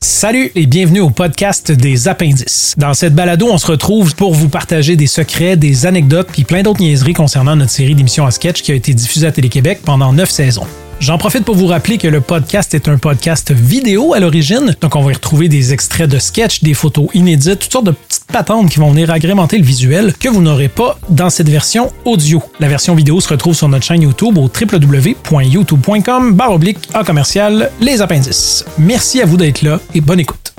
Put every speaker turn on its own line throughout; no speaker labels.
Salut et bienvenue au podcast des appendices. Dans cette balado, on se retrouve pour vous partager des secrets, des anecdotes puis plein d'autres niaiseries concernant notre série d'émissions à sketch qui a été diffusée à Télé-Québec pendant neuf saisons. J'en profite pour vous rappeler que le podcast est un podcast vidéo à l'origine, donc on va y retrouver des extraits de sketch, des photos inédites, toutes sortes de petites patentes qui vont venir agrémenter le visuel que vous n'aurez pas dans cette version audio. La version vidéo se retrouve sur notre chaîne YouTube au www.youtube.com barre oblique A commercial les appendices. Merci à vous d'être là et bonne écoute.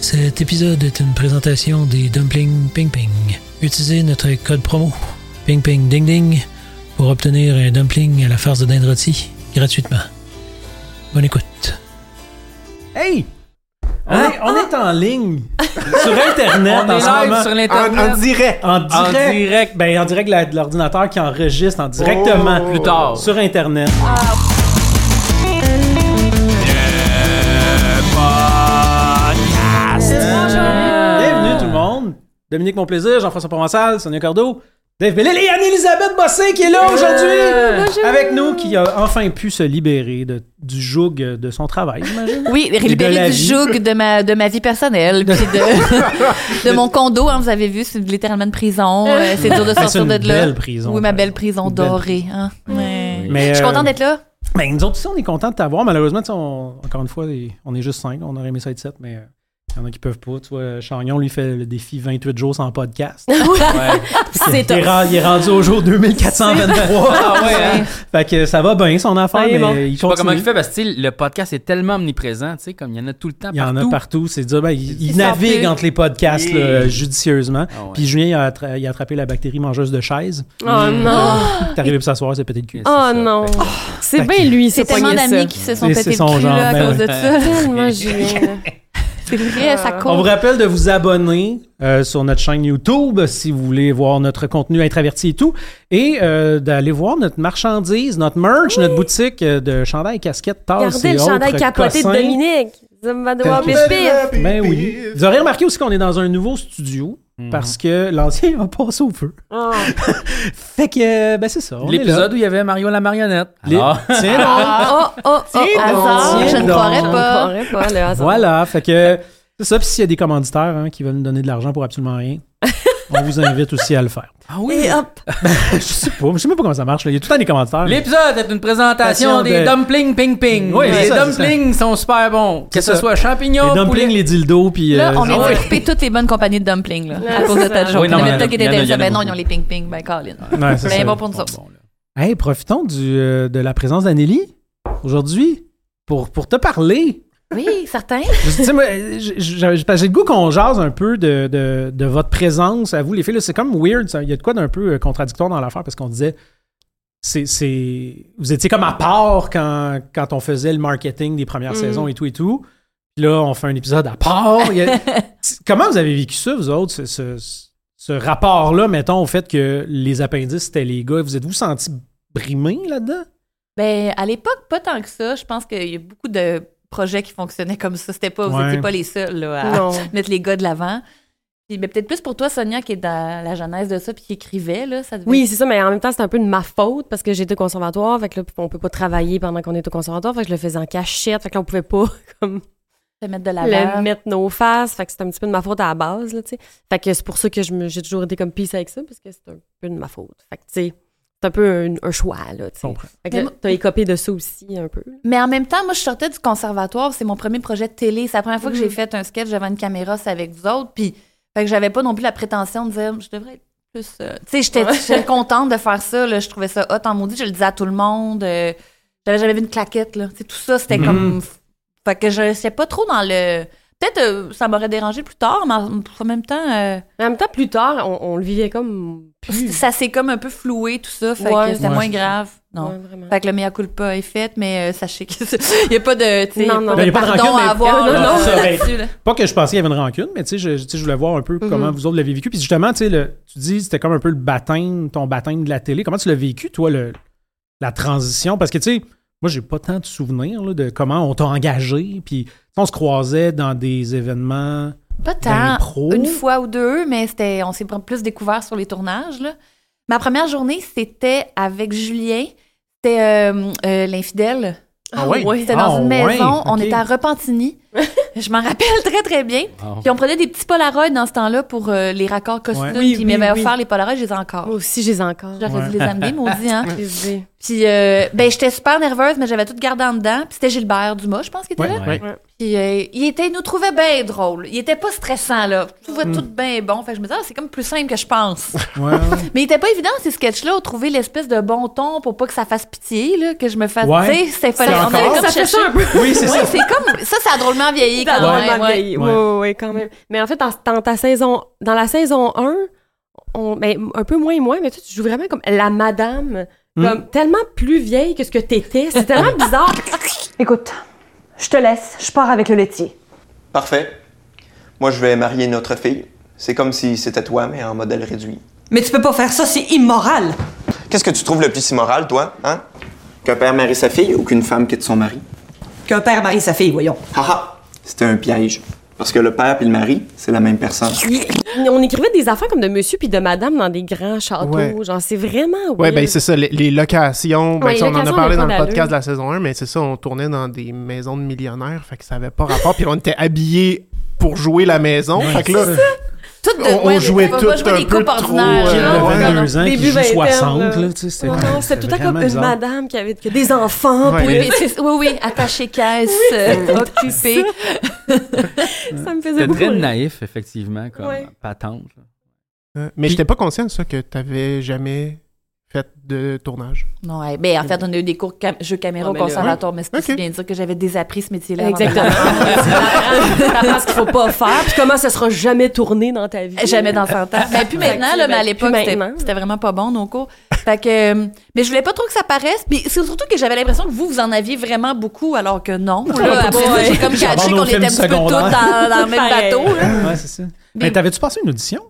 Cet épisode est une présentation des dumplings Ping Ping. Utilisez notre code promo Ping Ping Ding Ding pour obtenir un dumpling à la farce de dinde rôti gratuitement. Bonne écoute. Hey! On, est, on est en ligne sur Internet
On
en
est
ce
live
moment.
sur
En,
l'Internet.
en direct.
En direct.
En direct.
Ben, en direct, la- de l'ordinateur qui enregistre en directement
Oh.
Plus tard.
sur Internet. Bienvenue tout le monde. Dominique Monplaisir, Jean-François Provençal, Sonia Cordeau, Dave Bellil et Anne-Elisabeth Bossé qui est là aujourd'hui avec nous, qui a enfin pu se libérer de- du joug de son travail, j'imagine.
Oui,
de la
libérer du
vie.
joug de ma, de ma vie personnelle, puis de, de mon condo. hein, vous avez vu, c'est littéralement une prison. euh, c'est dur de
Ben, Ah, C'est
sortir
une
de là.
belle prison. euh,
oui, ma belle prison
Une belle-
dorée. hein, ouais.
Mais,
Je suis
euh,
contente d'être là.
Ben, nous autres aussi, on est content de t'avoir. Malheureusement, tu sais, on- encore une fois, les- on est juste 5. On aurait aimé ça être 7, mais euh, il y en a qui peuvent pas. Tu vois, Chagnon, lui, fait le défi 28 jours sans podcast.
C'est
il, est
top.
ren- il est rendu au jour 2423.
Ah ouais, hein?
fait que ça va bien, son affaire,
Ah, il est
mais
bon.
il
Je sais pas comment
continue.
il fait parce que tu sais, le podcast est tellement omniprésent, tu sais, comme il y en a tout le
Ah,
temps
Il y en a
partout.
partout. C'est dire, ben, il, il
Il sort
navigue
plus.
entre les podcasts
Yeah.
là, judicieusement.
Ah ouais.
Puis Julien, il a, attra- il a attrapé la bactérie mangeuse de chaise. Euh,
Oh non!
T'es arrivé pour s'asseoir, Mmh. c'est peut-être le cul.
Mais c'est
Oh
ça,
non!
fait que-
C'est bien lui,
C'est tellement d'amis qui se sont
C'est-
pété
c'est
le
son
cul
genre,
là, à
ben
cause
oui.
de ça.
Tellement Julien.
C'est vrai, ça
On vous
compte.
rappelle de vous abonner euh, sur notre chaîne YouTube si vous voulez voir notre contenu intraverti et tout. Et euh, d'aller voir notre marchandise, notre merch, notre boutique euh, de chandail, casquettes, tasses
Regardez
et
le chandail
autres
capoté de
cossins.
Dominique. Zumba de
Thank you.
Wabishpif.
Ben oui. Vous aurez remarqué aussi qu'on est dans un nouveau studio
Mhm.
parce que l'ancien a passé au feu. Fait que, euh, ben c'est ça. on est là.
L'épisode où il y avait Mario la marionnette.
Les-
Alors,
Tiens,
Ah, oh, oh, oh,
Tiens
hasard,
donc.
je
Tiens
ne croirais
donc.
pas.
Je ne pas, le hasard.
Voilà, fait que c'est ça. Puis s'il y a des commanditaires hein, qui veulent nous donner de l'argent pour absolument rien, on vous invite aussi à le faire.
ah oui.
Et hop!
je sais pas, je sais même pas comment ça marche. là. Il y a tout le temps des
Ah.
commanditaires. mais-
L'épisode est une présentation
Passion
des
de-
dumplings ping ping.
Oui, c'est
les
ça,
dumplings sont super bons. Que
ça.
ce soit champignons,
Les dumplings,
poulet-
les dildos, puis...
Là,
euh,
on
ah
vient
ouais.
de couper toutes les bonnes compagnies de dumplings là, à
Ouais,
cause de
c'est
ta
ça.
joke.
Oui, non,
On
mais il
avait
y en a-
peut-être
il
été
y en a- il y en a
intéressés. Ben non,
beaucoup.
ils ont les ping ping, ben Colin.
Ouais, c'est ça.
Ben bon pour nous
sont
autres.
bons, là.
Hey, profitons du, euh, de la présence d'Anélie aujourd'hui pour, pour te parler.
Oui, certain.
Je- tu sais, moi, j- j- J'ai j'ai le goût qu'on jase un peu de, de, de votre présence à vous, les filles. là. C'est comme weird. ça. Il y a de quoi d'un peu euh, contradictoire dans l'affaire parce qu'on disait... c'est- c'est- Vous étiez comme à part quand, quand on faisait le marketing des premières
Mm.
Mhm.
saisons et tout et tout. Puis là, on fait un épisode à part. Il y a- C'est- Comment vous avez vécu ça, vous autres, ce, ce- ce rapport-là, mettons, au fait que les appendices, c'était les gars? Vous êtes-vous senti brimé là-dedans?
Ben, à l'époque, pas tant que ça. Je pense qu'il y a beaucoup de projets qui fonctionnaient comme ça. C'était pas, vous
Ouais.
n'étiez pas les seuls là, à
Non.
mettre les gars de l'avant. Puis, Mais peut-être plus pour toi, Sonia, qui est dans la genèse de ça, puis qui écrivait, là, ça devait
Oui, c'est ça, mais en même temps, c'est un peu de ma faute parce que j'étais au conservatoire. Fait que là, on peut pas travailler pendant qu'on est au conservatoire. Fait que je le faisais en cachette. Fait que là, on pouvait pas comme,
te mettre de l'avant.
le mettre nos faces. Fait que c'est un petit peu de ma faute à la base, là, tu sais. Fait que c'est pour ça que je me- j'ai toujours été comme peace avec ça parce que c'est un peu de ma faute. Fait que, tu sais, c'est un peu un, un choix, là, tu sais.
Comprends.
Fait que
Mais
là,
moi-
t'as écopé de ça aussi, un peu.
Mais en même temps, moi, je sortais du conservatoire. C'est mon premier projet de télé. C'est la première fois que j'ai fait un sketch devant une caméra, c'est avec vous autres. Puis, fait que j'avais pas non plus la prétention de dire, je devrais être plus. euh, Tu sais, j'étais j'étais contente de faire ça. Là. Je trouvais ça hot en maudit. Je le disais à tout le monde. euh, J'avais jamais vu une claquette. Là. Tu sais, tout ça, c'était
Mhm.
comme. Fait que je sais pas trop dans le. Peut-être euh, ça m'aurait dérangé plus tard, mais en en même temps, euh,
Mais en même temps, plus tard, on, on le vivait comme plus.
ça s'est comme un peu floué, tout ça. Fait
Mm. Ouais.
que c'était
Ouais.
moins grave. Non.
Ouais, vraiment.
Fait que le mea culpa est fait, mais euh, sachez que il n'y a pas de, tu sais, y a
Non,
pas
non.
de
Ben, Y a pas de
pardon
rancune, mais-
à avoir.
Non,
là,
non, ça,
là-dessus, là.
Pas que je pensais qu'il y avait une rancune, mais tu sais, je, tu sais, je voulais voir un peu comment vous autres l'avez vécu. Puis justement, tu sais, le- tu dis, c'était comme un peu le baptême, ton baptême de la télé. Comment tu l'as vécu, toi, le, la transition? Parce que, tu sais, moi, j'ai pas tant de souvenirs là, de comment on t'a engagé. Puis on se croisait dans des événements
Pas tant.
d'impro.
Une fois ou deux, mais c'était, on s'est plus découvert sur les tournages. Là. Ma première journée, c'était avec Julien. C'était euh, euh, l'infidèle.
Ah ouais?
C'était dans
Ah
une
ouais,
maison. On
ok.
était à Repentigny. je m'en rappelle très, très bien.
Wow.
Ah.
Puis on prenait des petits Polaroids dans ce temps-là pour euh, les raccords costumes.
Ouais.
Oui,
puis ils
oui,
m'avaient
oui.
offert les Polaroids, je les ai encore.
Moi aussi, j'ai encore.
J'aurais
Ouais.
dû les amener, maudit, hein?
Je les ai.
Puis, euh, ben, j'étais super nerveuse, mais j'avais tout gardé en dedans. Puis c'était Gilbert Dumas, je pense, qui était là.
Ouais.
Puis euh, il, était, il nous trouvait bien drôle. Il était pas stressant, là. Il trouvait
Mm.
tout bien bon. Fait que je me disais, ah, c'est comme plus simple que je pense.
Ouais, ouais.
mais il était pas évident, ces sketchs-là, de trouver l'espèce de bon ton pour pas que ça fasse pitié, là, que je me fasse.
Ouais.
Tu sais, c'était
C'est
fallait- on
encore-
avait comme
Ça fait ça
cherché-
un peu.
Oui, c'est
Ouais,
ça.
c'est comme. Ça, ça a drôlement vieilli quand
Ça a
même,
vraiment
ouais.
vieilli.
Ouais.
Oui, oui, oui, quand même. Mais en fait, dans, dans ta saison, dans la saison 1, on, ben, un peu moins et moins, mais toi, tu joues vraiment comme la madame, comme tellement plus vieille que ce que t'étais. C'est tellement bizarre.
Écoute, je te laisse, je pars avec le laitier.
Parfait. Moi, je vais marier notre fille. C'est comme si c'était toi, mais en modèle réduit.
Mais tu peux pas faire ça, c'est immoral.
Qu'est-ce que tu trouves le plus immoral, toi, hein? Qu'un père marie sa fille ou qu'une femme quitte son mari?
Qu'un père marie sa fille, voyons.
Haha! C'était un piège. Parce que le père et le mari, c'est la même personne.
Il- on écrivait des affaires comme de monsieur puis de madame dans des grands châteaux.
Ouais.
Genre, c'est vraiment.
Ouais,
weird.
ben c'est ça, les, les locations, ben,
Ouais,
ça,
les
on en a
locations
parlé
avaient
dans
pas
le podcast
d'allure.
de la saison 1, mais c'est ça, on tournait dans des maisons de millionnaires, fait que ça avait pas rapport, puis on était habillés pour jouer la maison, fait que là,
Tout de-
on, on
ouais,
jouait
on va
tout
jouer
un
des
peu
coupes
trop...
ordinaires,
Kid
là.
euh,
Ouais,
de
comme
22 ans qui
début
joue
vingtaine,
60,
là.
là, tu sais, c'était
Non, non, c'était tout le temps
vraiment
comme une
bizarre.
madame qui avait que des enfants.
Ouais.
puis-
Oui, c'est- oui, oui, attaché caisse, euh, occupé.
Ça me faisait
C'était
beaucoup.
très
rire.
naïf, effectivement, comme
Ouais.
patente. là.
Euh, Mais j'étais pas conscient de ça, que t'avais jamais fait de tournage.
Non, ouais, ben, en fait, on a eu des cours cam- jeux caméra
Ah,
au
mais là-
conservatoire, mais c'est aussi
Ok.
bien dire que j'avais désappris ce métier-là. avant
Exactement. T'apprends ce qu'il faut pas faire, puis comment ça sera jamais tourné dans ta vie.
de- Jamais dans 100 ans. Ben, plus maintenant, là, mais à
Plus
l'époque, c'était-
maintenant.
c'était vraiment pas bon, nos cours. Fait que, euh, mais je voulais pas trop que ça paraisse. Puis c'est surtout que j'avais l'impression que vous, vous en aviez vraiment beaucoup, alors que non. Là, après ça, j'ai comme catché
Abandonne
qu'on
nos
était un
films
petit peu tous dans,
secondaires.
dans le même
Pareil.
bateau. là.
Ouais, c'est ça. Mais t'avais-tu passé une audition?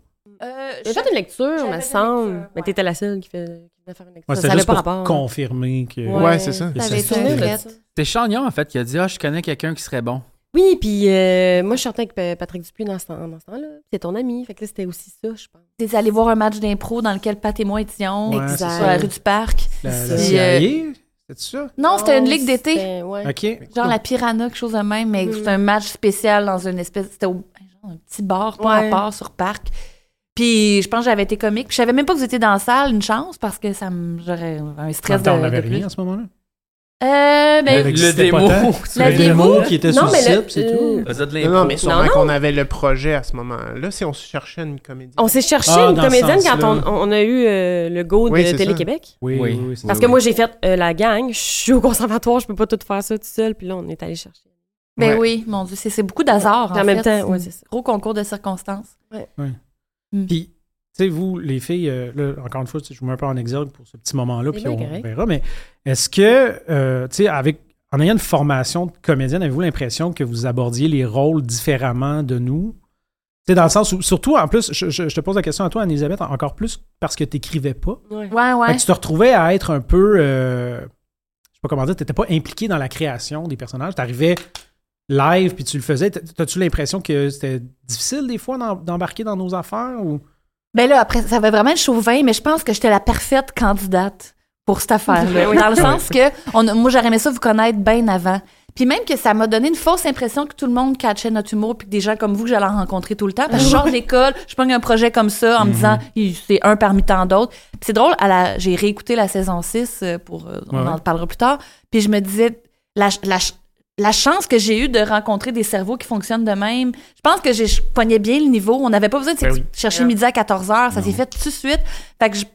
Euh,
J'ai fait une lecture,
J'avais
me
fait une
semble.
lecture,
Mais
ouais.
t'étais la seule qui fait- qui venait faire une lecture.
Ouais,
ça
c'était
n'avait
juste
pas
pour
rapport. hein.
confirmer que...
Ouais. c'est ça.
Ça
T'avais
se
été
souvient
de
prête.
ça.
C'est Chagnon, en fait, qui a dit Ah, je connais quelqu'un qui serait bon.
Oui, puis euh, moi, je sortais avec Pa- Patrick Dupuis dans ce temps- dans ce temps-là. C'est ton ami. Fait que là, c'était aussi ça, je pense.
T'es allé voir un match d'impro dans lequel Pat et moi étions
Ouais,
Exact.
c'est
sur la rue du Parc.
La, la
Puis,
CIA, c'est ça?
Non, Oh, c'était une ligue d'été.
Ah, C'était- euh, ouais.
OK.
Genre la Piranha, quelque chose de même, mais
Mm.
c'était un match spécial dans une espèce. C'était au- genre un petit bar, pas
Ouais.
à part, sur parc. Puis je pense que j'avais été comique. Puis je savais même pas que vous étiez dans la salle, une chance, parce que ça me. J'aurais un
En
stress
même
de,
temps, on
de
n'avait
plus.
rien à ce moment-là.
Euh, ben,
Elle existait
démo.
pas tant.
La
Le
démo.
démo qui était
Non,
sur le
mais le-
site, c'est tout.
euh,
Faisait de
Non,
l'impro.
non, mais sûrement
non.
qu'on avait le projet à ce moment-là, si on se cherchait une comédie.
On s'est cherché
Ah,
une
dans ce
comédienne quand on,
sens-là.
on a eu euh, le go
Oui,
de
c'est ça.
Télé-Québec.
Oui, oui,
Oui.
oui, c'est
Parce
ça.
que moi, j'ai fait euh, la gang. Je suis au conservatoire, je peux pas tout faire ça tout seul. Puis là, on est allé chercher.
ben
Ouais.
oui, mon Dieu, c'est c'est beaucoup d'hasard.
Puis en
fait.
même temps, ouais, c'est ça.
Gros concours de circonstances.
Puis, tu sais, vous, les filles, euh, là, encore une fois, tu sais, je vous mets un peu en exergue pour ce petit moment-là,
C'est
puis
bien
on
correct.
verra. Mais est-ce que, euh, tu sais, avec, en ayant une formation de comédienne, avez-vous l'impression que vous abordiez les rôles différemment de nous? Tu sais, dans le sens où, surtout, en plus, je, je- je te pose la question à toi, Anne-Elisabeth, encore plus parce que tu n'écrivais pas.
Ouais,
Ouais.
Fait
ouais.
que tu te retrouvais à être un peu, euh, je sais pas comment dire, t'étais pas impliqué dans la création des personnages. T'arrivais live puis tu le faisais. T- T'as-tu l'impression que c'était difficile des fois d'em- d'embarquer dans nos affaires ou
Ben là, après, ça va vraiment être chauvin, mais je pense que j'étais la parfaite candidate pour cette
Ben
affaire-là. Dans le sens que on, a- moi, j'aurais aimé ça vous connaître bien avant. Puis même que ça m'a donné une fausse impression que tout le monde catchait notre humour puis que des gens comme vous que j'allais en rencontrer tout le temps. Parce que je sors de l'école, je pogne un projet comme ça en me
Mhm.
disant Il- c'est un parmi tant d'autres. Puis c'est drôle, à la, j'ai réécouté la saison 6 euh, pour euh, on
Ouais,
en
ouais.
parlera plus tard. Puis je me disais la, ch- la ch- la chance que j'ai eue de rencontrer des cerveaux qui fonctionnent de même, je pense que j'ai je pognais bien le niveau. On n'avait pas besoin de
Ben oui.
chercher midi à 14 heures. Ça s'est fait tout de suite. Fait que je,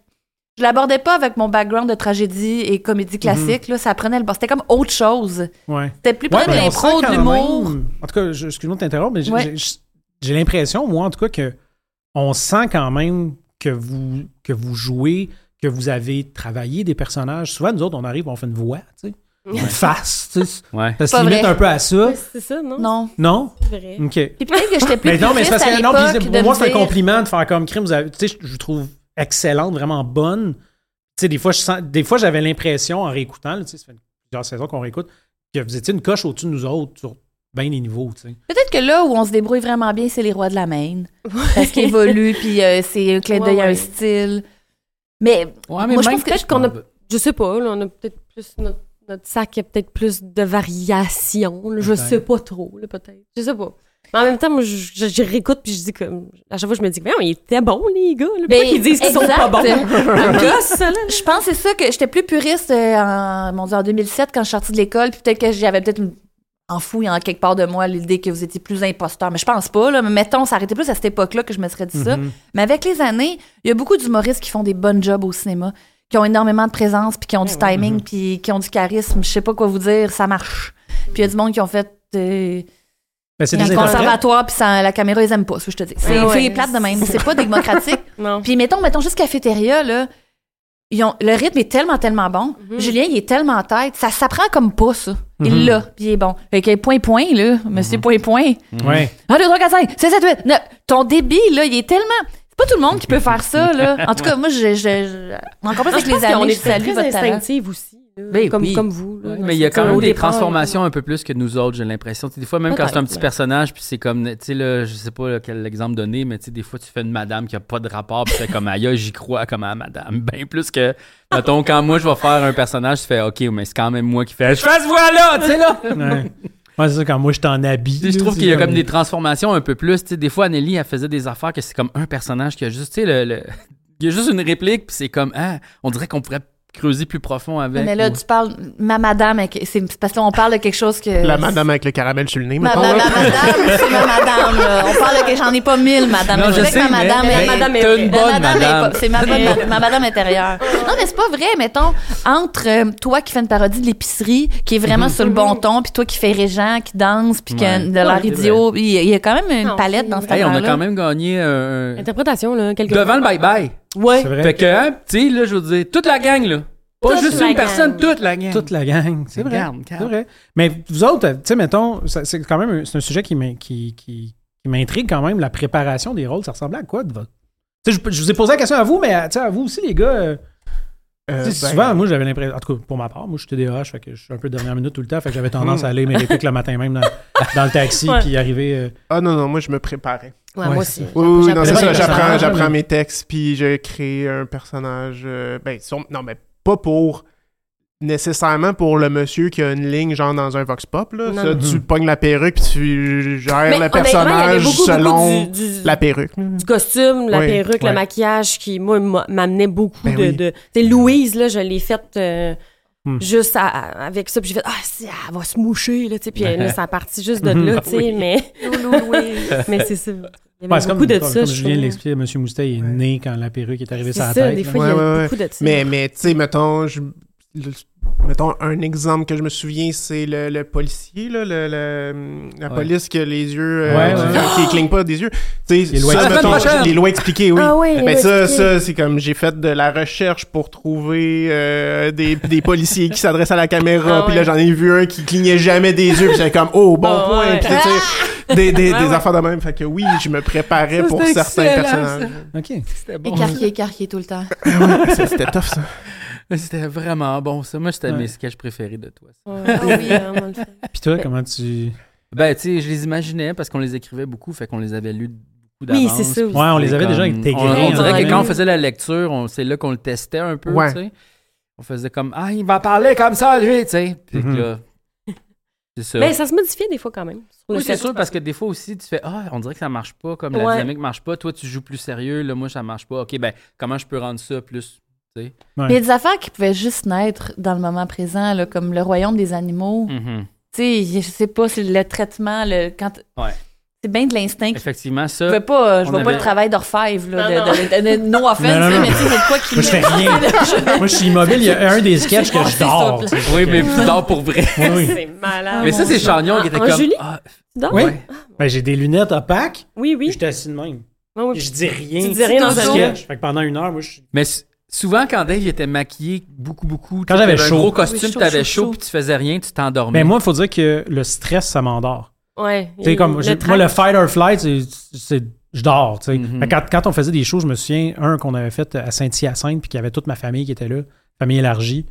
je l'abordais pas avec mon background de tragédie et comédie classique. Là, ça prenait le bord. C'était comme autre chose.
ouais
C'était plus près
Mhm. Ouais, ben,
de
on
l'impro,
sent
de
quand
l'humour.
même- En tout cas, je- excuse-moi de t'interrompre, mais j'ai-
Ouais.
j'ai j'ai l'impression, moi, en tout cas, que on sent quand même que vous, que vous jouez, que vous avez travaillé des personnages. Souvent, nous autres, on arrive, on fait une voix, tu sais, une face, tu sais.
Ouais.
Ça se
Pas
limite
vrai.
un peu à ça.
Ouais, C'est ça, non?
Non.
Non?
C'est vrai.
OK.
Puis peut-être que j'étais plus
Mais non, mais c'est parce
puriste
que
à
non, puis
l'époque
c'est-
de
pour moi,
me
c'est un
dire-
compliment de faire comme crime. Vous avez- tu sais, je, je vous trouve excellente, vraiment bonne. Tu sais, des fois, je sens- des fois, j'avais l'impression en réécoutant, là, tu sais, ça fait plusieurs saisons qu'on réécoute, que vous étiez une coche au-dessus de nous autres sur bien des niveaux, tu sais.
Peut-être que là où on se débrouille vraiment bien, c'est les rois de la Maine. Parce qu'ils évoluent, puis euh, c'est un clin
Ouais,
d'œil à
ouais.
un style. Mais
Ouais, mais
Moi, je
même
pense que-
Peut-être qu'on a.
Ouais,
Je sais pas, là, on a peut-être plus notre, notre sac, il y a peut-être plus de variations. là, je
Peut-être.
sais pas trop, là, peut-être. Je sais pas. Mais en même temps, moi, je, je- je réécoute puis je dis que à chaque fois, je me dis, mais ils étaient bons, les gars. Là. Pourquoi
Ben,
ils disent qu'ils sont pas
exact.
bons? Ça me gosse, ça, là.
Je pense que c'est ça que j'étais plus puriste euh, en, mon Dieu, en 2007 quand je suis sortie de l'école, puis peut-être que j'avais peut-être une- enfoui en quelque part de moi l'idée que vous étiez plus imposteur, mais je pense pas là, mais mettons ça arrêtait plus à cette époque-là que je me serais dit ça.
Mm-hmm.
Mais avec les années, il y a beaucoup d'humoristes qui font des bonnes jobs au cinéma, qui ont énormément de présence, puis qui ont
Eh
du timing,
Mm-hmm.
puis qui ont du charisme, je sais pas quoi vous dire, ça marche. Puis il y a du monde qui ont fait euh,
Ben, c'est des Eh
un
interprètes.
conservatoire puis ça- la caméra ils aiment pas, ce que je te dis. C'est
Ouais, ouais.
c'est plate de même, c'est pas démocratique.
Non.
Puis mettons, mettons juste cafétéria, là. ils ont- le rythme est tellement, tellement bon.
Mhm.
Julien, il est tellement en tête. Ça s'apprend comme pas, ça.
Mhm.
Il l'a, puis il est bon. Fait que point, point, là. Monsieur point, point.
Ouais.
1, 2, 3, 4, 5, 6, 7, 8, 9. Ton débit, là, il est tellement. C'est pas tout le monde qui peut faire ça, là. En tout cas, moi, je. je, je- Encore plus
Ah,
avec
je pense
les années,
qu'on
je
est très,
salue
très
votre talent.
instinctive aussi, là,
Ben
comme,
oui.
comme vous. là,
Ouais,
dans
mais
le
il y a
sens,
quand même
au
des
départ,
transformations un peu plus que nous autres, j'ai l'impression. Tu sais, des fois, même quand c'est un petit personnage, puis c'est comme, tu sais, là, je sais pas là, quel exemple donner, mais tu sais, des fois, tu fais une madame qui a pas de rapport, puis tu fais comme, aïe, j'y crois comme à madame. Bien plus que, mettons, quand moi, je vais faire un personnage, tu fais, OK, mais c'est quand même moi qui fais, je fais ce voix-là, tu sais, là.
Ouais. Ouais, c'est ça, quand moi je t'en habille.
Tu sais, Je
là,
trouve
c'est
qu'il y a
comme-
comme des transformations un peu plus. Tu sais, des fois, Anneli, elle faisait des affaires que c'est comme un personnage qui a juste, tu sais, le, le- il y a juste une réplique, puis c'est comme, ah, on dirait qu'on pourrait creuser plus profond avec.
Ah, Mais là,
ou-
tu parles. Ma madame, elle- c'est c'est parce que là, on parle de quelque chose que.
La madame avec le caramel sur le nez,
Ma,
mettons,
ma-
là.
ma madame, c'est ma madame, là. On parle de que j'en ai pas mille, madame.
Non,
Mais
je
c'est vrai
sais,
que ma
mais-
madame,
mais
elle-
madame est
t'as une
vraie.
bonne
elle Euh, est
madame.
pas- C'est ma, ma- ma madame intérieure. Non, mais c'est pas vrai, mettons, entre euh, toi qui fais une parodie de l'épicerie, qui est vraiment sur le bon ton, puis toi qui fais Régent, qui danse, puis qui a
Ouais.
de
Ouais,
l'air
c'est
idiot, il y a- il y a quand même une
Non,
palette
c'est
dans
vrai.
cette
Hey, on a
affaire-là.
quand même gagné euh, un-
Interprétation, là, quelque
Devant le bye-bye.
Ouais.
C'est vrai.
Fait que, hein, tu sais, là, je veux dire, toute la gang, là. Pas
Toute
juste
la
une
gang.
personne, toute la gang.
Toute la gang, c'est vrai.
Regarde,
C'est
regarde.
vrai. Mais vous autres, tu sais, mettons, ça- c'est quand même un- c'est un sujet qui m'in- qui- qui- qui m'intrigue quand même. La préparation des rôles, ça ressemblait à quoi de votre. Tu sais, Je, je vous ai posé la question à vous, mais à, tu sais, à vous aussi, les gars. euh,
Euh,
tu sais,
ben,
souvent, moi, j'avais l'impression. En tout cas, pour ma part, moi, j'étais DH, fait que je suis un peu dernière minute tout le temps, fait que j'avais tendance à aller mes répliques le matin même dans, dans le taxi,
Hmm. Ouais.
puis arriver. euh,
Ah non, non, moi je me préparais.
Ouais,
Ouais,
moi
c'est
aussi.
Oui, oui, oui, non, c'est
j'apprends
ça.
les
J'apprends,
personnages, mais-
j'apprends mes textes, puis je crée un personnage. euh, ben, sur- non, mais pas pour nécessairement pour le monsieur qui a une ligne genre dans un vox pop là.
Non,
ça,
non.
tu pognes la perruque puis tu gères
Mais
le
honnêtement, il y avait
personnage
beaucoup, beaucoup
selon
du- du-
la perruque.
du costume, la
Oui,
perruque,
ouais.
le maquillage qui, moi, m'a- m'amenait beaucoup
Ben
de.
oui.
de- tu sais, Louise, là, je l'ai faite euh,
Hmm.
juste à- à- avec ça, puis j'ai fait, ah, si, elle va se moucher, là, tu sais, puis euh, là, ça a parti juste de
Mhm.
là, tu sais,
Oui.
mais. mais c'est ça. Il y avait
ouais, c'est
beaucoup de
comme
ça, je
Julien
trouve.
l'expliquait, M. Moustet il est né quand la perruque est arrivée
C'est
sur la
ça,
tête.
des
là.
fois, il y a
Ouais, ouais, ouais.
beaucoup de ça.
Mais, mais tu sais, mettons, je- le- mettons, un exemple que je me souviens, c'est le, le policier, là, le- le- la
Ouais.
police qui a les yeux, euh,
Ouais,
qui-
ouais.
qui cligne pas des yeux. Tu sais,
Les lois
ça,
expliquées.
mettons,
La semaine prochaine.
les lois expliquées, oui.
Ah oui, les
Ben,
lois
ça,
expliquées.
ça c'est comme j'ai fait de la recherche pour trouver euh, des, des policiers qui s'adressent à la caméra.
Ah
Puis là,
ouais.
j'en ai vu un qui clignait jamais des yeux. Puis j'étais comme, oh, bon
Ah
point.
ouais.
Puis tu sais, des, des,
Ah
des
ouais.
affaires de même. Fait que oui, je me préparais
Ça,
pour
c'était
certains
excellent,
personnages.
OK.
C'était bon.
Écarqué, écarqué tout le temps.
Ça, C'était tough, ça.
C'était vraiment bon, ça. Moi, c'était
Ouais.
mes sketchs préférés de toi. ça.
Ouais, Ah oui, vraiment le fun.
Puis toi, comment tu.
Ben, tu sais, je les imaginais parce qu'on les écrivait beaucoup, fait qu'on les avait lus beaucoup d'avance.
Oui, c'est ça aussi.
puis
Ouais, on les
c'était
avait déjà
comme-
intégrés
On, on
en
dirait
hein.
que
anglais.
quand on faisait la lecture, on- c'est là qu'on le testait un peu,
Ouais.
tu sais. On faisait comme, ah, il va parler comme ça, lui, tu sais. Puis
Mhm.
là, c'est ça.
Mais ça se modifiait des fois quand même. sur le
Oui, c'est
set.
sûr, parce que des fois aussi, tu fais Ah, on dirait que ça marche pas, comme la
Ouais.
dynamique marche pas. Toi, tu joues plus sérieux, là, moi, ça marche pas. Ok, ben, comment je peux rendre ça plus.
Ouais.
Mais il y a des affaires qui pouvaient juste naître dans le moment présent, là, comme le royaume des animaux.
Mhm.
Tu sais, je sais pas, c'est le traitement, le, quand.
Ouais.
C'est bien de l'instinct qui
Effectivement,
Je
ça.
ne pas, je
On
vois pas
avait-
le travail d'Orfèvre, là,
Non,
de, de, de- de- no offense,
Non, non, non.
mais tu sais, c'est quoi qui...
Moi, je fais rien. Moi, je suis immobile. Il y a un des sketchs que je dors. tu sais.
Oui, mais plus tard pour vrai.
Oui, oui.
Ah, C'est malade.
mais ça, c'est Chagnon qui était
Ah, En- en
comme.
Julie?
Ah,
Tu dors?
Oui. Ben, j'ai des lunettes opaques.
Oui,
puis
oui.
Je suis assis de même.
Ouais, ouais,
Je dis rien.
Tu dis rien dans
Je
un
sketch.
sketch.
Fait que pendant une heure, moi, je suis.
Mais s- souvent, quand Dave il était maquillé beaucoup, beaucoup.
Quand j'avais
t'avais un
chaud.
gros costume,
Oui, chaud,
t'avais
chaud,
chaud,
chaud.
puis tu faisais rien, tu t'endormais.
Mais Ben, moi, il faut dire que le stress, ça m'endort.
Ouais.
Tu sais, comme, j'ai- moi,
trac-
le fight or flight, c'est- c'est. Je dors, tu sais.
Mhm.
Fait que Quand, quand on faisait des shows, je me souviens, un qu'on avait fait à Saint-Hyacinthe, puis qu'il y avait toute ma famille qui était là, famille élargie.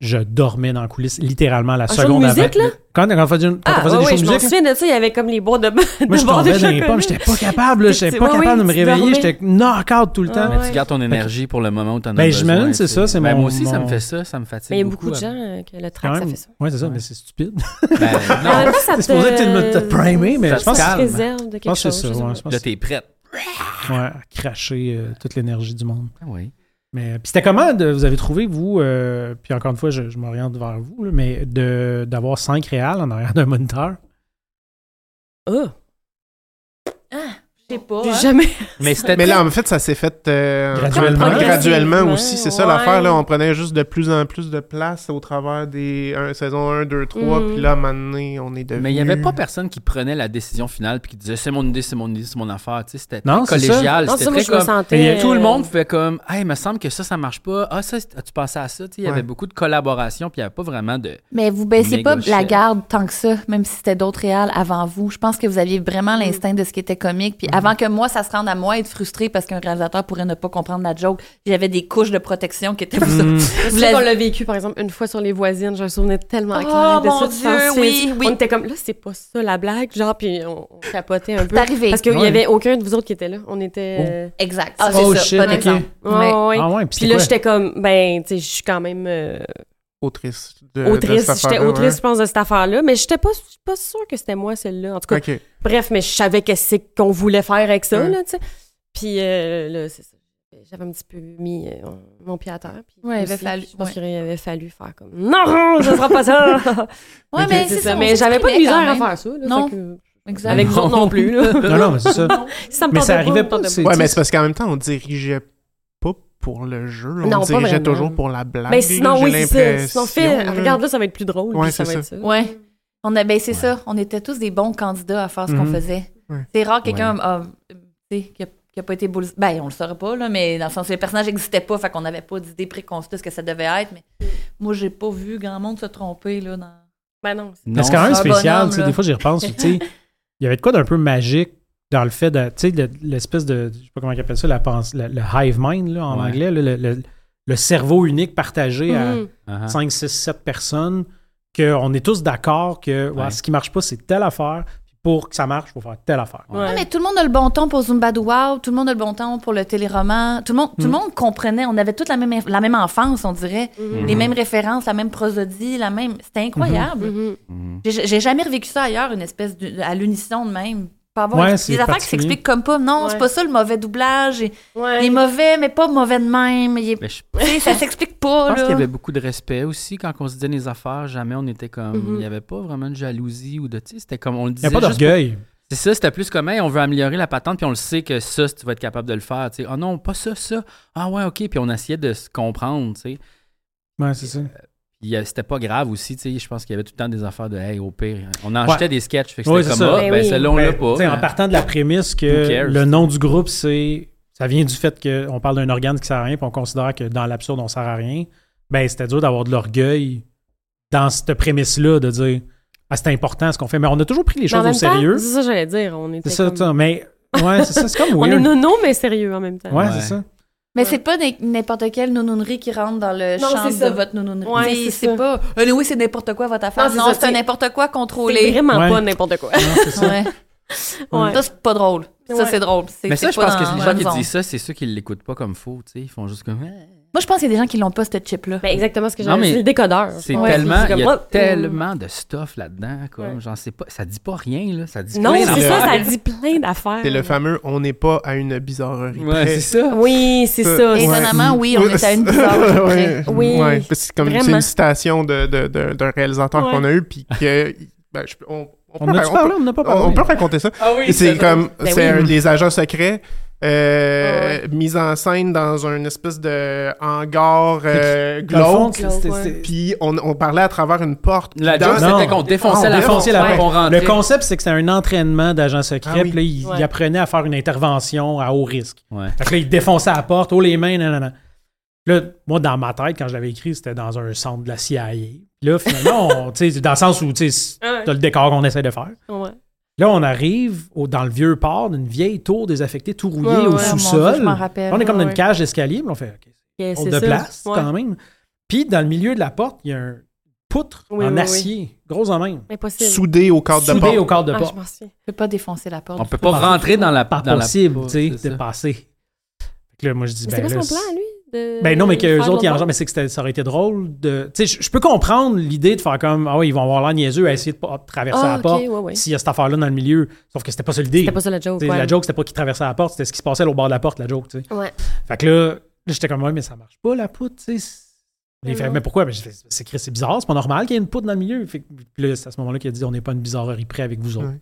je dormais dans la coulisse littéralement la
Un show de
seconde
musique,
avant.
là?
Quand, quand on faisait, quand on
Ah,
faisait
ouais,
des
ouais,
shows
je
de
me
musique,
souviens de ça, il y avait comme les bois de, de
moi je
bord
tombais
de
dans les
chocolat.
pommes, j'étais pas capable, là, j'étais
C'est-
pas
ouais,
capable de me
oui, tu
réveiller,
dormais.
j'étais knock-out tout le temps.
Ah,
Mais
ouais.
tu gardes ton énergie pour le moment où t'en as
Ben,
besoin.
j'imagine, c'est
tu sais.
ça, c'est
Ben,
mon-
Moi aussi, ça
mon-
me fait ça. Ça me fatigue
Mais il y a beaucoup
beaucoup. hein.
de gens euh, que le trac, ça fait ça.
Oui, c'est ça, mais c'est stupide.
Ben,
Mais en même
non,
temps, ça
C'est supposé être une te
te-
primer, mais
ça
je
te
pense
Ça
que
te
calme.
réserve de
je
quelque
pense que
chose.
c'est ça.
je sais
ouais,
pas.
je pense
là,
que
t'es prête.
c'est- ouais, cracher euh, toute l'énergie du monde.
Ah Oui.
Mais euh, puis c'était comment de- vous avez trouvé, vous, euh, puis encore une fois, je, je m'oriente vers vous, là, mais de- d'avoir cinq réals en arrière d'un moniteur?
Ah,
Je sais pas.
J'ai
hein.
jamais.
Mais c'était.
Mais là, en fait, ça s'est fait euh,
Graduellement.
graduellement, graduellement
Progressivement,
aussi. C'est ça
ouais.
l'affaire. Là, on prenait juste de plus en plus de place au travers des un, saisons 1, 2, 3.
Mm.
Puis là, maintenant, on est devenu.
Mais il n'y avait pas personne qui prenait la décision finale puis qui disait c'est mon idée, c'est mon idée, c'est mon affaire. Tu sais, c'était
Non,
très
c'est ça.
collégial.
Non,
C'était
ça, moi,
très
je me
comme-
sentais.
Tout le
euh,
monde fait comme Hey, il me semble que ça, ça marche pas. Ah, ça, c'est- as-tu pensé à ça? Tu sais, Il y
Ouais.
avait beaucoup de collaboration puis il n'y avait pas vraiment de.
Mais vous baissez
Méga
pas la
chef.
garde tant que ça, même si c'était d'autres réals avant vous. Je pense que vous aviez
Mm.
vraiment l'instinct de ce qui était comique.
Mm.
Puis avant que moi, ça se rende à moi être frustré parce qu'un réalisateur pourrait ne pas comprendre la joke, j'avais des couches de protection qui étaient vous
Mm.
Je
Vous
sais qu'on
l'avez-
l'a vécu, par exemple, une fois sur les voisines. J'ai un souvenir tellement
Oh,
clair de
mon
ça. tu
Dieu,
penses, c'est-
oui, oui.
On était comme, là, c'est pas ça la blague. Genre, puis on, on capotait un peu.
C'est arrivé.
Parce qu'il
Ouais.
n'y avait aucun de vous autres qui était là. On était.
Exact.
Ah,
c'est
oh
ça.
shit,
bon
ok.
exemple.
euh, ouais,
Mais-
ouais.
Ah ouais, puis
Puis
c'était
là,
quoi?
j'étais comme, ben, tu sais, je suis quand même euh,
Autrice. Euh, De, de
autrice.
cette
J'étais
affaire-là,
autrice, je pense, de cette affaire-là. Mais j'étais pas, je suis pas sûre que c'était moi, celle-là. En tout cas,
ouais. Ok.
bref, mais je savais qu'est-ce que- qu'on voulait faire avec ça,
Ouais.
là, tu sais. Puis euh, là, c'est ça. J'avais un petit peu mis euh, mon pied à terre. Puis
Ouais, il avait
aussi,
fallu-
Je pense
ouais.
qu'il avait fallu faire comme Non, ce sera pas ça.
Ouais,
Ok,
mais
C'est
c'est
ça,
ça. on
mais j'avais pas de
s'exprimait
misère
quand
à
même.
faire ça. là,
Non.
fait que-
Exact.
Avec vous autres non plus. Là.
Non, non, mais c'est ça.
Si ça me
mais
tentait
ça arrivait
me
pas.
tentait
c'est-
Ouais, mais c'est parce qu'en même temps, on dirigeait pas pour le jeu. On
Non, pas
dirigeait
vraiment.
toujours pour la blague.
Mais
là,
sinon,
j'ai
oui, c'est ça.
l'impression,
Sinon, fais,
là.
regarde là, ça va être plus drôle.
Ouais,
puis ça
c'est
va
ça.
être ça.
Ouais. On a baissé ça. On était tous des bons candidats à faire ce qu'on
Mhm.
faisait.
Ouais.
C'est rare quelqu'un a- tu sais, qui a, qui a pas été boule. Ben, on le saurait pas, là, mais dans le sens où les personnages n'existaient pas, fait qu'on n'avait pas d'idée préconçue de ce que ça devait être. Mais moi, j'ai pas vu grand monde se tromper, là. Dans...
Ben non. c'est-
Mais c'est quand même
c'est un
spécial.
Ah, bonhomme,
tu sais,
là.
des fois, j'y repense. tu sais, Il y avait de quoi d'un peu magique dans le fait de. Tu sais, le- l'espèce de. Je sais pas comment ils appellent ça, la pense, le, le hive mind là, en
Ouais.
anglais, là, le, le- le cerveau unique partagé
Mm-hmm.
Mhm.
à
Ah,
5, 6, 7 personnes, qu'on est tous d'accord que ouais,
Ouais.
ce qui marche pas, c'est telle affaire. Puis pour que ça marche, il faut faire telle affaire.
Ouais.
Non, Ah, mais tout le monde a le bon ton pour Zumba do Wow, tout le monde a le bon ton pour le téléroman. Tout le monde, tout le monde comprenait. On avait toute la même, inf- la même enfance, on dirait. Les
Mm-hmm. Mhm.
mêmes références, la même prosodie, la même. C'était incroyable.
Mhm.
Mm-hmm.
J'ai j'ai jamais revécu ça ailleurs, une espèce de, à l'unisson de même. Pas avoir
Ouais,
une-
c'est
des affaires qui
particulier.
s'expliquent comme pas. Non,
Ouais.
c'est pas ça le mauvais doublage. Il il
Ouais.
est mauvais, mais pas mauvais de même. Il est-
Mais je
tu sais, ça s'explique pas.
Je pense
là.
qu'il y avait beaucoup de respect aussi quand on se disait les affaires. Jamais on était comme.
Mm-hmm.
Il n'y avait pas vraiment de jalousie ou de. tu sais, C'était comme on le
Il n'y
disait.
a pas
juste pour-
d'orgueil.
C'est ça, c'était plus comme hey, on veut améliorer la patente, puis on le sait que ça, si tu vas être capable de le faire. tu sais. Ah non, pas ça, ça. Ah ouais, ok. Puis on essayait de se comprendre. tu sais.
Ouais, c'est ça.
Puis euh, c'était pas grave aussi. tu sais. Je pense qu'il y avait tout le temps des affaires de hey, au pire. On en jetait des sketchs. Fait que
Ouais,
c'était
c'est
comme
ça.
ah,
Ben
ben,
oui.
celle-là, on
Ben,
l'a pas. hein.
tu sais, En partant de la prémisse
Who
que
cares?
le nom du groupe, c'est. Ça vient du fait qu'on parle d'un organe qui sert à rien, puis on considère que dans l'absurde, on sert à rien. Ben, c'était dur d'avoir de l'orgueil dans cette prémisse-là, de dire Ah, c'est important ce qu'on fait. Mais on a toujours pris les
Mais en
choses au
même temps,
sérieux.
C'est ça, que j'allais dire. On était.
C'est ça,
comme-
tu sais, mais. Ouais, c'est ça, c'est comme
On
weird.
est nono, mais sérieux en même temps.
Ouais,
Ouais.
c'est ça.
Mais c'est pas n'im- n'importe quelle nounounerie qui rentre dans le
Non,
champ
c'est ça.
de votre nounounerie.
Ouais,
Tu
c'est
sais,
ça.
c'est pas. Euh, oui, c'est n'importe quoi votre affaire.
Non, c'est
Non,
ça,
c'est un
c'est-
n'importe quoi
C'est
contrôlé.
vraiment
Ouais.
pas n'importe
Non,
quoi.
c'est ça.
Ouais.
Ouais.
Ça, c'est pas drôle. Ça,
Ouais.
c'est drôle. C'est-
Mais ça,
c'est
je
pas
pense que
dans
les
la
gens qui
bonne
disent
zone.
ça, c'est ceux qui l'écoutent pas comme faux. tu sais. Ils font juste comme. hein,
Moi, je pense qu'il y a des gens qui l'ont pas, ce chip-là.
Ben, exactement ce que
Non,
j'avais
mais
dit. C'est le décodeur.
C'est
Ouais.
tellement,
C'est
il y
comme,
a
oh,
mm.
tellement de stuff là-dedans, comme,
Ouais.
j'en sais pas, ça dit pas rien, là, ça dit
Non,
plein
c'est ça,
d'affaires.
ça dit plein d'affaires.
C'est le fameux on n'est pas à une bizarrerie.
Ouais,
près.
c'est ça.
Oui, c'est
Ça,
ça.
ouais.
Étonnamment, oui, on est à une bizarre
Ouais.
Oui.
Ouais, parce que C'est comme c'est
Vraiment.
une citation de- de- de- d'un réalisateur
Ouais.
qu'on a eu, puis que. ben, je- on, on
On
peut,
en a-tu
on
parlé?
peut-
On n'en a pas
on-
parlé.
on peut raconter ça.
Ah oui,
c'est comme
Ben
c'est
oui.
un- les agents secrets. euh,
Ouais,
Mise en scène dans un espèce de hangar euh,
Dans le fond,
glauque.
c'est- c'est-
Glauque,
c'est-
Puis on, on parlait à travers une porte.
La
Dans-
joke,
Non.
c'était qu'on défonçait
Ah, on
la porte,
défonçait
la
ouais,
porte.
on rentrait.
Le concept, c'est que c'est un entraînement d'agent secret.
Ah oui.
Puis là, il,
Ouais.
il apprenait à faire une intervention à haut risque.
Ouais.
Fait que là, il défonçait la porte, oh les mains, non, non, non. Là, moi, dans ma tête, quand je l'avais écrit, c'était dans un centre de la CIA. Puis là, finalement, on- tu sais, dans le sens où tu sais,
Ah ouais.
t'as le décor qu'on essaie de faire.
Ouais.
Là, on arrive au- dans le vieux port d'une vieille tour désaffectée, tout rouillée
Ouais, ouais.
au
Ouais, mon
Dieu,
sous-sol.
je m'en rappelle.
on est comme dans
Ouais.
une cage d'escalier, mais on fait OK,
Ok,
on
c'est
de
ça.
place
Ouais.
quand même. Puis dans le milieu de la porte, il y a un poutre
Oui,
en
oui, oui.
acier, gros en même.
Impossible.
Soudé au cadre de
soudé
porte.
au cadre de
Ah,
porte.
je m'en souviens.
Je peux pas défoncer la porte.
On peut pas
Pas
rentrer dans la
Pas
dans la-
possible, tu sais,
c'est
de
ça.
passer. Fait que là, moi, je dis,
Mais
ben
c'est
là,
pas son plan, lui? de-
Ben non, mais
de
qu'eux
faire
autres, ils en
l'autre
genre, mais c'est que c'était- ça aurait été drôle de. Tu sais, je- je peux comprendre l'idée de faire comme, ah oui, ils vont avoir l'air niaiseux à essayer de pas traverser
Ah,
la porte.
ok, ouais, ouais.
S'il y a cette affaire-là dans le milieu, sauf que c'était pas ça l'idée.
C'était pas ça la joke,
Tu sais,
ouais.
La joke, c'était pas qu'ils traversaient la porte, c'était ce qui se passait au bord de la porte, la joke, tu sais.
Ouais.
Fait que là, là, j'étais comme, ouais, mais ça marche pas, la poutre, tu sais. Il fait,
non.
mais pourquoi? Ben, j'ai fait, c'est Chris, c'est bizarre, c'est pas normal qu'il y ait une poutre dans le milieu. Fait que- puis là, c'est à ce moment-là qu'il a dit, on n'est pas une bizarrerie près avec vous autres.
Ouais.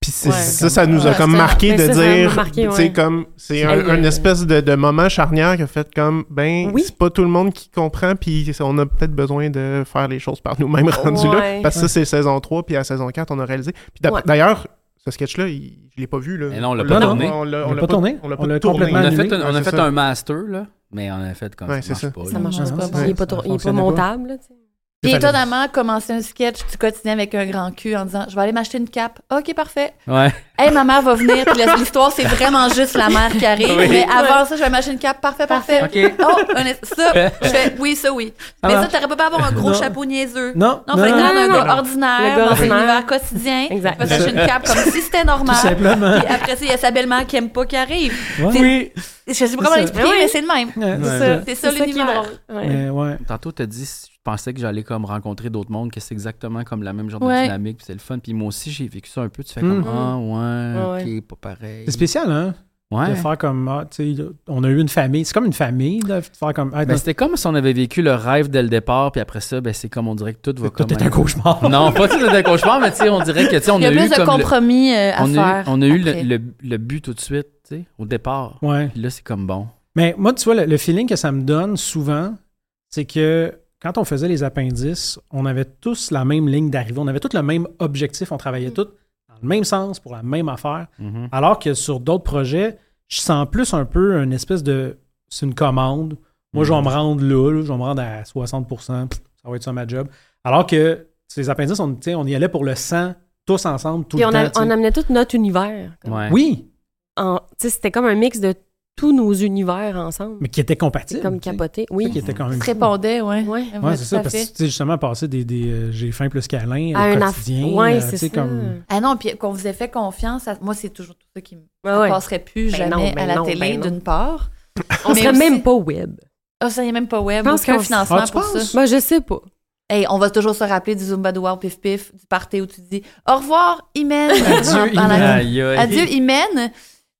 Puis c'est-
Ouais,
ça, ça nous a
ouais,
comme
ça-
marqué
mais
de
ça, ça m'a
dire,
marqué,
tu
ouais.
sais, comme, c'est un,
Aïe,
un
euh.
espèce de, de moment charnière qui a fait comme, ben,
Oui.
c'est pas tout le monde qui comprend, puis on a peut-être besoin de faire les choses par nous-mêmes rendus
Ouais.
là. Parce que ça, c'est saison 3, puis à saison 4, on a réalisé. Puis d'a-
Ouais.
d'ailleurs, ce sketch-là, il- je l'ai pas vu, là.
Mais non, on l'a pas tourné.
On l'a
On
on
l'a
l'a
pas tourné.
On l'a
On l'a
pas tourné.
complètement
On a
annulé.
fait un, on a
Ouais,
fait
c'est ça.
un master, là, mais on a fait comme
Ouais,
ça.
c'est
Ça marche pas.
Ça
là.
marche
Non,
pas.
ça-
Il est pas
ça
trop- il est pas
fonctionnait pas.
montable, là, tu sais.
Puis
Fallait-
étonnamment, commencer un sketch du quotidien avec un grand cul en disant Je vais aller m'acheter une cape. OK, parfait.
Ouais.
Hey, ma mère va venir. Puis là, l'histoire, c'est vraiment juste la mère qui arrive.
Oui.
Mais avant ça, je vais m'acheter une cape. Parfait, parfait.
OK.
Oh, un es- ça, je fais oui, ça, oui.
Ça
Mais ça,
marche.
t'aurais pas pu avoir un gros
Non.
chapeau niaiseux.
Non, non,
Non, fallait
non,
que t'ailles
non,
dans
non,
un
non.
gars
Le gars
ordinaire, dans un
ordinaire.
univers quotidien.
Exact.
Il va s'acheter une cape comme si c'était
tout
normal.
simplement.
Puis après ça, il y a sa belle-mère qui aime pas qui arrive.
Ouais.
C'est- Je sais pas comment
ça.
l'expliquer,
Oui.
mais c'est le même.
Ouais,
Ouais.
c'est ça.
C'est ça l'univers.
Ouais.
Mais ouais.
Tantôt, t'as dit, si tu pensais que j'allais comme rencontrer d'autres mondes, que c'est exactement comme la même genre
Ouais.
de dynamique, puis c'est le fun. Puis moi aussi, j'ai vécu ça un peu. Tu fais
Mm.
comme, ah, ouais,
Ouais,
ok, pas pareil.
C'est spécial, hein?
Ouais.
De faire comme, ah, tu sais, on a eu une famille. C'est comme une famille, là, de faire comme. ah, hey,
Ben,
dans-
c'était comme si on avait vécu le rêve dès le départ, puis après ça, ben, c'est comme on dirait que tout va comme.
tout est un cauchemar.
Non, pas tout est un cauchemar, mais tu sais, on dirait que tu sais, on
Il y a
a eu
plus de
comme. le-
compromis euh, à
On a eu,
faire.
on a eu le,
après.
le- le but tout de suite, tu sais, au départ.
Ouais.
Puis là, c'est comme bon.
Mais moi, tu vois, le, le feeling que ça me donne souvent, c'est que quand on faisait les appendices, on avait tous la même ligne d'arrivée. On avait tous le même objectif. On travaillait tous dans le même sens, pour la même affaire.
Mhm.
Alors que sur d'autres projets, je sens plus un peu une espèce de. C'est une commande. Moi, je vais me rendre là, là, je vais me rendre à 60 pff, ça va être ça ma job. Alors que sur les appendices, on, tu sais, on y allait pour le sang, tous ensemble, tout
Puis
le
on,
temps.
a-
tu sais.
on amenait tout notre univers. comme.
Ouais.
Oui,
En- tu sais, C'était comme un mix de tous nos univers ensemble.
mais qui était
C'est
compatible.
comme
tu sais.
capoté.
Ça
Oui.
qui était quand
On
même
se
fou.
répondait, ouais.
Ouais.
Ouais,
Ouais,
c'est
tout
ça,
à
parce
fait.
que tu sais, justement passer des, des euh, j'ai faim plus câlin
À
au
un
quotidien.
aff- ouais,
euh,
c'est
tu sais,
ça.
Comme...
Ah non, puis qu'on vous ait fait confiance, à- moi, c'est toujours tout ça qui me
Ouais, ouais.
passerait plus
Ben
jamais
non, ben
à la
non,
télé,
ben non.
d'une part.
On
Mais
serait
aussi-
même pas web.
Ah, ça, il n'y a même pas web,
Je pense
aucun
qu'on-
financement
Ah, tu
pour
penses?
ça.
Moi, je sais pas.
Hey, on va toujours se rappeler du Zumba de Wow Pif Pif, du party où tu dis « Au revoir, Imen! »
Adieu,
Dans la-
Imen.
Aïe, aïe.
Adieu, Imen!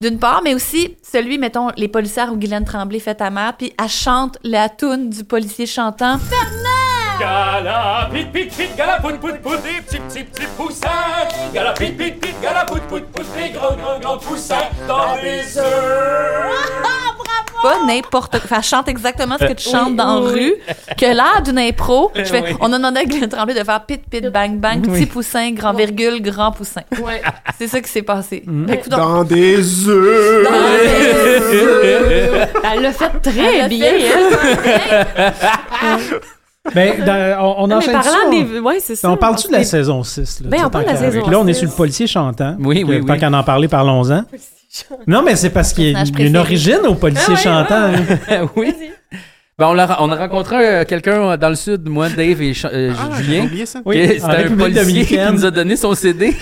D'une part, mais aussi celui, mettons, les policières où Guylaine Tremblay fait ta mère, puis elle chante la toune du policier chantant.
Gala, pit, pit, pit, gala, pout, pout, pout, des petits, petits, petits poussins. Gala, pit, pit, pit, gala, pout, pout, pout, des grands, grands, grands poussins dans les œufs.
pas n'importe quoi. Enfin, elle chante exactement ce que tu chantes dans la rue. Que là, d'une impro, je fais, on a demandé à Glenn Tremblay de faire pit, pit, bang, bang, petit poussin, grand virgule, grand poussin. C'est ça qui s'est passé.
Mm.
Ben, écoute, on-
Dans des œufs.
Elle l'a fait très bien. hein.
Ben, dans- on, on
Mais
enchaîne ça,
parlant
on-
des. Ouais, c'est ça.
on parle-tu de la
Parce que-
saison 6? Là,
Ben,
tu sais,
on parle de
tant
la
qu'à-
saison
Puis Là, on est
6.
sur le policier chantant.
Oui,
Donc,
oui,
euh,
oui.
Tant qu'en en parler, parlons-en. Non, mais c'est parce qu'il y a
Personnage
une, une
préféré.
origine au
Ah
policier chantant. hein.
oui. Ben, on, l'a- on a rencontré euh, quelqu'un euh, dans le sud, moi, Dave et Ch- euh,
Ah, j'ai
Julien.
oublié ça.
Oui,
qui- C'était
en
un
République
policier qui
dominicaine.
nous a donné son CD.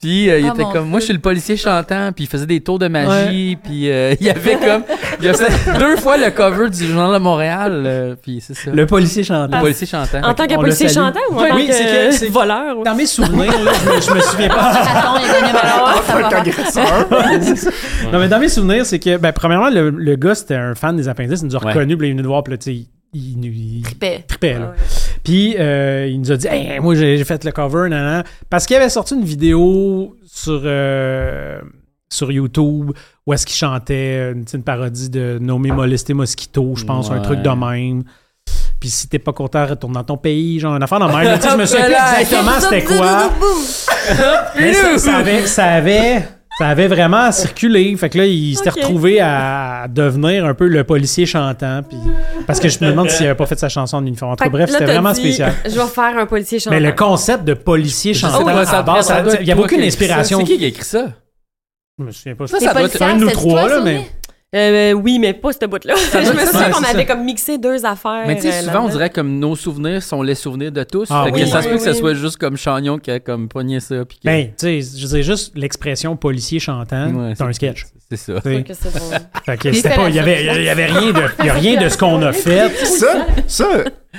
Puis euh, il
Ah,
était
mon
comme, moi je suis le policier chantant, puis il faisait des tours de magie, puis euh, il y avait comme, il y a fait deux fois le cover du Journal de Montréal, euh, puis c'est ça. Le,
Le policier chantant.
policier chantant.
En tant que
On
policier
le salue.
chantant ou en
Oui,
tant
oui, c'est que-
que
c'est-
euh, voleur? ou-
Dans mes souvenirs, là, je, me, je me souviens pas.
Attends, il y a gagné ma
Ah,
réponse, ça va.
Non, mais dans mes souvenirs, c'est que, ben, premièrement, le, le gars, c'était un fan des appendices. Il nous a
Ouais.
reconnus, puis il est venu nous voir, puis là, tu sais, il- il- il,
Ben,
trippait, là. Puis euh, il nous a dit Hey, moi j'ai j'ai fait le cover, nan, nan. parce qu'il avait sorti une vidéo sur euh, sur YouTube où est-ce qu'il chantait euh, une, tu sais, une parodie de Nommé Molesté Mosquito, je pense, un
Ouais.
truc de même. Puis si t'es pas content, retourne dans ton pays, genre une affaire de même. Tu sais, je me souviens plus exactement c'était quoi. Mais ça, ça avait, ça avait, ça avait vraiment circulé. Fait que là, il s'était
Ok.
retrouvé à devenir un peu le policier chantant. Puis, parce que je me demande s'il avait pas fait sa chanson en uniforme. En tout
Fait
cas,
que
bref,
là,
c'était
t'as
vraiment
dit,
spécial.
Je vais faire un policier chantant.
Mais le concept de policier
Je sais
chantant,
pas,
à
ça
la
doit-
base,
ça
ça-
doit
il n'y avait
être toi
aucune
qui a écrit ça.
inspiration.
C'est qui qui a écrit ça?
Je me souviens pas.
Ça,
les
ça doit être
policières,
un de nous
c'est
trois,
toi,
là,
Sonia?
mais-
Euh, oui, mais pas ce bout-là.
doit
je me
être-
souviens
ouais,
qu'on
c'est
avait
ça.
comme mixé deux affaires.
Mais tu sais,
euh,
souvent,
là-dedans.
on dirait comme nos souvenirs sont les souvenirs de tous.
Ah
fait que
oui.
ça se peut
Oui,
que ce
oui.
soit juste comme Chagnon qui a comme pogné ça. Puis que-
Ben, tu sais, je dirais juste l'expression policier chantant,
Ouais,
c'est un sketch.
C'est ça.
Tu sais.
Que c'est bon.
Fait que
Il
c'était
fait
pas,
la
il y avait, il y avait rien de, il y a rien de ce qu'on a fait.
Ça, ça,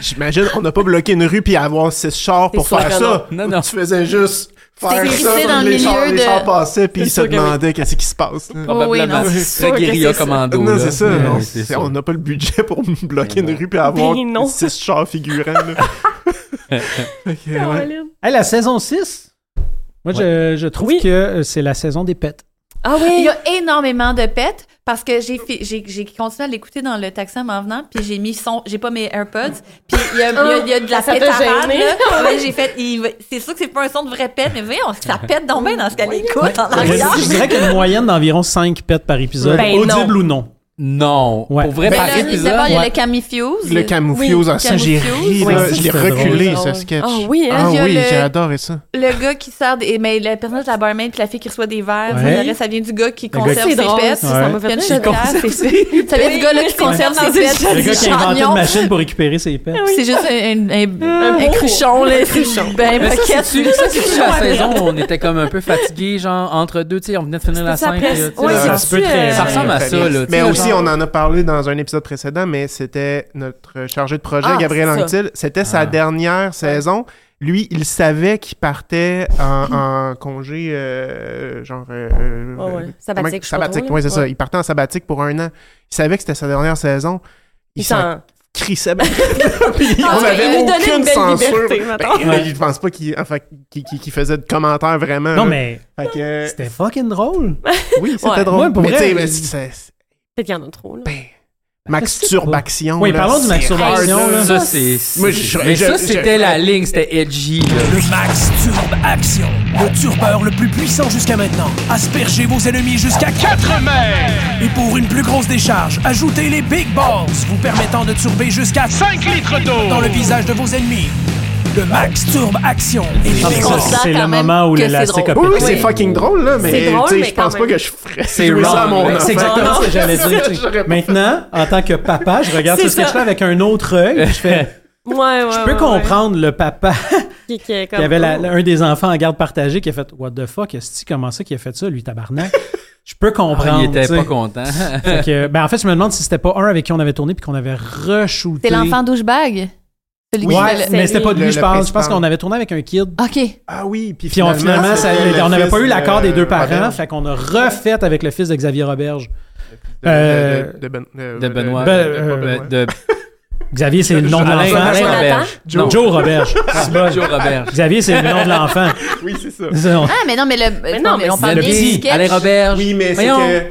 j'imagine, on n'a pas bloqué une rue puis avoir six chars pour
C'est
faire
sûr que
ça.
non. Non, non.
Tu faisais juste faire
T'es
ça.
glissé dans le
les, chars,
milieu
les
de-
chars passaient puis
C'est
ils se
sûr que oui.
demandaient qu'est-ce qui se passe.
Oh oui, non,
Probablement.
c'est
C'est
sûr que
guérilla
c'est ça.
commando.
non,
là.
c'est ça.
Ouais,
non,
c'est
c'est-
ça.
on n'a pas le budget pour bloquer
Mais
une rue puis avoir
Ben non.
six chars figurants. là. Fait que, ouais.
Caroline.
Hey, la saison 6, moi, je, je trouve
Oui.
que euh, c'est la saison des pets.
Ah
Il
oui!
y a énormément de pets parce que j'ai fi- j'ai j'ai continué à l'écouter dans le taxi en m'en venant, puis j'ai mis son, j'ai pas mes AirPods, puis il y a, il y a- il y a de la
Ça t'a
pétarade
gêné?
là. Ouais, j'ai fait, il va- c'est sûr que c'est pas un son de vrai pet, mais voyons, ça pète donc bien dans ce qu'elle écoute en
Je,
arrière.
je dirais qu'il y a une moyenne d'environ 5 pets par épisode,
Ben
audible ou non.
Non.
Ouais.
Pour vrai,
Mais
par
là,
épisode.
D'abord, Ben, il y a
ouais.
le camifuse.
Le camouflage, ah,
Oui,
ça, j'ai
Camouflage.
ri.
Oui,
là.
ça,
je l'ai
c'est drôle.
reculé,
Ah
ce
ouais.
sketch.
Ah oui, hein?
Ah
Il y a
oui,
le-
j'ai adoré ça.
Le gars qui sert des. Mais le personnage de la barmaid puis la fille qui reçoit des verres,
Ouais.
ça, ça vient du gars qui
gars
conserve
C'est
ses
drôle,
pets.
ça, ça m'a
Il y a
fait
une
très
chaudière,
drôle.
c'est ça. Ça vient du gars-là qui conserve ses pets.
Le gars
c'est
qui a inventé
chagnon.
une machine pour récupérer ses pets.
C'est juste un, un, un,
Oh.
un cruchon, là. c'est Ben,
Mais ça,
paquette.
c'est-tu- ça, c'est-tu la saison où on était comme un peu fatigué, genre entre deux, tu sais, on venait de finir la
C'était
scène.
après-
puis, tu sais,
Ouais,
là,
c'est
ça se peut très
sûr,
ça
euh,
ressemble à
Très
ça,
bien.
là. tu
Mais
sais,
aussi,
genre-
on en a parlé dans un épisode précédent, mais c'était notre chargé de projet,
Ah,
Gabriel
c'est ça.
Anctil. C'était
Ah.
sa dernière saison. Lui, il savait qu'il partait en, en congé, euh, genre. euh, euh,
Ah ouais.
comment-
Sabbatique, je sais pas
Sabbatique,
trop,
oui,
là.
c'est ça.
Ouais.
Il partait en sabbatique pour un an. Il savait que c'était sa dernière saison. Il
Il
s'en
s'en-
crissait. ben-
Ah,
on
ouais,
avait
il lui donnait
aucune
une belle
censure.
liberté, mettons.
Ben, Je pense pas qu'il enfin, qu'il- qu'il- qu'il faisait de commentaires vraiment.
Non,
là.
mais
Euh, Fait que, euh,
c'était fucking drôle.
oui, c'était
Ouais.
drôle.
Moi, pour
mais
vrai,
tu sais, mais
je-
c'est- c'est-
Peut-être qu'il y en a trop, là.
Maxturbaction.
Oui,
là,
parlons du
c'est
Maxturbaction,
hard,
là.
Ça, c'est.
Moi, je-
Mais
je-
ça,
je-
c'était la ligne, c'était edgy, là.
Le Max Turb Action, le turbeur le plus puissant jusqu'à maintenant. Aspergez vos ennemis jusqu'à 4 mètres! Et pour une plus grosse décharge, ajoutez les Big Balls, vous permettant de turber jusqu'à 5 litres d'eau dans le visage de vos ennemis. Le Max Turb Action et les
Ah,
Big
mais ça,
Balls.
sent
C'est
quand
le
même
moment où
que
l'élastique
c'est
a
Oui, oui,
pété.
c'est fucking drôle, là,
C'est
mais
drôle,
tu sais,
mais
je pense
quand
pas
même.
que je ferais
C'est
jouer ça à
wrong,
mon
mais
enfant.
C'est exactement
non,
ce que j'allais dire. Maintenant, en tant que papa, je regarde ce
C'est ça.
sketch-là avec un autre œil. Je fais, je
Ouais, ouais, ouais,
peux
ouais.
comprendre le papa
Qui, qui est comme...
Il y avait la- la- un des enfants en garde partagée qui a fait What the fuck, est comment ça qu'il a fait ça, lui, tabarnak Je peux comprendre.
Ah, Il était
tu sais.
pas content.
Fait que, ben, en fait, je me demande si c'était pas un avec qui on avait tourné puis qu'on avait re-shooté.
C'est l'enfant douchebag. Celui
Ouais,
qui fait le-
mais c'était pas de lui,
Le-
je
le
pense. Je
principal.
pense qu'on avait tourné avec un kid.
OK.
Ah oui, puis
Puis on, finalement, ça-
c'était
on
le
n'avait pas
fils
eu l'accord
de-
des deux parents,
Robert,
fait qu'on a refait avec le fils de Xavier Roberge.
de-
euh,
de- de Ben- euh,
De Benoît.
Ben,
de- de-
euh,
de- de-
Xavier, c'est le nom de
Alain-
l'enfant.
Alain
Jonathan?
Roberge. Non,
Joe, Joe Roberge. C'est bon.
Joe Roberge.
Xavier, c'est le nom de l'enfant.
Oui, c'est ça.
C'est- on-
Ah, mais non, mais le.
non, mais
on
c'est
parle
le
bien
petit.
du sketch.
Alain Roberge.
Oui, mais c'est
Voyons.
que...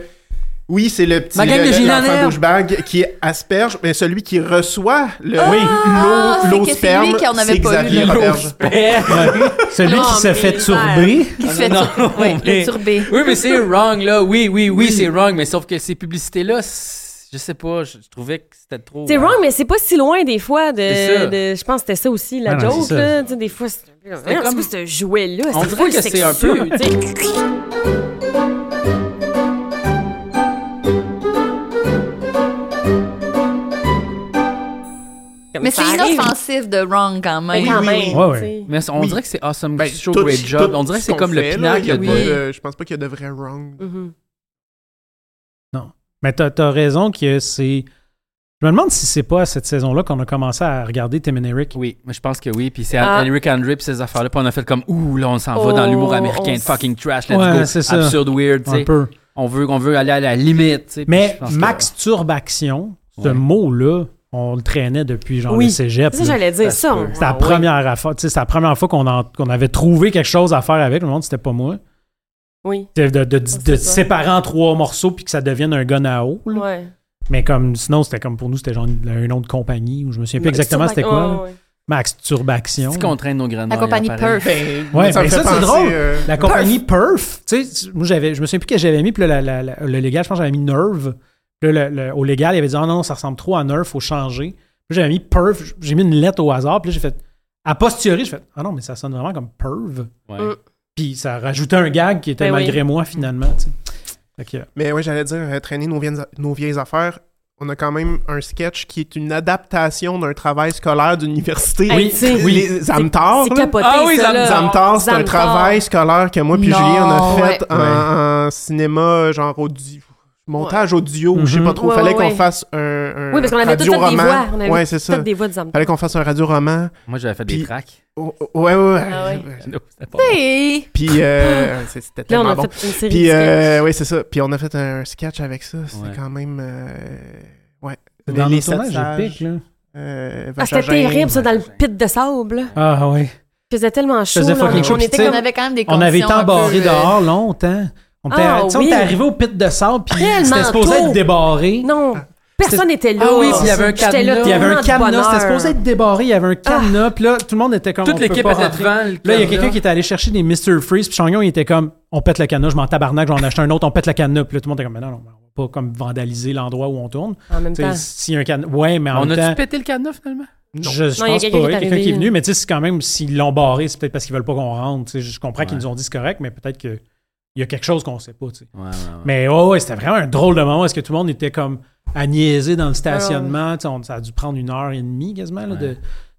Oui, c'est le petit
Ma gang
le-
de
le-
gilets en
l'enfant
herbe.
douchebag qui asperge, mais celui qui reçoit le
Oui.
Ah, c'est
l'eau l'eau
que c'est lui
sperme,
qu'on avait
c'est
pas eu,
Xavier
là.
Roberge.
Ouais. Celui
Non,
qui se
mais
fait
il
turber.
Qui se fait
Non,
tur- ouais,
mais-
le turbé.
Oui, mais c'est wrong, là. Oui, oui, oui, c'est wrong. Mais sauf que ces publicités-là, c'est- je sais pas, je je trouvais que c'était trop.
C'est wrong, mais c'est pas si loin des fois de.
C'est ça.
de- je pense que c'était ça aussi, la
Ah non,
joke.
c'est ça.
Là, tu sais, des fois, c'est un
comme-
peu. ce jouet-là.
euh, On
c'est
dirait
full
que c'est un
sexu,
peu-
tu sais. Comme
Mais
ça
c'est
arrive.
inoffensif de wrong quand
Mais
même.
quand
Oui, oui,
même.
oui. Ouais, ouais.
tu sais.
Mais on
Oui.
dirait que c'est awesome
Ben,
show,
tout-
great job.
tout
on dirait que c'est
qu'on
comme le
fait, là, il
pinacle
y a
de-
pas
oui.
de- Je pense pas qu'il y a de vrai wrong.
Mhm.
Mais t'as as raison que c'est. Je me demande si c'est pas à cette saison-là qu'on a commencé à regarder Tim and Eric.
Oui, moi, je pense que oui. Puis c'est
Ah.
Eric Andre puis ces affaires-là. Puis on a fait comme, ouh, là, on s'en va
Oh,
dans l'humour américain,
on s-
fucking trash, let's
Ouais, c'est
go,
ça.
absurde, weird, tu
Un
sais.
peu.
On veut, on veut aller à la limite, tu sais. Puis
Mais
je pense que-
max-turbaction, ce
Ouais.
mot-là, on le traînait depuis genre
Oui.
le cégep.
C'est ça,
là.
j'allais
Ça
dire
se
ça.
peut.
on-
C'est la
ouais.
première affaire. tu sais, C'est la première fois qu'on en- qu'on avait trouvé quelque chose à faire avec. Le monde, c'était pas moi.
Oui.
De, de, de- de
pas.
séparer en trois morceaux puis que ça devienne un gun à eau. là.
Ouais.
Mais comme sinon, c'était comme pour nous, c'était genre une, un nom de compagnie ou je me souviens plus exactement c'était quoi. là.
Ouais, ouais.
Max-turbaction.
Si qu'on traîne nos graines.
La
dans les
compagnie
appareils.
Perf.
Ouais,
Ça me
mais
fait
ça, c'est
penser,
drôle.
euh,
La compagnie Perf, tu sais, moi, j'avais, je me souviens plus que j'avais mis, puis là, la- la- la- le légal, je pense que j'avais mis Nerve. Puis là, le- le- au légal, il avait dit, ah non, ça ressemble trop à Nerve, faut changer. Puis j'avais mis Perf, j'ai mis une lettre au hasard, puis là, j'ai fait, a posteriori, j'ai fait, ah non, mais ça sonne vraiment comme Perv.
Mm.
Ouais.
Puis ça rajoutait un gag qui était
Ben oui.
malgré moi, finalement, tu sais. Ok.
Mais oui, j'allais dire, euh, traîner nos vieilles, nos vieilles affaires. On a quand même un sketch qui est une adaptation d'un travail scolaire d'université.
Hey, tu sais,
Les Amtars.
C'est
là.
capoté,
Ah oui,
ça,
Zam-
là.
Zamtar, c'est un
Zamtar.
travail scolaire que moi puis
Non,
Julien on a fait
ouais.
en, en cinéma euh, genre audio montage audio ou je sais pas trop
Mm-hmm. Ouais,
fallait
ouais,
qu'on
ouais.
fasse un, un
Oui, parce qu'on avait toutes
radio-roman.
des voix. On avait
ouais c'est ça
toutes des voix de Zamtar.
fallait qu'on fasse un radio roman
Moi, j'avais fait des
Puis-
tracks.
ouais ouais ouais
Ah ouais.
Non, c'était pas
Hey!
puis euh, c'est- c'était
Là, on
tellement
a
bon
fait une série
puis
de
euh,
sketchs.
ouais c'est ça puis on a fait un sketch avec ça c'était
Ouais.
quand même euh, ouais
Dans
Les-
le
les sept
tournage,
sages,
je pique, là.
euh,
Ah, c'était
Vachagin,
terrible, ça, dans le
Vachagin.
pit de sable. là.
Ah oui.
Il faisait tellement chaud.
faisait
là,
fucking
on-
chaud,
On
puis
était
tu sais,
On
comme...
avait quand même des
On avait
conditions
été
un peu,
embarrés
euh,
dehors longtemps. On était,
Ah,
tu sais, on
oui.
était arrivé au pit de sable, puis
Tellement
c'était supposé
tôt.
être débarré.
Non, personne n'était là.
Ah oui, puis il y avait un
J'étais là
cadenas. Il y avait un
tellement de
cadenas. C'était
bonheur.
supposé être débarré. Il y avait un cadenas. Puis là, tout le monde était comme. on
Toute
peut
l'équipe
pas
était
rentrer.
devant.
Là, il
le
y a quelqu'un
cadenas.
qui est allé chercher des Mr. Freeze. Puis Chagnon, il était comme on pète le cadenas, je m'en tabarnak, j'en achète un autre, on pète le cadenas. Puis là, tout le monde était comme mais non, non, on va pas comme vandaliser l'endroit où on tourne.
En même
Tu sais,
temps.
S'il y a un cadenas. Ouais, mais en
On
même
a-tu
temps.
pété le cadenas finalement?
Je, je pense
Non,
pas.
il
Il y
y a
a
quelqu'un qui est
quelqu'un qui est
arrivé. hein.
venu, mais tu sais, c'est quand même, s'ils l'ont barré, c'est peut-être parce qu'ils veulent pas qu'on rentre. tu sais. Je comprends qu'ils
Ouais.
nous ont dit c'est correct, mais peut-être qu'il y a quelque chose qu'on sait pas. tu sais.
Ouais, ouais, ouais.
Mais ouais, ouais, c'était vraiment un drôle de moment. Est-ce que tout le monde était comme à niaiser
Ah,
dans le stationnement? Tu sais, on- ça a dû prendre une heure et demie quasiment là, de,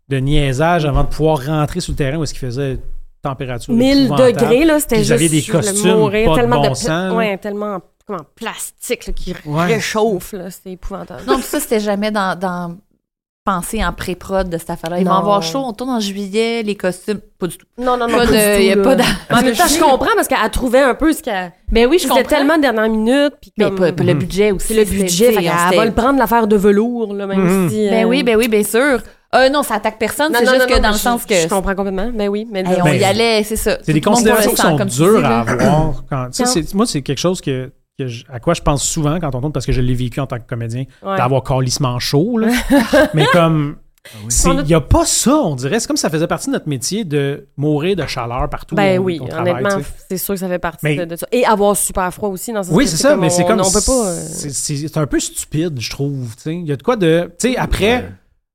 de niaisage avant de pouvoir rentrer sur le terrain où est-ce qu'il faisait température
1000
épouvantable.
degrés, là, c'était
Puis
juste.
ils avaient des
sur le
costumes
mourir,
pas de
tellement
bon
pla-
sens, là.
Ouais, tellement comment, plastique là, qui
Ouais.
réchauffe, là, c'était épouvantable.
Non, puis ça, c'était jamais dans, dans penser en pré-prod de cette affaire-là. Ils vont
Non.
avoir chaud, on tourne en juillet, les costumes, pas du tout.
Non, non, non,
Pas
pas
de-
du
y a
tout,
pas
là.
d'a-
En même temps, je comprends parce qu'elle trouvait un peu ce qu'elle.
Ben oui,
C'était tellement dernière minute. Puis
Mais
comme-
pas- pas le budget aussi.
C'est le
c'était-
budget,
tu sais,
fait
on
qu'elle
s'était-
va le prendre l'affaire de velours, là, même
Mhm.
si. euh,
Ben oui, ben oui, bien sûr. Euh, non, ça attaque personne,
non,
c'est
non,
juste
non,
que
non,
dans
mais
le
je-
sens que.
Je comprends complètement. Ben oui, mais
Hey, on
Ben,
y allait, c'est ça.
C'est des
Tout le monde
considérations
pour
qui
le sang,
sont
comme tu dis,
dures à
là.
avoir. Quand, tu sais,
Quand-
c'est- moi, c'est quelque chose que, que je- à quoi je pense souvent quand on tourne, parce que je l'ai vécu en tant que comédien,
Ouais.
d'avoir carlissement chaud. là. Mais comme.
On a-
Il n'y a pas ça, on dirait. C'est comme ça faisait partie de notre métier de mourir de chaleur partout.
Ben
où on-
oui,
on travaille, tu
honnêtement,
sais.
c'est sûr que ça fait partie
Mais-
de, de ça. Et avoir super froid aussi dans ce
Oui, c'est ça, mais c'est comme.
On peut pas. euh,
c'est- C'est c'est un peu stupide, je trouve. tu sais. Il y a de quoi de. Tu sais, après.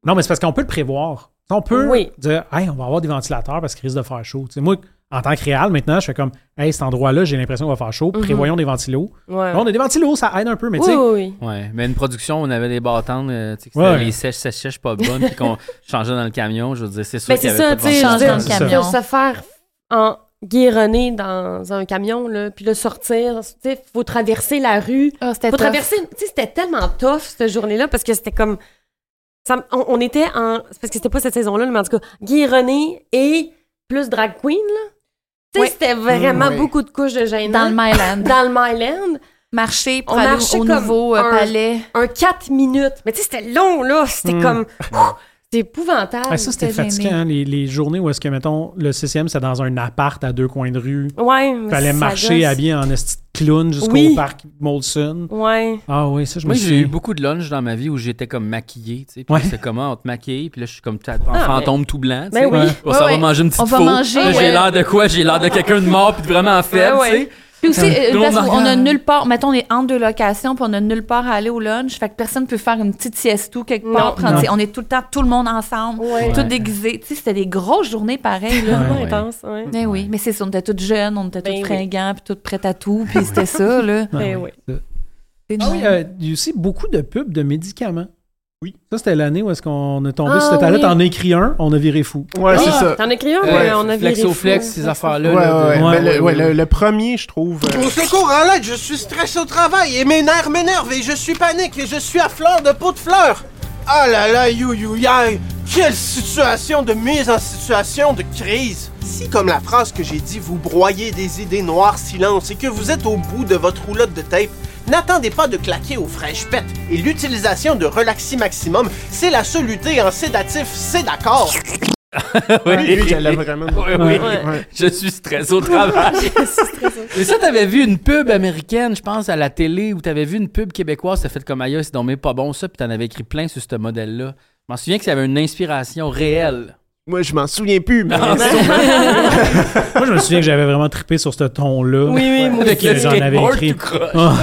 Non, mais c'est parce qu'on peut le prévoir. On peut
Oui.
dire, hey, on va avoir des ventilateurs parce qu'il risque de faire chaud. Tu sais, moi, en tant que réal, maintenant, je fais comme, hey, cet endroit-là, j'ai l'impression qu'il va faire chaud. Prévoyons des ventilos.
Mhm. euh, Ouais.
Là, on a des ventilos, ça aide un peu, mais tu
Oui,
sais.
oui, oui.
Ouais, mais une production, on avait des bâtons, euh, tu sais, que
Ouais.
c'était les sèches, sèches, sèches pas bonnes, puis qu'on changeait dans le camion. Je veux dire, c'est sûr
Mais
qu'il y
Ben, c'est
avait
ça,
pas
tu
de
sais, je veux
ventilation,
dire,
c'est ça.
de se faire en guéronner dans un camion, là, puis le sortir, tu sais, faut traverser la rue.
Ah, c'était
Faut
tough.
traverser, tu sais, c'était tellement tough, cette journée-là, parce que c'était comme... ça- on, on était en... c'est Parce que c'était pas cette saison-là, mais en tout cas, guéronner et plus drag queen, là. Tu sais,
Ouais.
c'était vraiment
Mm, oui.
beaucoup de couches de gênant.
Dans le Myland.
Dans le Myland,
Marcher pour
On
aller
marchait
au
comme
nouveau euh,
un-
palais.
un 4 minutes. Mais tu sais, c'était long, là. C'était
Mm.
comme... C'était épouvantable.
Ah, ça, c'était
j'étais
fatigant,
gênée.
hein, les, les journées où est-ce que, mettons, le CCM, c'est dans un appart à deux coins de rue.
Ouais, mais
Fallait
ça
marcher
gosse.
habillé en esti de clown jusqu'au
Oui.
parc Molson.
Ouais.
Ah oui, ça, je
Moi,
me
j'ai eu
suis.
beaucoup de lunch dans ma vie où j'étais comme maquillé, tu sais. Puis
Ouais.
c'est comment on te maquille, puis là, je suis comme t'as- en
Ah,
fantôme tout blanc, tu sais.
Ben oui.
Ouais.
On s'en
Ouais,
va
ouais.
manger une petite
On va
faux.
manger,
Là,
ouais.
j'ai l'air de quoi? J'ai l'air de quelqu'un de mort, puis de vraiment faible,
Ouais, ouais.
tu sais.
Puis aussi, euh,
Tout le
une
monde
place où
me
on a
regarde.
nulle part, mettons, on est en deux locations, puis on a nulle part à aller au lunch, fait que personne peut faire une petite sieste ou quelque part.
Non.
prendre-
Non.
tu sais, On est tout le temps, tout le monde ensemble,
Ouais.
tout déguisé. Tu sais, c'était des grosses journées pareilles, là.
Vraiment
Ouais.
intense, ouais.
Mais oui, mais c'est ça, on était toutes jeunes, on était toutes
Ben oui.
fringants, puis toutes prêtes à tout, puis c'était ça, là.
Ben oui.
C'est de
Ah oui,
même.
euh, il y a aussi beaucoup de pubs de médicaments. Oui. Ça, c'était l'année où est-ce qu'on est tombé
Ah,
sur cette là
oui.
T'en as écrit un, on a viré fou.
ouais c'est
Ah,
ça
T'en as écrit un,
Ouais,
mais on a viré
Flex au
fou.
flex, Euh, ces affaires-là.
ouais
là, de-
ouais, ouais.
Ouais,
Mais
ouais,
le- ouais, le- le premier je trouve euh,
Au secours, en l'aide, je suis stressé au travail et mes nerfs m'énervent et je suis panique et je suis à fleur de peau de fleur. Ah là là, you you yay. Quelle situation de mise en situation de crise! Si, comme la phrase que j'ai dit, vous broyez des idées noires silence et que vous êtes au bout de votre roulotte de tape, n'attendez pas de claquer aux fraîches pets et l'utilisation de Relaxi Maximum, c'est la seule lutter en sédatif, c'est d'accord!
lui, je l'ai vraiment
Ouais, oui.
Ouais.
Ouais.
Je suis stressé au travail. Mais ça, t'avais vu une pub américaine, je pense, à la télé, ou t'avais vu une pub québécoise, t'as fait comme ailleurs, c'est donc mais pas bon ça, puis t'en avais écrit plein sur ce modèle-là. Je m'en souviens que ça avait une inspiration réelle.
Moi, je m'en souviens plus, mais
Moi, je me souviens que j'avais vraiment trippé sur ce ton-là.
Oui, oui, moi
Dès
aussi.
que j'en avais
Skateboard
écrit.
tout croche.
Ah.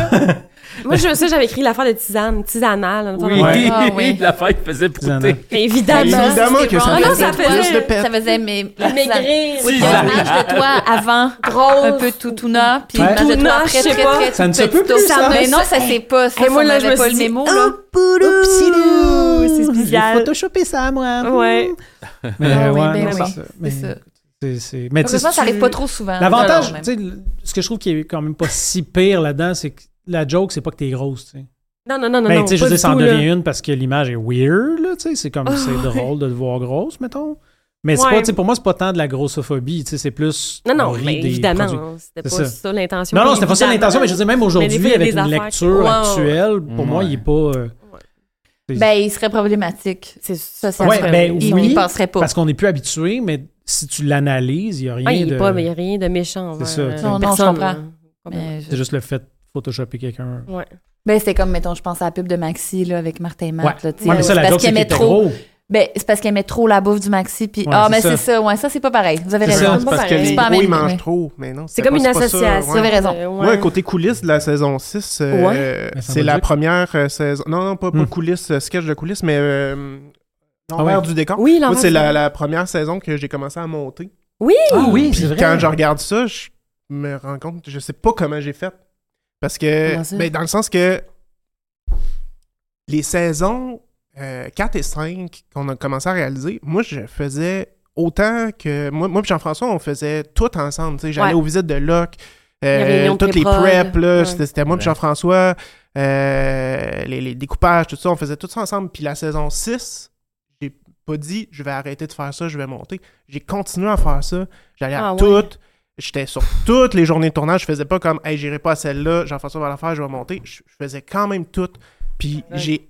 Moi, je sais, j'avais écrit l'affaire de tisane, tisanale.
Oui,
Ouais.
Ah, oui.
la fête faisait brouter.
Évidemment.
Évidemment que ça
Ah
fait
non, ça
faisait-
faisait...
Ça faisait mais la
Maigrir.
Si,
la
ça-
image de toi avant,
Grosse.
un peu toutouna, puis
Ouais.
l'image de toi
Toutouna,
après,
je sais
très, très,
pas.
très,
Ça ne se
petite
peut plus,
taupe.
ça.
Mais non, ça c'est pas. Ça,
Et moi,
ça, on
là, je
avait
me
pas
suis
le
dit,
mémo,
oh,
là.
poulou, c'est spécial.
photoshopé ça, moi.
Ouais.
Mais
Ah oui,
ouais,
ben
non,
oui,
c'est ça. Mais
ça.
c'est- c'est- mais tu sais,
Heureusement,
si
ça arrive
tu-
pas trop souvent.
L'avantage,
Alors,
tu sais, le- ce que je trouve qui est quand même pas si pire là-dedans, c'est que la joke, c'est pas que t'es grosse, tu sais.
Non, non, non, non.
Ben,
non,
tu sais, je
pas
veux dire,
du
ça en
tout, là.
devient une parce que l'image est weird, là, tu sais. C'est comme, c'est drôle de te voir grosse, mettons. Mais c'est
Ouais.
pas, tu sais, pour moi, c'est pas tant de la grossophobie, tu sais, c'est plus.
Non,
on
non,
rit
mais
des
évidemment,
produits.
hein, c'était
C'est
pas
ça.
ça, l'intention.
Non, non, c'était pas ça l'intention, mais je veux dire, même
des
aujourd'hui,
fois, il y a
avec
des
une
affaires qui-
lecture
Ouais, ouais,
actuelle, pour moi, il est pas. euh,
Ben, il serait problématique.
C'est
Ça, ça
Ouais,
serait-
ben
il
oui,
il passerait pas.
Parce qu'on n'est plus habitué, mais si tu l'analyses, il n'y a rien
Ah, il
de.
n'y a rien de méchant.
C'est
envers,
ça,
euh,
tu sais.
Non, non, je
personne,
comprends.
hein.
Mais je-
C'est juste le fait de photoshopper quelqu'un.
Ouais.
Ben, c'est comme, mettons, je pense à la pub de Maxi, là, avec Martin
Ouais.
Matt. là, tu sais,
Ouais, mais ça,
c'est
la
parce
joke,
qu'il
c'est qu'il
aimait
était gros.
Ben, c'est parce qu'il aimait trop la bouffe du Maxi, puis
Ouais,
ah,
c'est
mais
ça.
c'est ça, ouais, ça c'est pas pareil. Vous avez
C'est
raison.
ça,
C'est
c'est
pas
parce
Parce que les
pareil. C'est
Ouais. ben, C'est
pas la
gros, ils
même-
mangent
ouais.
trop. Mais non,
C'est comme
pas-
une
pas ça,
association.
ouais.
Vous avez raison.
euh,
Ouais, côté coulisses de la saison 6, euh,
Ouais.
euh,
Mais ça
c'est
va
la
dire.
première euh, saison. Non, non, pas, pas
Hmm. Ah
coulisses, euh, sketch de coulisses, mais euh, l'envers
ouais.
du décor.
Oui, l'envers
Moi, c'est
du
la,
décor.
la première saison que j'ai commencé à monter.
Oui!
Ah oui,
Puis
c'est vrai.
quand je regarde ça, je me rends compte, je sais pas comment j'ai fait. Parce
Comment
que,
ça?
ben, dans le sens que les saisons euh, 4 et 5 qu'on a commencé à réaliser, moi, je faisais autant que. Moi, moi et Jean-François, on faisait tout ensemble. tu sais. J'allais
Ouais.
aux visites de Locke, euh,
Les réunions de
toutes les
pré-prod.
preps, là,
Ouais.
c'était c'était moi et Jean-François, euh, les, les découpages, tout ça, on faisait tout ça ensemble. Puis la saison 6, j'ai pas dit, je vais arrêter de faire ça, je vais monter. J'ai continué à faire ça. J'allais à
Ah ouais.
toutes. J'étais sur toutes les journées de tournage. Je faisais pas comme, hey, j'irai pas à celle-là, Jean-François va la faire, je vais monter. Je, je faisais quand même toutes. Puis j'ai.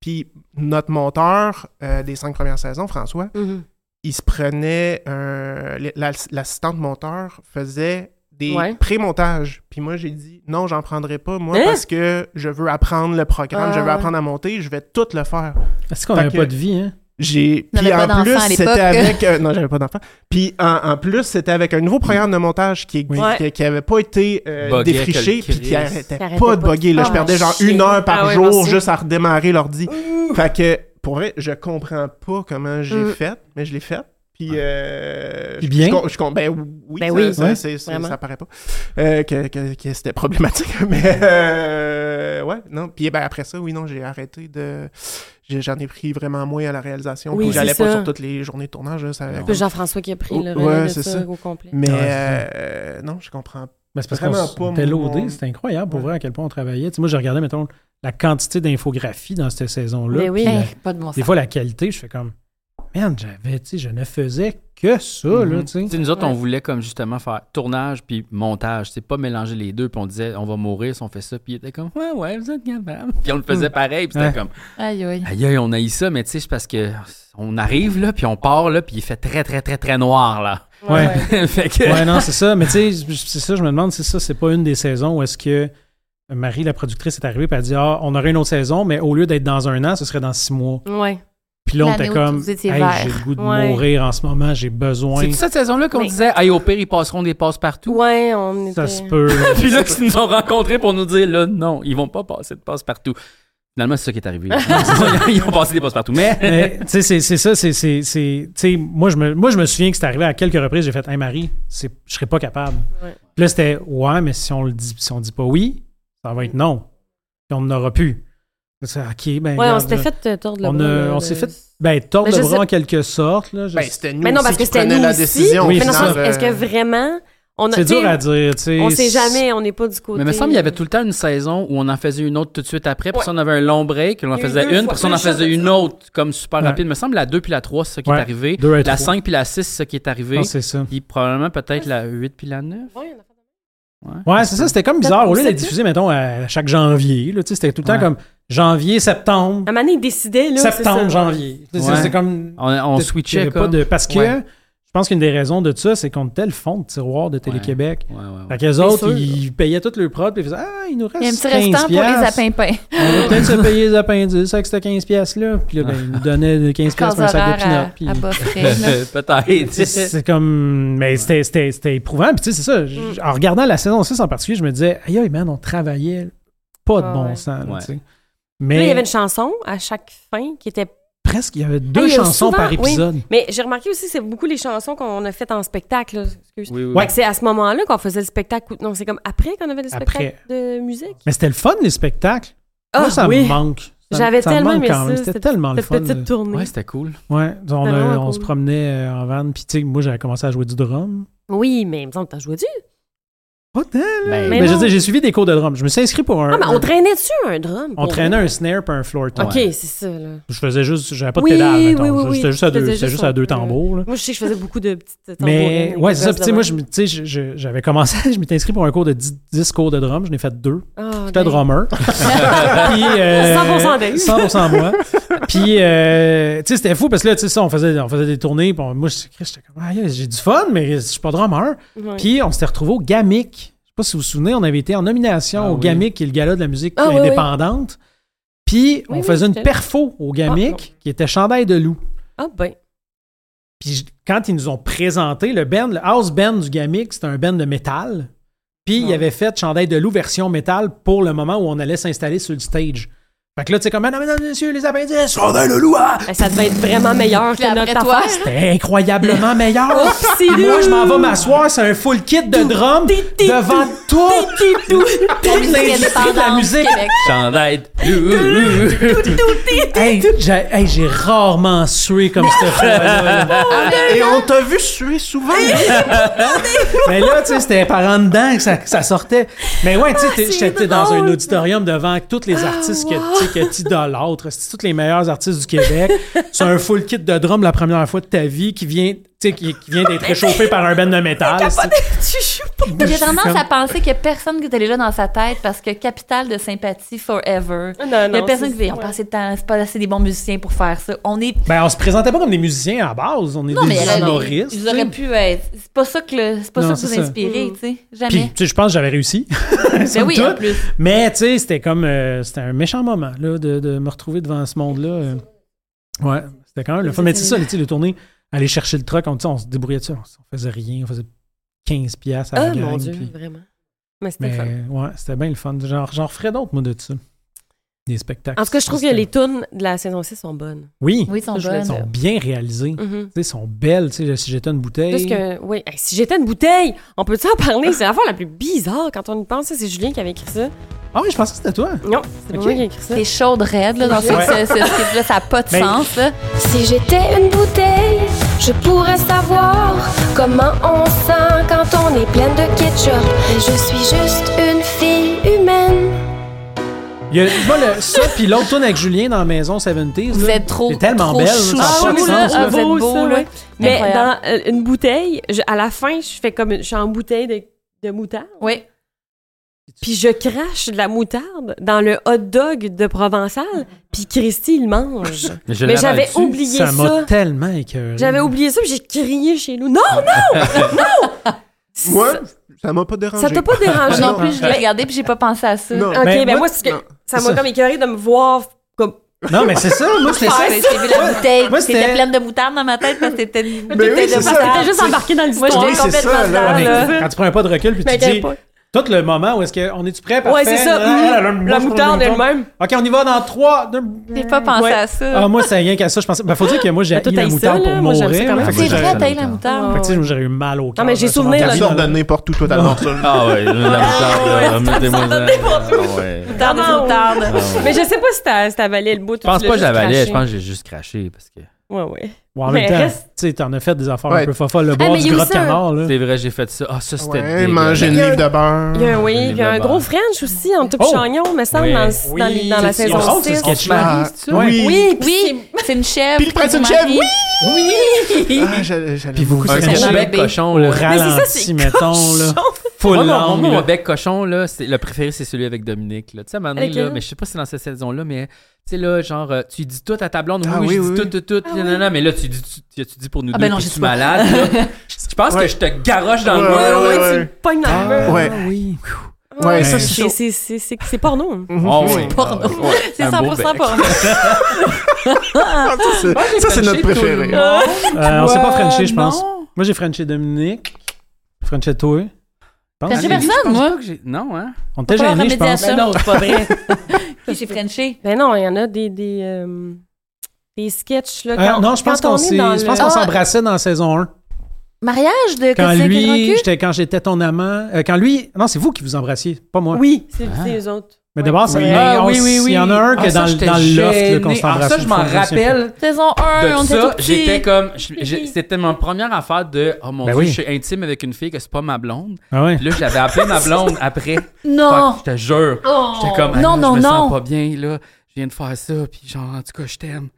Puis notre monteur euh, des cinq premières saisons, François,
Mhm.
il se prenait un. l'ass- L'assistante monteur faisait des
Ouais.
pré-montages. Puis moi, j'ai dit non, j'en prendrai pas, moi,
Hein?
parce que je veux apprendre le programme,
Ah,
je veux
ouais.
apprendre à monter, je vais tout le faire.
Est-ce qu'on
Fait
n'avait
que-
pas de vie, hein?
J'ai.
T'avais
Puis
pas d'enfant
en plus,
à
c'était
l'époque.
avec. euh, non, j'avais pas d'enfant. Puis en, en plus, c'était avec un nouveau programme de montage qui
Oui.
qui, qui avait pas été euh,
Buguait
défriché,
quel
puis qui
Christ.
arrêtait
Qui
pas,
arrêtait
de
pas.
bugger. Là,
Ah,
je perdais genre
chier.
une heure par
Ah ouais,
jour
merci.
juste à redémarrer l'ordi. Fait que pour vrai, je comprends pas comment j'ai fait, mais je l'ai fait. Puis, euh,
Puis bien.
Je, com- je com- ben oui,
Ben
ça-
oui.
ça,
Ouais.
c'est- c'est-
Vraiment.
ça paraît pas euh, que, que- que c'était problématique, mais euh, ouais, non. Puis ben, après ça, oui, non, j'ai arrêté de. j'ai- J'en ai pris vraiment moins à la réalisation.
Oui,
Puis
c'est
j'allais pas
ça.
sur toutes les journées de tournage. là, ça-
C'est Jean-François qui a pris le
Ouais,
relais de
c'est
ça
ça.
au complet.
Mais
Ouais, c'est
euh, non, je comprends
Ben, c'est parce
Vraiment
qu'on
pas
était
mon-
loadés.
mon-
C'était incroyable pour
Ouais.
vrai à quel point on travaillait. Tu sais, moi, je regardais, mettons, la quantité d'infographies dans cette saison-là.
Mais oui.
puis la-
Eh, Pas de bon
Des
sens.
fois, la qualité, je fais comme, merde, j'avais, tu sais, je ne faisais que ça, là,
Mm-hmm.
Mhm.
tu
Tu
sais.
sais, nous autres, on
Ouais.
voulait comme justement faire tournage puis montage. C'est pas mélanger les deux. Puis on disait, on va mourir si on fait ça. Puis il était comme, ouais, ouais, vous êtes capable. Puis on le faisait pareil. Puis c'était
Ouais.
comme,
Aïe, aïe.
aïe, aïe, on a eu ça. Mais tu sais, c'est parce que on arrive là, puis on part là, puis il fait très, très, très, très noir là.
Ouais.
fait que.
Ouais, non, c'est ça. Mais tu sais, je- c'est ça, je me demande si ça, c'est pas une des saisons où est-ce que Marie, la productrice, est arrivée et a dit Ah, on aurait une autre saison, mais au lieu d'être dans un an, ce serait dans six mois.
Ouais.
Puis là, on
L'année
était
où
comme
vous étiez
Hey,
vert.
j'ai le goût de
Ouais.
mourir en ce moment, j'ai besoin.
C'est cette saison-là qu'on
Mais-
disait, hey, au pire, ils passeront des passes partout.
Ouais, on était...
Ça se peut.
Puis là, ils nous ont rencontrés pour nous dire, là, non, ils vont pas passer de passes partout. Finalement, c'est ça qui est arrivé. ils ont passé des passes partout. Mais.
Mais, tu sais, c'est- c'est ça, c'est. c'est- c'est- tu sais, moi, je me, moi, je me souviens que c'est arrivé à quelques reprises, j'ai fait Hey Marie, c'est- je serais pas capable.
Ouais.
Puis là, c'était Ouais, mais si on le dit, si on dit pas oui, ça va être non. Puis on n'aura plus. C'est, Ok, ben.
Ouais, on
regarde,
s'était
là.
fait euh, tordre le
On,
bras,
a-
là,
on
de-
s'est fait ben, tordre le
Mais je
bras
sais-
en quelque sorte. Là, je-
Ben, c'était nous
Mais non,
aussi
parce que
qui
c'était
prenait
nous
la
aussi.
décision. euh,
Oui,
Mais dans le
c'est
sens,
ça.
est-ce que vraiment... on a-
c'est
tu
dur
sais,
à dire. tu sais.
On sait jamais, on n'est pas du côté...
Mais il me semble qu'il y avait tout le temps une saison où on en faisait une autre tout de suite après, puis
Ouais.
ça, on avait un long break, puis on en
Il y a eu
faisait
deux
une,
fois-
puis ça, on en
deux shots
faisait
de
une
ça.
autre comme super
Ouais.
rapide. Il me semble la 2 puis la 3, c'est ça qui
Ouais.
est arrivé.
Deux à
La
trois.
5 puis la 6, c'est ça qui est arrivé.
hein.
Non, c'est ça.
Puis probablement peut-être la 8 puis la 9.
Ouais,
Ouais, c'est ça. C'était comme bizarre. Au lieu
Peut-être
d'être diffusé, mettons, à chaque janvier, là, tu sais, c'était tout le temps
Ouais.
comme janvier, septembre,
À un moment donné, ils décidaient, là, c'est
septembre,
ça.
janvier. Tu sais,
Ouais.
C'est comme.
On, on
il y
switchait
avait
comme.
pas de, parce que
Ouais.
je pense qu'une des raisons de ça, c'est qu'on était le fond de tiroir de Télé-Québec.
Ouais, ouais, ouais.
Fait que les autres,
sûr.
ils payaient toutes leurs prods, puis ils faisaient Ah, il nous reste.
Il y a
15
un petit restant pour les
piastres.
appimpins.
On va peut-être se payer les appendices avec ces 15 piastres-là. Puis là, ben, ils nous donnaient 15 piastres
Corps
pour un sac de
horaire
peanuts.
à,
puis-
à bas frais, là.
C'est-
peut-être.
c'est comme. Mais c'était- c'était
Mm.
c'était éprouvant. Puis tu sais, c'est ça. je- En regardant la saison 6 en particulier, je me disais, aïe, aïe, man, on travaillait pas de
Ah
bon
ouais.
sens. là,
Ouais.
tu sais.
Puis
Mais
là, il y avait une chanson à chaque fin qui était.
presque, il y avait deux
Ah, il y a
chansons
souvent-
par
oui.
épisode.
Mais j'ai remarqué aussi, c'est beaucoup les chansons qu'on a faites en spectacle. là. Excuse.
Oui, oui, oui.
Fait que c'est à ce moment-là qu'on faisait le spectacle. ou- Non, c'est comme après qu'on avait le spectacle de musique.
Mais c'était le fun, les spectacles. Moi, ça me manque. Ça me-
Ah, J'avais
ça me
tellement
manque
aimé
quand
ça,
même. C'était
cette-
tellement le
cette
fun.
petite
là.
tournée.
Ouais, c'était cool.
Ouais, on,
C'était
euh,
vraiment
on se
cool.
promenait euh, en van, puis tu sais, moi j'avais commencé à jouer du drum.
Oui, mais il me semble que t'as joué dessus.
Pas tant, là.
Ben,
Mais,
Mais
je veux
non.
dire, j'ai suivi des cours de drum. Je me suis inscrit pour un.
Ah, mais
un-
on traînait dessus un drum.
on
pour
traînait
vrai.
un snare puis un floor tom.
Ok, c'est ça, là.
Je faisais juste, j'avais pas de
Oui,
pédale. mettons.
oui, oui, oui.
J'étais juste à
Tu
deux,
faisais
j'étais
juste
juste à deux
un- euh,
tambours. là.
Moi, je sais que je faisais beaucoup de petites.
Mais
tambourines,
ouais,
des
c'est ça. Puis tu sais, moi,
euh, de
je me- tu sais, je- je- j'avais commencé, je m'étais inscrit pour un cours de 10, cours de drum. J'en ai fait deux.
Ah,
J'étais
ben,
drummer. Puis, euh,
100% Dave.
100% moi. Puis, euh, tu sais, c'était fou parce que là, tu sais, ça, on faisait, on faisait des tournées. Puis on- moi, je- Christ, j'étais comme, aïe, j'ai du fun, mais je suis pas drummer.
ouais.
Puis, on s'était retrouvés au GAMIC. Je sais pas si vous vous souvenez, on avait été en nomination
Ah
au
oui.
GAMIC, qui est le gala de la musique
Ah oui, oui.
indépendante. Puis, on
Oui, oui,
faisait une
j'étais là.
perfo au
Ah, non.
GAMIC qui était Chandail de loup.
Ah, ben.
Puis je- quand ils nous ont présenté le band, le house band du Gamic, c'était un band de métal. Puis il avait fait Chandail de loup version métal pour le moment où on allait s'installer sur le stage. Fait que là, tu sais, comme, mesdames et messieurs, les appendices, Chandail de loup, ah!
Ben, Ça devait être vraiment meilleur
Puis
que
après
notre
toi,
affaire. Oh,
C'était incroyablement meilleur.
Oupsie
Moi, je m'en
doo.
vais m'asseoir sur un full kit de drum
ti, ti,
devant toi. Toute l'industrie de la
indépendante
musique.
Québec.
Chandail. Ouh, ouh, ouh.
Hey, j'ai hey, j'ai rarement sué comme cette fois-là. là.
Ah, Et on t'a vu suer souvent.
Mais là, tu sais, c'était par en dedans que ça, que ça sortait. Mais ouais, tu sais, t'es-
c'est
j'étais dans un
drôle.
auditorium devant tous les artistes que tu sais, que t'idolâtres. C'est tous les meilleurs artistes du Québec. C'est un full kit de drum la première fois de ta vie qui vient, tu sais, qui, qui vient d'être réchauffé par un band de métal.
Tu joues pas.
J'ai tendance à penser qu'il y a personne qui est allé là dans sa tête parce que capital de sympathie forever.
Ah, Non,
Il y a
non,
personne
c'est-
qui dit on
ouais.
passe assez de temps, c'est pas assez des bons musiciens pour faire ça. On est
Ben, on se présentait pas comme des musiciens à la base. On est
Non,
des
mais elle-
humoristes.
ils
tu sais.
auraient pu être. C'est pas ça que le- c'est pas
Non,
ça que
c'est
vous
ça.
inspirez,
Mm.
tu sais.
Puis,
Jamais.
tu sais, je pense que j'avais réussi.
Mais
Somme
Ben oui, hein. en
toute.
plus.
Mais tu sais, c'était comme euh, c'était un méchant moment là, de, de me retrouver devant ce monde-là. euh. Ouais, c'était quand même le fun. Mais c'est ça, tu sais, le tourner, aller chercher le truck, on, tu sais, on se débrouillait dessus, on, on faisait rien, on faisait 15 piastres à la
Ah, mon
gang,
Dieu,
puis-
vraiment. Mais c'était le fun.
mais ouais, c'était bien le fun. Genre, j'en referais d'autres, moi, de ça. Des spectacles.
En tout cas, je trouve que
C'était-
les tunes de la saison 6 sont bonnes.
Oui,
Oui, ils sont
Ça, je voulais
elles
bonnes.
sont bien réalisées. Tu
Mhm.
sais, elles sont belles, tu sais, si j'étais une
Plus
bouteille.
que, oui, Hey, si j'étais une bouteille, on peut-tu en parler? C'est l'affaire la plus bizarre quand on y pense. ça, C'est Julien qui avait écrit ça.
Ah oui, je pensais que c'était toi.
Non, c'est pas
Ok.
moi qui ai écrit ça.
C'est chaud de raide, là, dans ce
Ouais.
ce- ce- ce clip-là, ça n'a pas de
Mais-
sens, là.
Si j'étais une bouteille, je pourrais savoir comment on sent quand on est plein de ketchup. Mais je suis juste une fille humaine.
Il y a, moi, le, ça, puis l'autre tourne avec Julien dans la maison 70s.
Vous
là,
êtes trop-
C'est tellement
trop
belle. là,
chou-
ça a
Ah
pas de
oui,
sens,
là,
là.
ah, vous êtes beau, là.
ouais. Mais
Incroyable.
dans euh, une bouteille, je- à la fin, je fais comme, je suis en bouteille de, de moutarde.
Oui.
Puis je crache de la moutarde dans le hot dog de Provençal. Puis Christy, il mange.
Je
Mais
l'avais
j'avais
dessus.
oublié ça.
Ça m'a tellement écœuré.
J'avais oublié ça, puis j'ai crié chez nous. Non, non, non!
Moi, ça m'a pas dérangé.
Ça t'a pas
Moi
dérangé?
non
non.
plus, je l'ai regardé puis j'ai pas pensé à ça.
Non.
Ben,
Ok, ben,
moi,
moi, c'est que
non.
ça
C'est ça.
m'a comme écœuré de me voir comme.
Non, mais c'est ça. Moi, c'était ça.
J'ai vu la bouteille.
Moi, c'était-
C'était pleine de moutarde dans ma tête parce que c'était une
Ben oui,
bouteille de
c'est ça.
T'étais
moutarde.
juste embarqué dans
Moi,
l'histoire.
j'étais
Oui, c'est
complètement
ça, là.
dedans,
Mais
là.
Quand tu prends un pas de recul puis tu
Mais
dis
t'inquiète pas.
tout le moment où est-ce que on est-tu prêt parfait
Ouais, c'est ça.
là, là, là, là,
Mm.
moi, je
La
prends
moutarde
le même temps.
elle-même.
OK, on y va dans 3 2
J'ai pas pensé à
Ah
ça.
moi c'est rien qu'à ça je pensais ben, faut dire que moi j'ai
Ben, toi,
haï la
t'haïs ça,
moutarde
là.
pour
Moi, j'aime ça quand
mourir.
même.
là. Fait
C'est
que j'aurais-
vrai,
fait
t'as eu la moutarde.
que tu sais, j'aurais eu mal au cœur.
mais j'ai
là, ça
souvenir
m'a
de-
gardé
Tu sors
dans-
de n'importe où, toi, t'adores ça. là.
Ah ouais, la moutarde. Mettez-moi ça. Ah ouais.
Moutarde,
Ah,
moutarde.
Ah ouais.
Mais je sais pas si t'as- si t'avalais le bout.
Je pense pas que j'avalais, je pense que j'ai juste craché parce que.
Ouais, ouais.
Ouais, en
Mais
même temps, tu
reste- Ah,
sais t'en as fait des affaires un
Ouais.
peu fofoles le bois
mais
du
il y a
gras de
aussi un-
canard là.
C'est vrai, j'ai fait ça. Ah, ça, c'était.
Ouais,
dégueulasse.
manger une livre de beurre.
Il y a un, oui,
Devenir
il y a un
le
gros
bar.
French aussi, en tout
Oh!
chagnon, me semble,
Oui.
dans, le- dans
Oui,
le- dans la
c'est- on
saison
sort ce
6.
sketch-là.
Ah,
ça?
oui.
Oui, puis
Oui, c'est une chèvre.
Puis le prince une
Marie.
chèvre, oui!
Oui.
Ah, j'allais- j'allais
Puis vous
beaucoup
vous
ça.
Un gros
Cochon.
bec
Bébé.
cochon,
Au
là.
ralenti mettons là. Full
Moi, mon,
langue,
moi, mon
là.
bec cochon, là, c'est- le préféré, c'est celui avec Dominique. Là. Tu sais, à un moment donné,
Avec
là,
elle?
mais je sais pas si c'est dans cette saison-là, mais tu sais, là, genre, euh, tu dis tout à ta blonde,
Ah
oui,
oui,
je dis
oui,
tout,
oui.
tout, tout, puis nanana, mais là, tu dis, tu, tu dis pour nous
Ah,
deux,
ben non,
que
je
tu
sais
es
pas.
malade. là. je je pense que
Ouais.
je te garoche dans le
Ouais,
mur.
ouais,
Ouais,
ouais,
tu
ouais.
me pognes dans le
Ah,
mur.
Ouais.
oui.
Ouais,
Ouais.
ça, c'est Ah,
C'est-
chaud.
c'est- C'est c'est- c'est porno. hein.
Oh, oui.
Porno. C'est
Un beau
100%
bec.
porno.
Ah, ça, c'est- Ça, c'est notre préféré.
Euh,
Ben,
Ah, Euh, on s'est pas frenché je pense. Moi j'ai frenché Dominique. Frenché toi. pense.
T'as tué personne, moi?
Non, hein?
On t'a gêné, je pense. Euh,
Ben non, c'est pas vrai. Qui s'est frenché?
Ben non, il y en a des, des, euh, des sketchs. Là,
Euh,
quand-
non, je pense
quand
qu'on
on est
s'est-
dans
je
le- Ah!
pense qu'on s'embrassait dans la saison 1.
Mariage de
Quand
Christian
lui,
Kilgrand-Cul?
j'étais quand j'étais ton amant, euh, quand lui, non, c'est vous qui vous embrassiez, pas moi.
Oui, c'est
Ah.
c'est eux autres.
Mais d'abord, ça
Oui.
mais
Ah,
on-
oui, oui,
s'il
oui.
y en a un
Ah,
que
ça,
dans, le-
j'étais
dans le loft là, qu'on
gêné. Ah,
s'embrasse.
ça, je m'en rappelle.
Saison 1, oh, on
de
était
ça,
tout petits.
j'étais comme. je- je- C'était ma première affaire de Oh mon
Ben
dieu,
oui.
je suis intime avec une fille que c'est pas ma blonde.
Ah ouais.
Là, j'avais appelé ma blonde après.
Non.
Fuck, je te jure.
Oh.
J'étais comme Ah
Non,
non,
non,
je me
non.
sens pas bien, là. Je viens de faire ça, puis genre, en tout cas, je t'aime.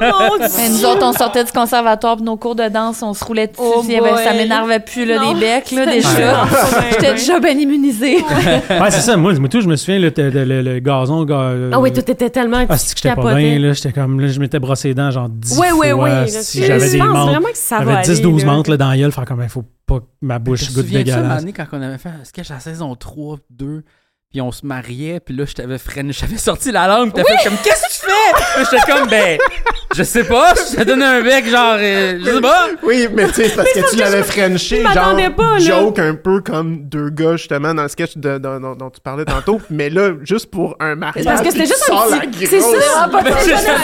Mais nous autres, on sortait du conservatoire, puis nos cours de danse, on se roulait dessus.
Oh
puis, ben,
boy.
ça m'énervait plus, là,
Non.
les becs, là,
Ah,
déjà. J'étais déjà bien immunisée.
ouais, c'est ça. Moi, moi, tout, je me souviens, là, t'as- le, le- le gazon. ga-
Ah oui, toi, t'étais tellement.
Ah, c'est que j'étais pas
capotais.
bien, là. J'étais comme, là, je m'étais brossé les dents, genre 10
Oui, oui,
fois.
oui, là,
Si
tu-
j'avais
je
des
pense
menthes.
vraiment que ça va
J'avais
aller,
10-12
là.
menthes, là, dans la gueule. Faire comme, il faut pas que ma
Je
bouche
me
goûte
souviens de ça,
dégueulasse.
année, quand on avait fait un sketch à la saison 3, 2, puis on se mariait, puis là, je t'avais freiné, j'avais sorti la langue, t'as fait comme Qu'est-ce que tu fais? Puis j'étais comme, ben, je sais pas, je te donne un bec, genre, euh, je sais pas.
Oui, mais tu sais, c'est parce que tu l'avais frenché,
je
genre,
m'attendais pas, là.
joke un peu comme deux gars, justement, dans le sketch de- dont- dont- dont tu parlais tantôt. mais là, juste pour un mariage.
C'est parce que c'était
tu
juste
sors
un
Oh, la
petit. C'est
grosse-
ça.
pas
Ben,
de
je-
bonne avec
Ah,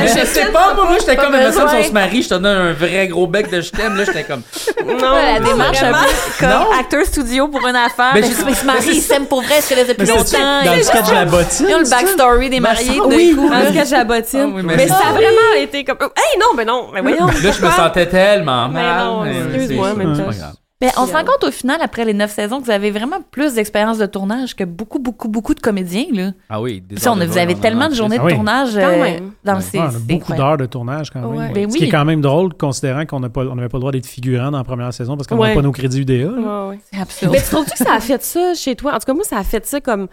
Mais
Mariage.
je sais pas, moi, moi, j'étais
pas
comme, mais ça, si
besoin.
on se marie, je te donne un vrai gros bec de je t'aime. Là, j'étais comme,
Non,
la démarche un
vraiment.
peu comme
Non.
acteur studio pour une affaire.
Ben,
Mais
je sais-
ils se
mais c'est
marient, ils s'aiment pour vrai, ils se connaissent depuis
Mais c'est-
longtemps.
dans le sketch de la bottine.
Ils ont le
c'est ça?
backstory des mariés. tout d'un
Oui,
coup,
en
là.
tout cas, j'ai la bottine.
Ah oui, mais-
mais ça
Ah
a
oui.
vraiment été comme. oh, Hey, non, mais non, mais voyons.
là, je me
pourquoi?
sentais tellement
Mais
mal.
non,
mais
excuse-moi,
c'est-
mais
c'est
t'as-
pas grave.
Mais on se rend compte au final, après les neuf saisons, que vous avez vraiment plus d'expérience de tournage que beaucoup, beaucoup, beaucoup de comédiens. Là.
Ah oui, des
Puis ça,
heures
on,
de
vous
vol,
avez
on en
tellement
a
de journées
Ah
de
oui.
tournage
Quand
euh,
même.
dans
Ouais.
le
Ouais, on a beaucoup d'heures de tournage quand même.
Ouais.
Ben
Ce
oui.
qui est quand même drôle, considérant qu'on n'a pas, on n'avait pas le droit d'être figurant dans la première saison parce qu'on n'avait
Ouais.
pas nos crédits UDA. là.
Ouais, ouais.
C'est absurde.
Mais tu trouves-tu que ça a fait ça chez toi? En tout cas, moi, ça a fait ça comme.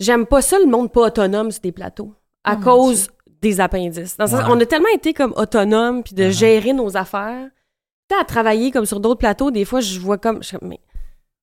J'aime pas ça, le monde pas autonome sur des plateaux, à
Oh, mon
cause des appendices. Dans le sens,
Ouais.
on a tellement été comme autonome puis de gérer nos affaires. Tu sais, à travailler comme sur d'autres plateaux, des fois, je vois comme. je suis comme, mais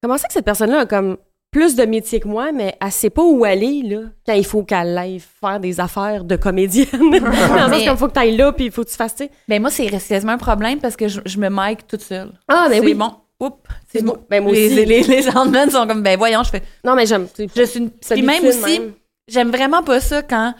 comment ça que cette personne-là a comme plus de métier que moi, mais elle sait pas où aller, là, quand il faut qu'elle aille faire des affaires de comédienne. Dans le sens
Mais-
comme, faut que tu ailles là, puis il faut que tu fasses, tu sais.
Mais moi, c'est c'est quasiment un problème parce que je, je me mic toute seule.
Ah, ben
c'est
oui.
bon. Oups.
C'est
C'est
bon.
bon.
Ben, moi
les,
aussi.
les, les, les soundmen sont comme, ben voyons, je fais.
Non, mais j'aime. tu sais,
Je suis une. Puis
solitude
même aussi, j'aime vraiment pas ça quand.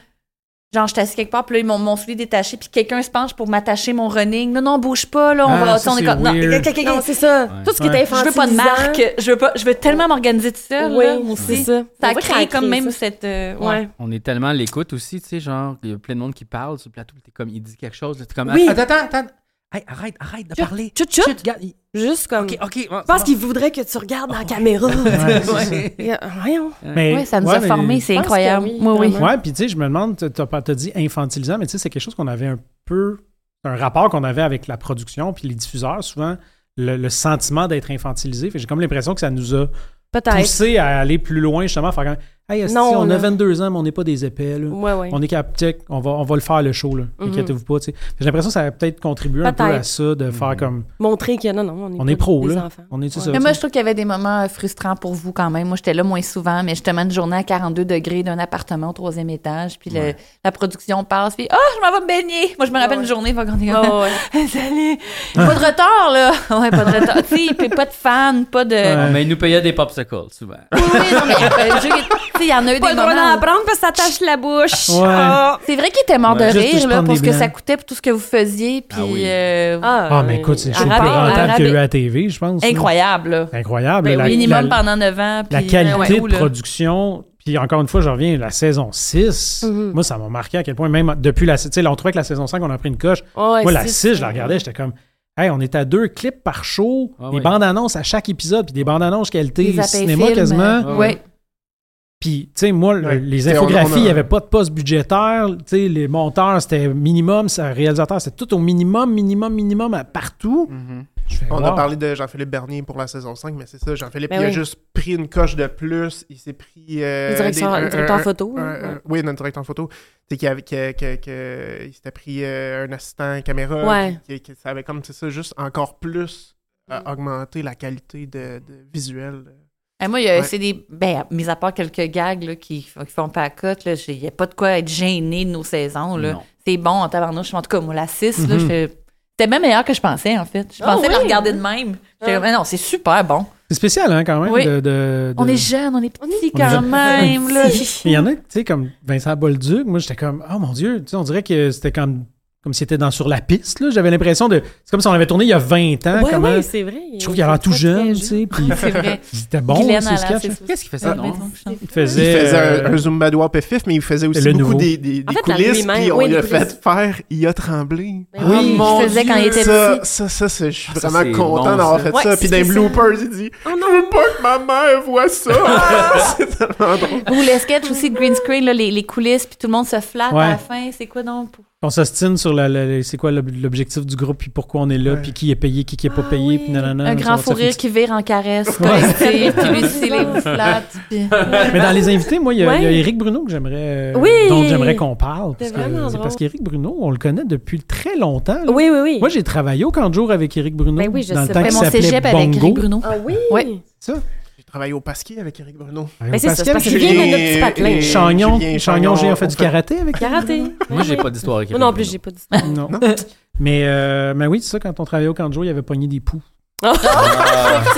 Genre, je suis assise quelque part, puis là, mon, mon soulier est détaché, puis quelqu'un se penche pour m'attacher mon running. Non, non, bouge pas, là, on
Ah,
va.
ça,
on est
c'est
comme. Non,
weird.
Non, c'est ça. Tout ce qui
Ouais.
est
je
infantilisant.
veux pas de marque. Je veux, pas, je veux tellement m'organiser toute seule,
Oui,
là, moi
c'est
aussi.
ça.
Ça
On dirait
crée
que ça
comme
crée
même
ça.
cette. euh, ouais.
Ouais.
On est tellement à l'écoute aussi, tu sais, genre, il y a plein de monde qui parle sur le plateau, t'es comme, il dit quelque chose, là, t'es comme,
Oui.
attends, attends, attends, Hey, arrête, arrête de parler.
Chut, chut.
regarde, il-
Juste comme.
ok, ok,
Je pense Oh. qu'il voudrait que tu regardes dans la caméra.
Ouais, c'est ça.
Ouais.
Et, euh, Voyons.
Mais-
Ouais, ça nous
ouais,
a
mais-
formés, c'est
Je pense
incroyable.
que oui,
oui, oui.
vraiment.
Ouais, puis tu sais, je me demande, t'as- t'as pas- t'as dit infantilisant, mais tu sais, c'est quelque chose qu'on avait un peu, un rapport qu'on avait avec la production, puis les diffuseurs, souvent, le, le sentiment d'être infantilisé. Fait que j'ai comme l'impression que ça nous a
Peut-être.
poussé à aller plus loin, justement, faire comme, hey, esti,
Non,
on
là.
a 22 ans, mais on n'est pas des épais, là.
Ouais, ouais. Mhm.
On est cap, check, on va, on va le faire le show, là. Inquiétez-vous pas, tu sais. J'ai l'impression que ça a peut-être contribué un peu
Peut-être.
à ça, de faire comme,
Montrer que non, non, on est,
on
pas
est pro,
des
là.
enfants.
On est tout
Ouais.
ça.
Mhm. Mais
tu
moi,
sais.
je trouve qu'il y avait des moments euh, frustrants pour vous quand même. Moi, j'étais là moins souvent, mais justement, une journée à 42 degrés d'un appartement au troisième étage, puis le- la production passe, puis « Ah, je m'en vais me baigner! » Moi, je me rappelle une journée, quand on est comme,
Ouais, ouais.
Salut! Pas de retard, là! Ouais, pas de retard. tu sais, puis pas de fan, pas de...
Ouais.
Mais il nous payait des popsicles, souvent.
Oui, oui, non, mais euh, je- tu sais, il y en a eu
Pas
des
le droit
moments...
d'en
où-
prendre parce que ça tâche la bouche.
Ouais.
Ah.
C'est vrai qu'il était mort
Ouais.
de
Juste
rire,
de se
là,
prendre
pour
des
ce que
blancs.
ça coûtait, pour tout ce que vous faisiez, puis...
Ah oui.
euh,
Ah, mais écoute, c'est le show le plus
Arabe-
rentable qu'il y a eu à
Arabe-
la TV, je pense. là.
Incroyable, là.
Incroyable. Ah, la-
Minimum
la-
pendant 9 ans,
la
puis- euh,
qualité
Ouais,
de
là.
production. Puis encore une fois, je reviens, la saison 6,
Mhm.
moi, ça m'a marqué à quel point, même depuis la. Tu sais, là, on trouvait que la saison 5, on a pris une coche.
Ouais,
moi, la
six,
6, je la
ouais.
regardais, j'étais comme, hey, on est à deux clips par show,
Ah
des
oui.
bandes annonces à chaque épisode, puis des bandes annonces qualité
Des
cinéma
appels-films,
quasiment.
euh, ouais.
Puis, tu sais, moi, le-
Ouais.
les
T'sais, on-
infographies,
on a-
il n'y avait pas de poste budgétaire. Tu sais, les monteurs, c'était minimum, ça, réalisateur, c'était tout au minimum, minimum, minimum, à partout. Je fais,
Mm-hmm. On a
wow.
parlé de Jean-Philippe Bernier pour la saison 5, mais c'est ça, Jean-Philippe,
Ben
il a
oui.
juste pris une coche de plus, il s'est pris... euh,
Le directeur-
des- un-
le directeur
un-
photo,
un-
là,
un-
ouais.
oui, notre directeur photo. C'est qu'il avait- que- que- que- il s'était pris euh, un assistant caméra.
Ouais.
puis que- que ça avait comme, c'est ça, juste encore plus euh, augmenté la qualité de, de visuel. euh.
Ah, moi, il y a-
Ouais.
c'est des. Ben, mis à part quelques gags là, qui, f- qui font pas la cote, là, j'ai- il n'y a pas de quoi être gêné de nos saisons. là.
Non.
C'est bon en tabarnouche. En tout cas, moi, la 6,
Mhm.
là, je fais- c'était même meilleur que je pensais, en fait. Je
Ah
pensais
oui?
la regarder de même. J'étais comme, mais non, c'est super bon.
C'est spécial, hein, quand même.
Oui.
de- de-
On
de-
est jeunes, on est petits
on est
quand
jeune.
même. là.
Il y en a, tu sais, comme Vincent Bolduc, moi, j'étais comme, oh mon Dieu, tu sais, on dirait que c'était comme, comme s'il était dans, sur la piste, là. J'avais l'impression de. C'est comme si on avait tourné il y a 20
euh,
ans.
Ouais,
comment-
ouais, c'est vrai.
Je trouve qu'il a l'air tout jeune, tu sais. puis-
C'est vrai.
C'était bon,
Guylaine
ce
Allaire,
sketch. hein?
c'est ça.
Qu'est-ce qu'il
Ah,
faisait donc?
Il
Il
faisait.
faisait un,
euh,
un Zumba de Wap Fif, mais il faisait aussi
le
beaucoup
nouveau.
des, des,
En
des
fait, la
coulisses,
lui-même,
puis on
oui,
lui a
les
fait
coulisses. Ben
faire Il a tremblé.
oui, oui, il faisait quand il était
ça,
petit.
Ça, ça, c'est- je suis
Ah, Ça,
vraiment
c'est
content
bon,
d'avoir
ça.
fait
Ouais,
ça.
c'est
Puis dans les
spécial.
bloopers, il dit
Oh
Je veux pas que ma mère voit ça. Ah, c'est tellement drôle.
Ou le sketch aussi de green screen, là, les, les coulisses, puis tout le monde se flatte
Ouais.
à la fin. C'est quoi donc? pour-
On s'ostine sur la, la- la- c'est quoi l'ob- l'objectif du groupe, puis pourquoi on est là,
Ouais.
puis qui est payé, qui qui est pas
Ah
payé,
oui.
puis nanana.
Un
ça-
grand
ça
fou
fait
rire
du-
qui vire en caresse
Ouais.
collective, puis lui, c'est les flattes. puis-
Mais dans les invités, moi, il y, a- il y a
Ouais.
Éric Bruno que j'aimerais, euh,
Oui.
dont j'aimerais qu'on parle. Parce
C'est
que-
vraiment
c'est
drôle.
parce qu'Éric Bruno, on le connaît depuis très longtemps. là.
Oui, oui, oui.
Moi, j'ai travaillé au camp de jour avec Éric Bruno.
Ben oui, je
dans
sais.
le temps
Ouais,
qu'il
mon
s'appelait
cégep avec
Bongo.
Eric Bruno.
Ah oui?
Ouais.
J'ai travaillé au Pasquier avec Eric Bruno.
Ben
Mais c'est ça,
Pascal
c'est parce que Julien a notre petit patelin.
et-
Chagnon,
Julien
Chagnon,
Chagnon,
j'ai
on
fait du
fait-
karaté avec
Karaté.
Moi, j'ai pas d'histoire avec
Moi
Eric
non plus,
Bruno.
j'ai pas d'histoire.
Non. mais, euh, mais oui, c'est ça, quand on travaillait au camp de jour, il avait pogné des poux.
Ah,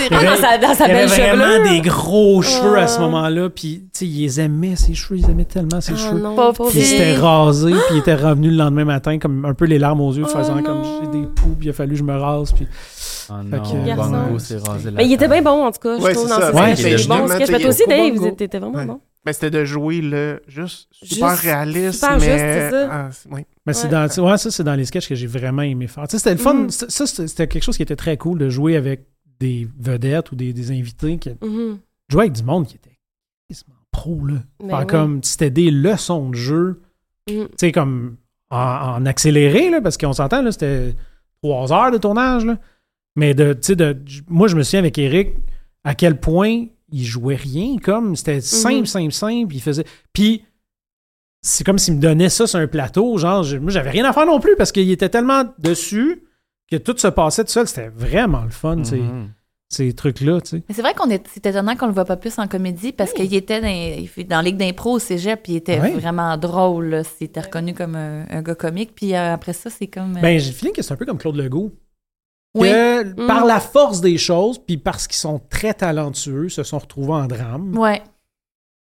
dans sa, dans sa
Il avait
belle
vraiment
chevelure.
des gros cheveux à ce
Ah.
moment-là. Puis, tu sais, il les aimait, ses cheveux. Ils aimaient tellement ses
Ah
cheveux.
non,
Pauvre
pauvre
Puis il
petit.
s'était rasé, puis il était revenu le lendemain matin, comme un peu les larmes aux yeux,
Oh
faisant comme
non.
j'ai des poux, puis il a fallu que je me rase. Puis...
Ah
Fait que-
non,
Garçon.
Bongo s'est rasé la
Mais Ben, il était
tête.
bien bon, en tout cas. Je
Ouais,
trouve,
c'est
dans
ça.
ce
Ouais,
sketch,
c'est
il est
justement,
bon sketch.
tu
Mais
sais,
toi aussi,
il y a
Dave,
Coco Bongo.
t'étais vraiment
Ouais.
bon.
Mais Ben, c'était de jouer le juste super
Juste
réaliste.
super
mais...
juste, c'est ça.
Ah, c'est- oui.
Mais c'est
Ouais.
dans, ouais, ça, c'est dans les sketchs que j'ai vraiment aimé faire. Tu sais, c'était le fun.
Mhm.
Ça, ça, c'était c'était quelque chose qui était très cool de jouer avec des vedettes ou des, des invités. Qui...
Mhm.
Jouer avec du monde qui était quasiment pro, là.
Ben
Faire
oui.
comme, c'était des leçons de jeu,
Mhm.
tu sais, comme en, en accéléré, là, parce qu'on s'entend, là, c'était trois heures de tournage, là. Mais de, tu sais, de, j- moi, je me souviens avec Eric à quel point il jouait rien, comme c'était
Mm-hmm.
simple, simple, simple. Il faisait. Puis c'est comme s'il me donnait ça sur un plateau, genre, je- moi, j'avais rien à faire non plus parce qu'il était tellement dessus que tout se passait tout seul. C'était vraiment le fun, ces-
Mhm.
ces, trucs-là, tu sais.
Mais c'est vrai qu'on est, c'est étonnant qu'on le voit pas plus en comédie parce qu'il était dans, il fait- dans Ligue d'impro au cégep, puis il était
Ouais.
vraiment drôle. là. C'était reconnu comme un, un gars comique. Puis euh, après ça, c'est comme. euh,
Ben, j'ai le feeling que c'est un peu comme Claude Legault.
oui.
que
Mm.
par la force des choses, puis parce qu'ils sont très talentueux, se sont retrouvés en drame.
Ouais.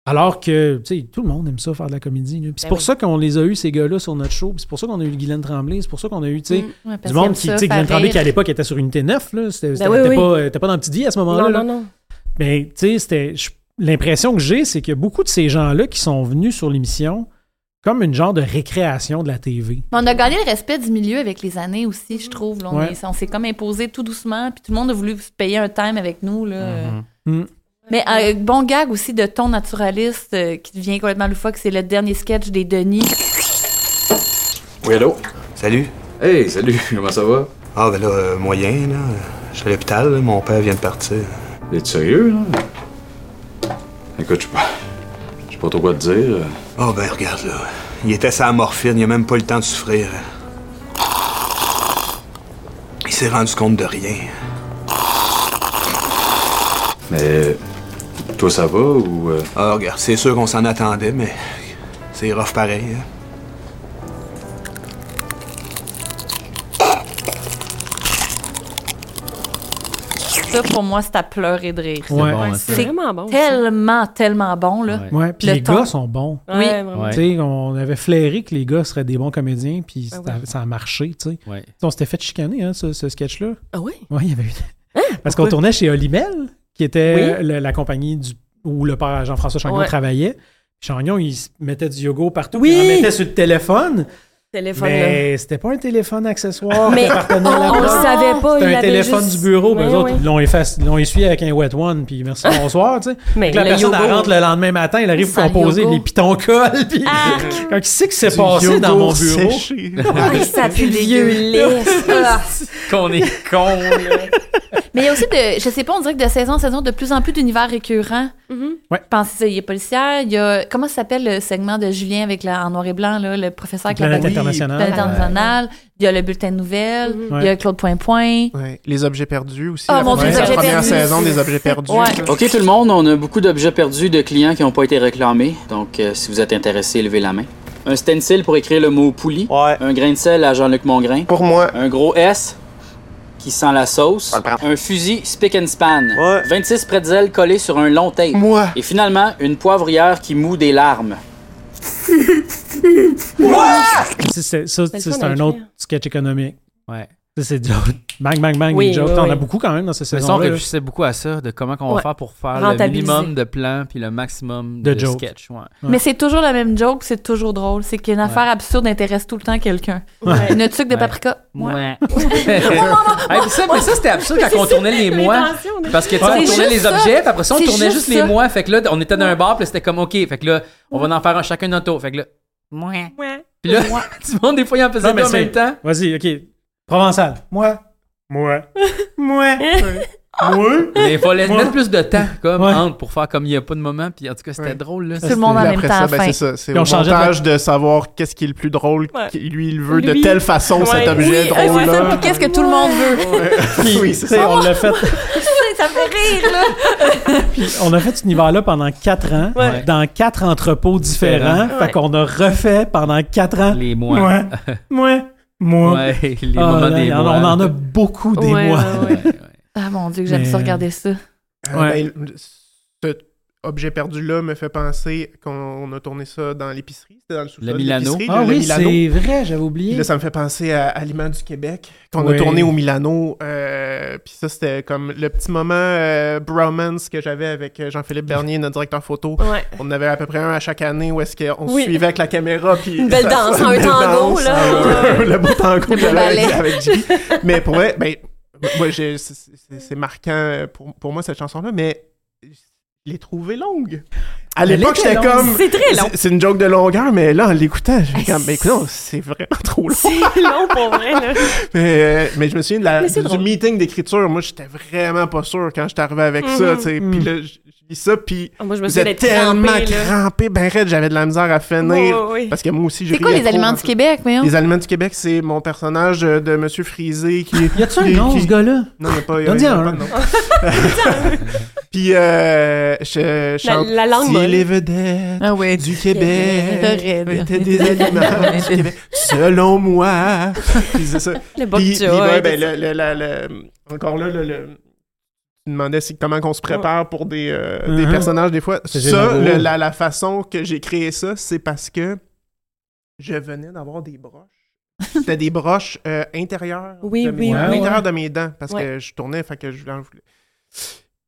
Alors que, tu sais, tout le monde aime ça faire de la comédie. là. Puis c'est
Ben
pour
oui.
ça qu'on les a eu, ces gars-là, sur notre show. Puis c'est pour ça qu'on a eu Guylaine Tremblay. C'est pour ça qu'on a eu, tu sais,
Mm.
Ouais, parce
du
qu'il
monde
aime
qui,
ça,
tu sais, Guylaine
faire
Tremblay qui à
rire.
l'époque était sur Unité 9. Là. C'était, c'était-
Ben oui,
t'es
oui.
Pas, euh, t'es pas dans le petit dit à ce moment-là.
Non,
là.
non, non.
Mais, tu sais, c'était, je- l'impression que j'ai, c'est que beaucoup de ces gens-là qui sont venus sur l'émission, comme une genre de récréation de la TV.
Mais on a gagné le respect du milieu avec les années aussi, je trouve. là. on
Ouais.
est- on s'est comme imposé tout doucement, puis tout le monde a voulu se payer un time avec nous. Là.
Mhm. Mm.
Mais euh, bon gag aussi de ton naturaliste euh, qui devient complètement loufoque, c'est le dernier sketch des Denis.
Oui, allô?
Salut.
Hey, salut, comment ça va?
Ah, ben là, euh, moyen, là. Je suis à l'hôpital, là. mon père vient de partir.
T'es sérieux, là? Écoute, je sais pas. Je sais pas trop quoi te dire.
Oh, ben regarde, là. Il était sans morphine, il a même pas eu le temps de souffrir. Il s'est rendu compte de rien.
Mais. Toi, ça va ou. euh,
Ah, regarde, c'est sûr qu'on s'en attendait, mais c'est rough pareil. hein.
Ça, pour moi, c'est à pleurer de rire.
Ouais.
bon, hein.
C'est
C'est
vraiment bon. ça.
Tellement, tellement bon, là.
Ouais.
Ouais. Puis
Le
les
ton.
gars sont bons.
Ouais,
Oui.
vraiment.
Ouais.
Tu sais, on avait flairé que les gars seraient des bons comédiens, puis
Ah
ça, ça a marché, tu sais.
Ouais.
On s'était fait chicaner, hein, ce, ce sketch-là.
Ah oui?
Oui, il y avait eu.
Hein?
Parce qu'on tournait chez Olimel, qui était le- la compagnie du, où le père Jean-François Chagnon
Ouais.
travaillait. Chagnon, il se mettait du yogourt partout,
Oui!
puis il en mettait sur le téléphone.
Téléphone, là.
Mais c'était pas un téléphone accessoire
Mais
qui appartenait à la
On le
place.
savait pas. il
C'était un
avait
téléphone
juste-
du bureau, puis
Ouais,
eux autres,
ouais.
ils l'ont effacé- ils l'ont essuyé avec un wet one, puis merci, bonsoir, tu sais.
Mais
Fait que la
le
personne elle
yogourt.
rentre le lendemain matin, elle arrive pour
Sans le
composer,
yogourt.
les pitons collent, puis quand il sait que c'est passé dans mon bureau.
Séché.
Ah, ça pue
Vieux
dégueulasse. Ah.
Qu'on est con, là.
Mais il y a aussi de, je sais pas, on dirait que de saison en saison, de plus en plus d'univers récurrents.
Mhm.
Ouais.
Pensez, il y a policière, il y a, comment ça s'appelle le segment de Julien avec la, en noir et blanc, là, le professeur avec
Planète
la
internationale.
Planète internationale, il y a le bulletin de nouvelles, il y a
Ouais.
Claude Point Point.
Ouais. Les objets perdus aussi.
Ah,
la
mon
Dieu, les
première, la
objets
première
perdus.
saison des objets perdus.
Ouais.
ça.
OK, tout le monde, on a beaucoup d'objets perdus de clients qui n'ont pas été réclamés. Donc, euh, si vous êtes intéressé, levez la main. Un stencil pour écrire le mot poulie.
Ouais.
Un grain de sel à Jean-Luc Mongrain.
Pour moi,
Un gros S. qui sent la sauce, un fusil spick and span, 26 pretzels collés sur un long tape,
Moi.
et finalement une poivrière qui moue des larmes.
C'est- c'est- Ça,
le
c'est
fun
c'est
à
un
écrire.
autre sketch économique.
Ouais.
Ça, C'est des jokes. Bang, bang, bang,
Oui,
des jokes.
oui,
T'en
oui.
as beaucoup quand même dans ces
Mais ça, on
saisons-là.
réfléchissait beaucoup à ça, de comment on va
Ouais.
faire pour faire le
Rentabiliser.
minimum de plans puis le maximum
De
de,
jokes.
sketch. Ouais.
Mais c'est toujours la même joke, c'est toujours drôle. C'est qu'une affaire absurde intéresse tout le temps quelqu'un.
Ouais.
Une tuque de
Ouais.
paprika.
Ouais.
ouais,
Hey, puis ça, mais ça, c'était absurde
Mais
quand on
c'est
tournait
ça,
les
c'est
mois.
l'intention, là.
Parce que tu sais,
Ouais.
on
C'est
tournait
juste
les
ça.
objets, puis après ça, on
C'est
tournait
juste
juste les
ça.
mois. Fait que là, on était dans un bar, puis là, c'était comme OK. Fait que là, on va en faire un chacun notre tour. Fait que là, mouais. Puis là, tout le monde, des fois, il en faisait
Non, mais
deux en
c'est-
même temps.
Vas-y, OK. Provençal. Moi. Moi. Moi. Moi.
Mais il fallait
Moi.
mettre plus de temps comme
Ouais.
entre pour faire comme il n'y a pas de moment. Puis en tout cas, c'était
Ouais.
drôle. Là.
Tout le monde en
Puis
même
après
temps, à
ça, ben,
la fin.
c'est ça. C'est
Ils ont
au
changé de-
montage de... savoir qu'est-ce qui est le plus drôle.
Ouais.
qui- Lui, il veut
Lui.
de telle façon cet
Ouais.
objet
Oui, euh, c'est ça,
drôle-là.
puis qu'est-ce que tout le monde veut?
oui,
Tu
c'est
sais,
ça.
on l'a fait,
ça me fait rire, là!
on a fait cet univers-là pendant quatre ans,
Ouais.
dans quatre entrepôts différents.
Différents.
Fait
Ouais.
qu'on a refait pendant quatre ans.
Les mois.
Moi. Moi. Moi.
Ouais, les
Ah,
moments
là,
des
on,
mois.
on en a beaucoup des
Ouais,
mois.
ouais, ouais.
Ah mon Dieu, que j'aime
Mais,
ça regarder ça.
Euh, ben, cet objet perdu-là me fait penser qu'on a tourné ça dans l'épicerie. C'était dans le sous-sol
Le
de
Milano.
l'épicerie,
Ah
le- le
oui,
Milano.
c'est vrai, j'avais
Puis
oublié.
là, ça me fait penser à Aliments du Québec, qu'on
Oui.
a tourné au Milano. euh, puis ça, c'était comme le petit moment euh, bromance que j'avais avec euh, Jean-Philippe Bernier, notre directeur photo.
Ouais.
On en avait à peu près un à chaque année où est-ce qu'on
Oui.
se suivait avec la caméra. Puis
Une belle
ça-
danse,
une
un
belle
tango,
danse,
là.
un- le beau tango
Le
que
beau
j'avais avec,
ballet.
avec J. Mais pour vrai, ben, moi, j'ai- c'est- c'est c'est marquant euh, pour, pour moi, cette chanson-là, mais je l'ai trouvée longue. À
Elle
l'époque,
était
j'étais
longue.
comme.
C'est très long.
C'est- C'est une joke de longueur, mais là, en l'écoutant, je me
Ah,
comme, mais écoute, c'est vraiment trop long.
C'est long pour vrai, là.
Mais, euh, mais je me souviens de la-
Mais c'est
du
drôle.
meeting d'écriture. Moi, j'étais vraiment pas sûr quand j'étais arrivé avec ça.
Mhm.
tu sais. Puis là, je je lis ça, puis
Ah, Moi, je me
vous
souviens
êtes
d'être
tellement
crampée, là.
crampé. Ben, raide, j'avais de la misère à finir.
Ouais, ouais, ouais.
Parce que moi aussi, je
C'est quoi
riais
les
trop,
aliments
en
du
fait.
Québec, mais
Les Aliments du Québec, c'est mon personnage euh, de Monsieur Frisé qui.
Y a-tu un nom,
qui-
ce gars-là?
Non, il n'y a pas. il y a-
Donne-y
il y a
un.
pas de nom. Puis, euh, je chante.
la langue
Si
molle.
les vedettes
Ah ouais.
du
Québec.
Québec étaient des
Raide.
aliments du Québec, selon moi. Puis c'est ça.
Le Bob
Puis, puis,
Joy,
ouais, ben,
tout ça.
le, le- la- le- encore là, le, le- tu demandais si- comment on se prépare pour des, euh, des
Mhm.
personnages des fois.
C'est
Ça,
généraux.
le- la, la façon que j'ai créé ça, c'est parce que je venais d'avoir des broches. C'était des broches euh, intérieures.
Oui,
de mes-
oui,
à
oui.
l'intérieur de mes dents, parce
Ouais.
que je tournais, fait que je voulais en-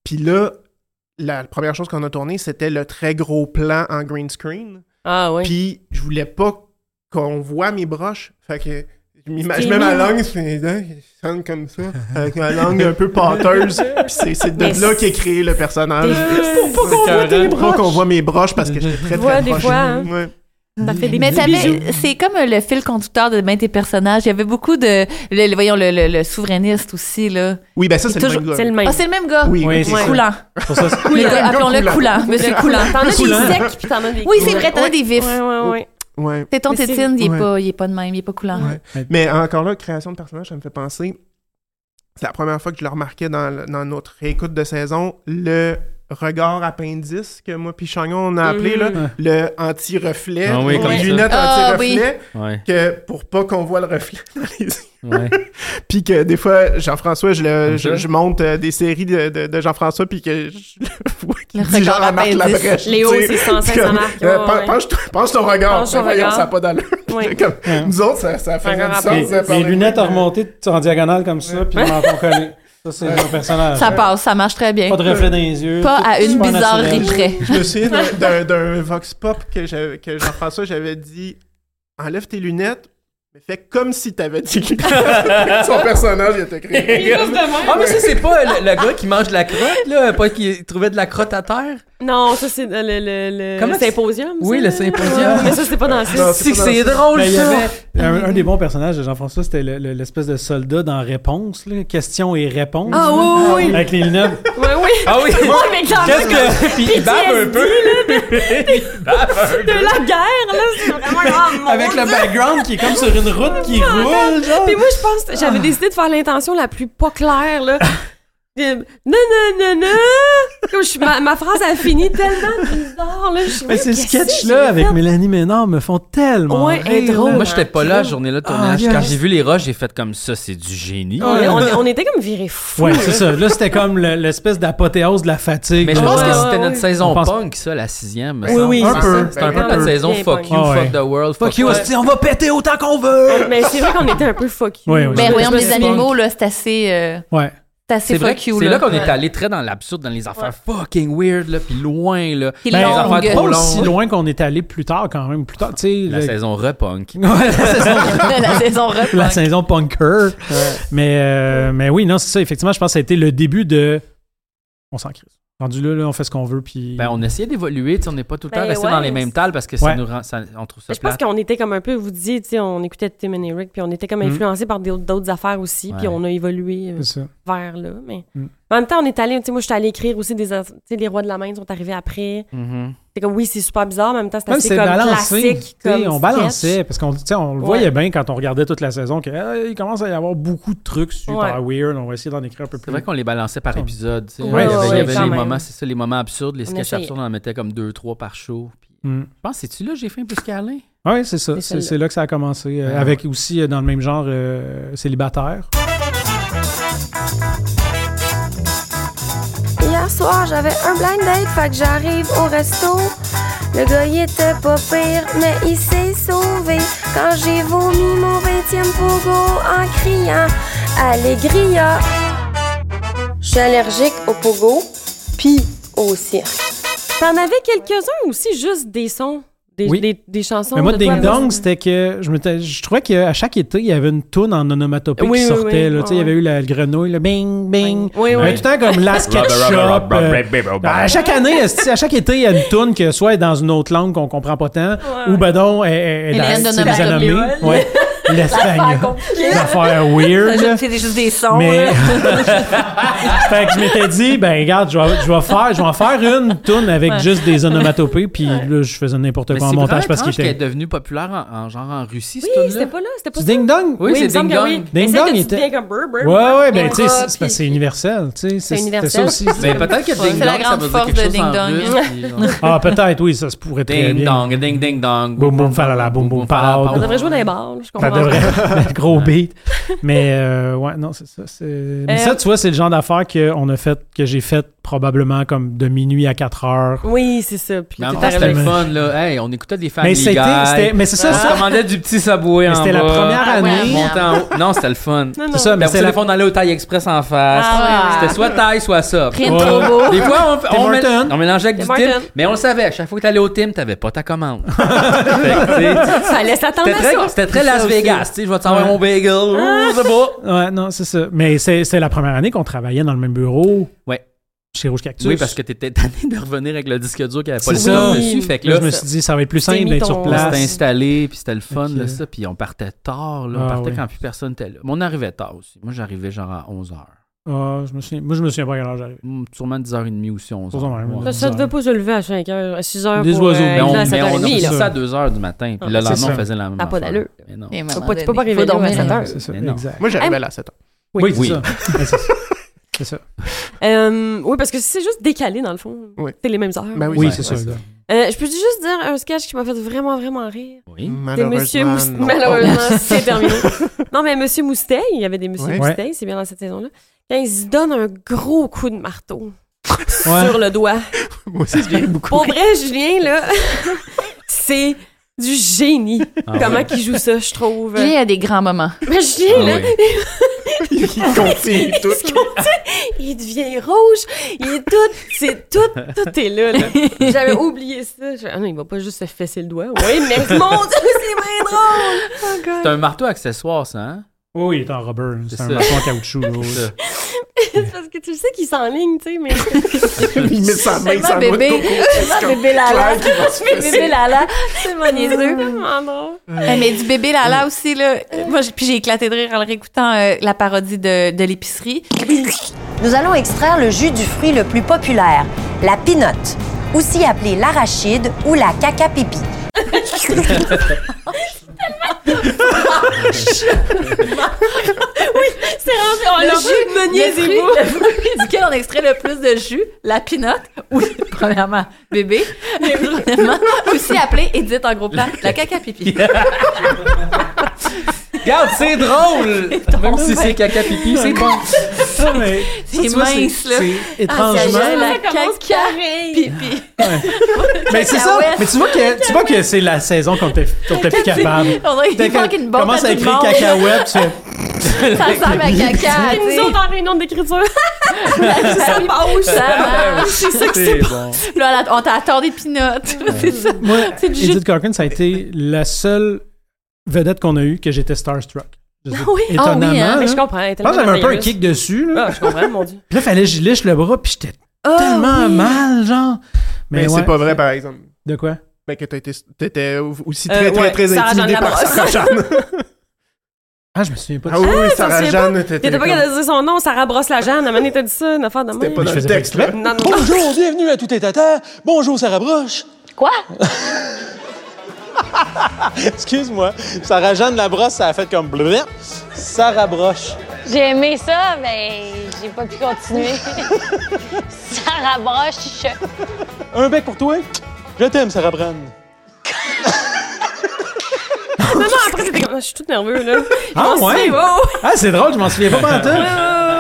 Puis là, la première chose qu'on a tournée, c'était le très gros plan en green screen.
Ah oui.
Puis je voulais pas qu'on voit mes broches. Fait que je
C'est
m'imagine ma
mignon.
langue sur les dents, qui sonne comme ça, avec ma langue un peu pâteuse. Puis c'est, c'est de
Mais
là qu'est créé le personnage.
Pour
pas qu'on voit tes broches. Pas qu'on voit mes broches parce que j'étais très très
Ouais, des
proche.
fois, hein.
Ouais.
Ça fait des
Mais
petits bijoux.
t'avais, c'est comme euh, le fil conducteur de bien tes personnages. Il y avait beaucoup de, le- le- voyons, le, le- le souverainiste aussi, là.
Oui, ben ça, c'est
Toujours-
le même
C'est
gars.
le même.
Ah, c'est le même gars?
Oui,
Oui,
oui,
c'est
oui.
ça.
Coulant.
Pour ça, c'est-
Le gars,
gars
Appelons-le
coulant.
coulant, monsieur coulant.
T'en as
Coulant.
des secs, puis t'en as des
Oui, c'est vrai, t'en as
Ouais.
des vifs.
Ouais, ouais, ouais.
Ouais.
C'est ton
Mais c'est-
tétine, il est,
ouais.
pas, il est pas de même, il est pas coulant.
Ouais. Mais encore là, création de personnage, ça me fait penser. C'est la première fois que je le remarquais dans, le- dans notre réécoute de saison. Le regard appendice que moi puis Chagnon on a appelé, là,
Mhm.
le anti-reflet,
Ah oui,
les
comme ça.
lunettes
Ah
anti-reflet,
Ouais.
que pour pas qu'on voit le reflet dans les yeux.
Ouais.
Puis que des fois, Jean-François, je, le-
Comme ça.
je, je monte euh, des séries de, de- de Jean-François, puis que je le vois qui
Le
dit genre
regard
à Marc
appendice.
Labrèche.
Léo,
tu sais.
c'est censé
C'est
ça
comme,
marque.
euh,
ouais,
pen-
ouais.
Penche, penche ton regard.
Penche ton
Ben voyons,
regard.
ça n'a pas d'allure. Puis
Ouais.
comme, Nous autres, ça, ça faisait
Regard
du
appendice.
sens.
Les-
de
Les
parler.
lunettes à remonter tu- en diagonale comme ça, puis le menton collé. Ça, c'est mon personnage.
Ça passe, ça marche très bien.
Pas de reflet dans les yeux.
Pas
tout
à une
super
bizarrerie
naturel.
près.
Je me souviens d'un- d'un- d'un vox pop que, j'avais- que Jean-François, j'avais dit enlève tes lunettes, mais fais comme si t'avais dit que son personnage il était créé.
Ah, mais ça, c'est pas le, le gars qui mange de la crotte, là, pas qui trouvait de la crotte à terre.
Non, ça, c'est le, le, le, le
Comment tu-
symposium.
Oui,
ça,
le
là.
symposium.
Ouais, Mais ça, c'est pas dans le film.
Non,
Si,
pas dans
c'est
ça.
drôle,
Mais il y
ça.
avait un, un des bons personnages de Jean-François, c'était le- le- l'espèce de soldat dans Réponse, là, question et réponse.
Ah oui, oui, oui.
Avec les lunettes.
Ouais, oui.
Ah oui,
Ouais, mais quand
Qu'est-ce
même,
que. Puis il bave un peu.
comme de la guerre, là, c'est vraiment grave. mon
Avec le
Dieu.
background qui est comme sur une route qui roule, genre.
Puis moi, je pense, j'avais décidé de faire l'intention la plus pas claire, là. Non, non, non, non! Comme je suis- ma, ma phrase a fini tellement bizarre, là. Je suis,
Mais
oui,
ces
qu'est-ce que
sketchs-là
j'ai
avec
fait?
Mélanie Ménard me font tellement.
Ouais, elle est
rire,
drôle.
là.
Moi, j'étais pas là, la journée-là de tournage.
Ah, yes. Ah,
Quand j'ai vu les roches, j'ai fait comme ça, c'est du génie.
On, on- on était comme virés fous.
Ouais,
là.
c'est ça. Là, c'était comme le- l'espèce d'apothéose de la fatigue.
Mais je pense que c'était notre
Ah, On
saison
pense-
punk, ça, la sixième.
Oui, oui,
c'est
Un peu.
C'était un peu
Ben,
notre
oui.
saison
Bien
fuck
punk.
you,
Ah ouais.
fuck the world.
Fuck you, hostie, on va péter autant qu'on veut!
Mais c'est vrai qu'on était un peu Ben, fuck.
Oui, oui.
Mais
Je-
Ben, voyons,
je me
les
suis
animaux, là, c'est assez. euh,
Ouais.
C'est assez
C'est vrai
fuck
que
you,
c'est là qu'on est
Ouais.
allé très dans l'absurde, dans les affaires fucking weird, là, puis loin, là.
Puis
les
Ben,
affaires
pas
trop longues.
aussi loin qu'on est allé plus tard, quand même. Plus tard, tu sais.
La
le-
saison repunk.
Ouais, la saison
La saison repunk.
La saison punker. Mais, euh, mais oui, non, c'est ça. Effectivement, je pense que ça a été le début de. On s'en crise. Rendu là, là, on fait ce qu'on veut, puis.
Ben, on essayait d'évoluer, tu sais, on n'est pas tout le temps
Ben
resté
ouais,
dans les mêmes tales parce que ça
Ouais.
nous rend, ça- on trouve ça
Mais Je pense
plate.
qu'on était comme un peu, vous dites, tu sais, on écoutait Tim and Eric, puis on était comme
Mm.
influencés par des- d'autres affaires aussi, puis
Ouais.
on a évolué euh,
C'est ça.
vers là. Mais
Mm.
en même temps, on est allé, tu sais, moi, je suis allée écrire aussi des. ass- Tu sais, les rois de la main sont arrivés après.
Mhm.
C'est comme, oui, c'est super bizarre, mais en même temps, c'est
Même
assez
Mm. c'est
comme
balancé.
classique.
tu sais,
comme
on
sketch.
balançait parce qu'on tu sais, on le
Ouais.
voyait bien quand on regardait toute la saison qu'il commence à y avoir beaucoup de trucs super weird. On va essayer d'en écrire un peu plus.
C'est vrai qu'on les balançait par épisode. tu sais.
Ouais,
il y avait, il y
ouais,
avait
quand
les
même.
moments, c'est ça, les moments absurdes, les
On
sketchs
essayait.
absurdes, on en mettait comme deux, trois par show. Puis,
Mm.
Je pense, c'est-tu là, j'ai fait un plus qu'Alain?
Oui, c'est ça. C'est
C'est celle-là.
c'est là que ça a commencé. euh,
Ouais.
avec aussi, euh, dans le même genre, euh, célibataire.
Hier soir, j'avais un blind date, fait que j'arrive au resto. Le gars, il était pas pire, mais il s'est sauvé. Quand j'ai vomi mon 20e pogo en criant Allégria. Je suis allergique au pogo, puis au cirque.
T'en avais quelques-uns aussi, juste des sons, des,
Oui.
des- des chansons.
Mais moi,
de toi,
Ding Dong,
vas-y.
c'était que je, m'étais- je trouvais qu'à chaque été, il y avait une toune en onomatopée
Oui,
qui
oui,
sortait.
oui.
là. Tu sais, Il y avait eu la, le grenouille, le bing, bing.
Oui,
Il y avait
oui.
Tout le temps comme la sketch shop. euh, à chaque année, esti, à chaque été, il y a une toune que soit est dans une autre langue qu'on comprend pas tant, ou ben non, elle- elle-
Elle est
elle- c'est des
onomatopée.
anommées. Ouais. L'espagnol.
compliquée.
L'affaire weird.
Ça, C'est des- juste des
Ah
sons.
Mais-
là.
fait que je m'étais dit, ben regarde, je vais, je vais faire, je vais en faire une toune avec
Ouais.
juste des onomatopées, puis là, je faisais n'importe
Mais
quoi en
c'est
montage
vraiment
parce qu'il
étrange qu'elle est
était.
devenue populaire en, en- genre en Russie,
Oui,
ce tune-là.
c'était pas là, c'était pas
Du
ça.
Ding Dong?
Oui, c'est
il me semble
Ding
que
Dong.
oui.
Ding
Mais
Dong
celle que tu
était-
deviens comme brr, brr,
Ouais, ouais,
brr,
ben tu sais, c'est
brr,
c'est
puis-
parce que c'est universel, tu sais.
C'est
c'était
universel.
ça aussi.
Mais peut-être que
C'est
Ding
la
Dong, ça
grande
veut dire
force
quelque
de
chose
Ding
en
Dong.
russe, puis genre-
Ah, peut-être, oui, ça se pourrait très
Ding
bien.
dong, ding ding dong.
Boum, boum, falala, boum, boum, pow.
On devrait jouer dans les bars, là, je
Ça
comprends.
devrait gros beat. Mais euh, ouais, non, c'est ça. c'est-
Euh,
Mais ça, tu vois, c'est le genre d'affaires que on a fait, que j'ai fait probablement comme de minuit à 4 heures.
Oui, c'est ça. Puis
Mais en
t'es
même temps, c'était le
arrivé.
fun, là. Hey, on écoutait des Family
Mais c'était- c'était-
Guy.
mais c'est ça,
On
ça.
se commandait du petit saboué
Mais
en
c'était la
bas.
première
Ah ouais,
année.
montait en haut. Non, c'était le fun.
non.
C'est ça, mais
mais
c'est
c'est
la-
la fois, on allait au Taille Express en face.
Ah.
C'était soit Taille, soit ça.
Rien de trop beau.
Des fois,
Tim
on, on, met-
Hortons.
on mélangeait avec
Tim
du Tim,
Hortons.
mais on le savait. À chaque fois que t'allais au Tim, t'avais pas ta commande. Fait que, tu sais,
Ça laisse attendre
c'était
à
très,
ça.
c'était très
Ça
Las
aussi. Ah,
Vegas. Tu sais, je vais te servir
Ouais.
mon bagel. Oh, C'est beau.
Ouais, non, c'est ça. Mais c'est c'est la première année qu'on travaillait dans le même bureau.
Ouais.
Chez Rouge Cactus.
Oui, parce que t'étais tanné de revenir avec le disque dur qui avait pas
c'est
le
ça.
son dessus. Fait que
Là,
là,
je me suis dit, ça va être plus
Tu t'es
simple
mis
d'être
ton-
sur
On s'était
place.
installé, puis c'était le fun,
Ok.
là, ça. Puis on partait tard, là.
Ah,
on partait
oui.
quand plus personne était là. Mais on arrivait tard aussi. Moi, j'arrivais genre à 11h.
Ah, je me souviens- moi, je me souviens pas à quelle heure j'arrivais.
Mm, Sûrement 10h30 aussi, 11h.
Pas vraiment.
Ça, ça devait pas se lever à 5 h à 6 h
Des
pour,
oiseaux.
euh,
Mais Ben, on,
là, à
mais
7
on
h 30,
finissait
là.
ça à 2h du matin. Puis le
C'est
lendemain,
ça.
on faisait la même
Ça a pas
affaire.
d'allure.
Mais non.
Mais à un
Tu peux
moment
pas- tu peux pas
donné,
arriver
faut
là à
dormir.
7 heures.
C'est ça,
Mais non.
exact.
Moi, j'arrivais
Hey.
là à 7 heures.
Oui, c'est
Oui.
ça. Ouais, c'est ça. C'est ça.
Euh, oui, parce que c'est juste décalé, dans le fond.
Oui.
C'est les mêmes heures.
Ben oui,
Oui,
ouais,
c'est
ouais,
ça.
c'est
exact.
Euh, je peux juste dire un sketch qui m'a fait vraiment, vraiment rire.
Oui.
C'est
Malheureusement,
Monsieur Mous-
non.
Malheureusement, c'est terminé. Non, mais Monsieur Mousteil, il y avait des Monsieur
Ouais.
Mousteil, c'est bien dans cette saison-là. Quand il se donne un gros coup de marteau
Ouais.
sur le doigt.
Moi aussi, je viens beaucoup.
Pour vrai, Julien, là, c'est du génie.
Ah
Comment
ouais.
qu'il joue ça, je trouve.
Julien a des grands moments.
Mais Julien,
Ah
là,
ouais.
Il continue tout.
il se contient, il devient rouge, il est tout, c'est tout, tout est là, là. J'avais oublié ça. Je- Ah non, il va pas juste se fesser le doigt. Oui, mais mon Dieu, c'est bien drôle! Oh God.
C'est un marteau accessoire, ça, hein?
Oui, oui, il est en rubber. là. C'est
C'est
un
ça.
marteau en caoutchouc. là.
Ça.
C'est parce que tu le sais qu'il s'enligne, tu sais, mais...
Il met sa main
Tellement
sur le
bébé.
moto.
Bébé Lala,
Claire qui va se
Bébé
fesser.
Lala. C'est mon
c'est
niaiseux.
tellement drôle.
Eh, mais du bébé Lala aussi, là. euh, Moi, j'ai- puis j'ai éclaté de rire en le réécoutant euh, la parodie de, de l'épicerie.
Nous allons extraire le jus du fruit le plus populaire, la pinotte, aussi appelée l'arachide ou la caca-pipi.
Oui,
C'est rendu. On
Le jus de meunier, c'est beau.
Oh, Le fruit duquel on extrait le plus de jus, la pinotte, ou premièrement bébé, premièrement, aussi appelée Edith en gros plan, la caca pipi.
Regarde, c'est drôle! Même si c'est caca pipi, c'est bon.
Ah,
C'est
Tu vois,
mince,
c'est-
là.
c'est étrangement-
Ah, c'est la
Ça commence
caca pipi.
Mais c'est ça. Mais tu vois que, tu vois que c'est la saison qu'on t'est qu'on t'est plus capable.
On dirait qu'il
T'es
manque
comme-
une bombe
Commence
à
à
tout le
écrire
monde.
cacahuète, tu fais-
Ça ressemble à caca.
Ils nous ont dans réunion d'écriture. ça marche.
Ça marche.
C'est ça qui
C'est
s'est
bon.
passé.
Là, on t'a attendu des pinottes. C'est ça. C'est du jus de
Edith Cochran, ça a été la seule vedette qu'on a eue que j'étais starstruck. Je sais-
Oui. Ah oui,
étonnamment.
hein, mais
là.
je comprends, elle est
Je pense que j'avais un peu un
merveilleuse.
kick dessus. Là.
Ah, je comprends, mon Dieu.
Puis là, fallait que je lèche le bras, puis j'étais tellement mal, genre. ouais,
Mais, c'est pas vrai, par exemple.
De quoi?
Mais que t'as été- t'étais aussi
Euh,
très, très,
ouais,
très
Sarah
intimidé
Jeanne
par
Labrosse.
Sarah Jeanne.
Ah, je me souviens pas.
Ah oui, oui,
Ah, t'en
Sarah
souviens
Jeanne,
pas?
t'étais
T'étais pas
comme-
capable de dire son nom, Sarah brosse la Jeanne. À un moment donné, t'as dit ça, une affaire de même.
pas dans le texte, là.
Non, non.
Bonjour, bienvenue à Tout est à terre. Bonjour, Sarah Broche. Quoi? Excuse-moi. Sarah Jeanne Labrosse, ça a fait comme bleu. Sarah Broche.
J'ai aimé ça, mais j'ai pas pu continuer. ça rabroche.
Un bec pour toi. Je t'aime, Sarah Brand.
Non, non, après, c'était comme, je suis toute nerveuse, là.
Ah,
Je m'en
ouais?
suis- wow.
Ah, c'est drôle, je m'en souviens pas pendant tout.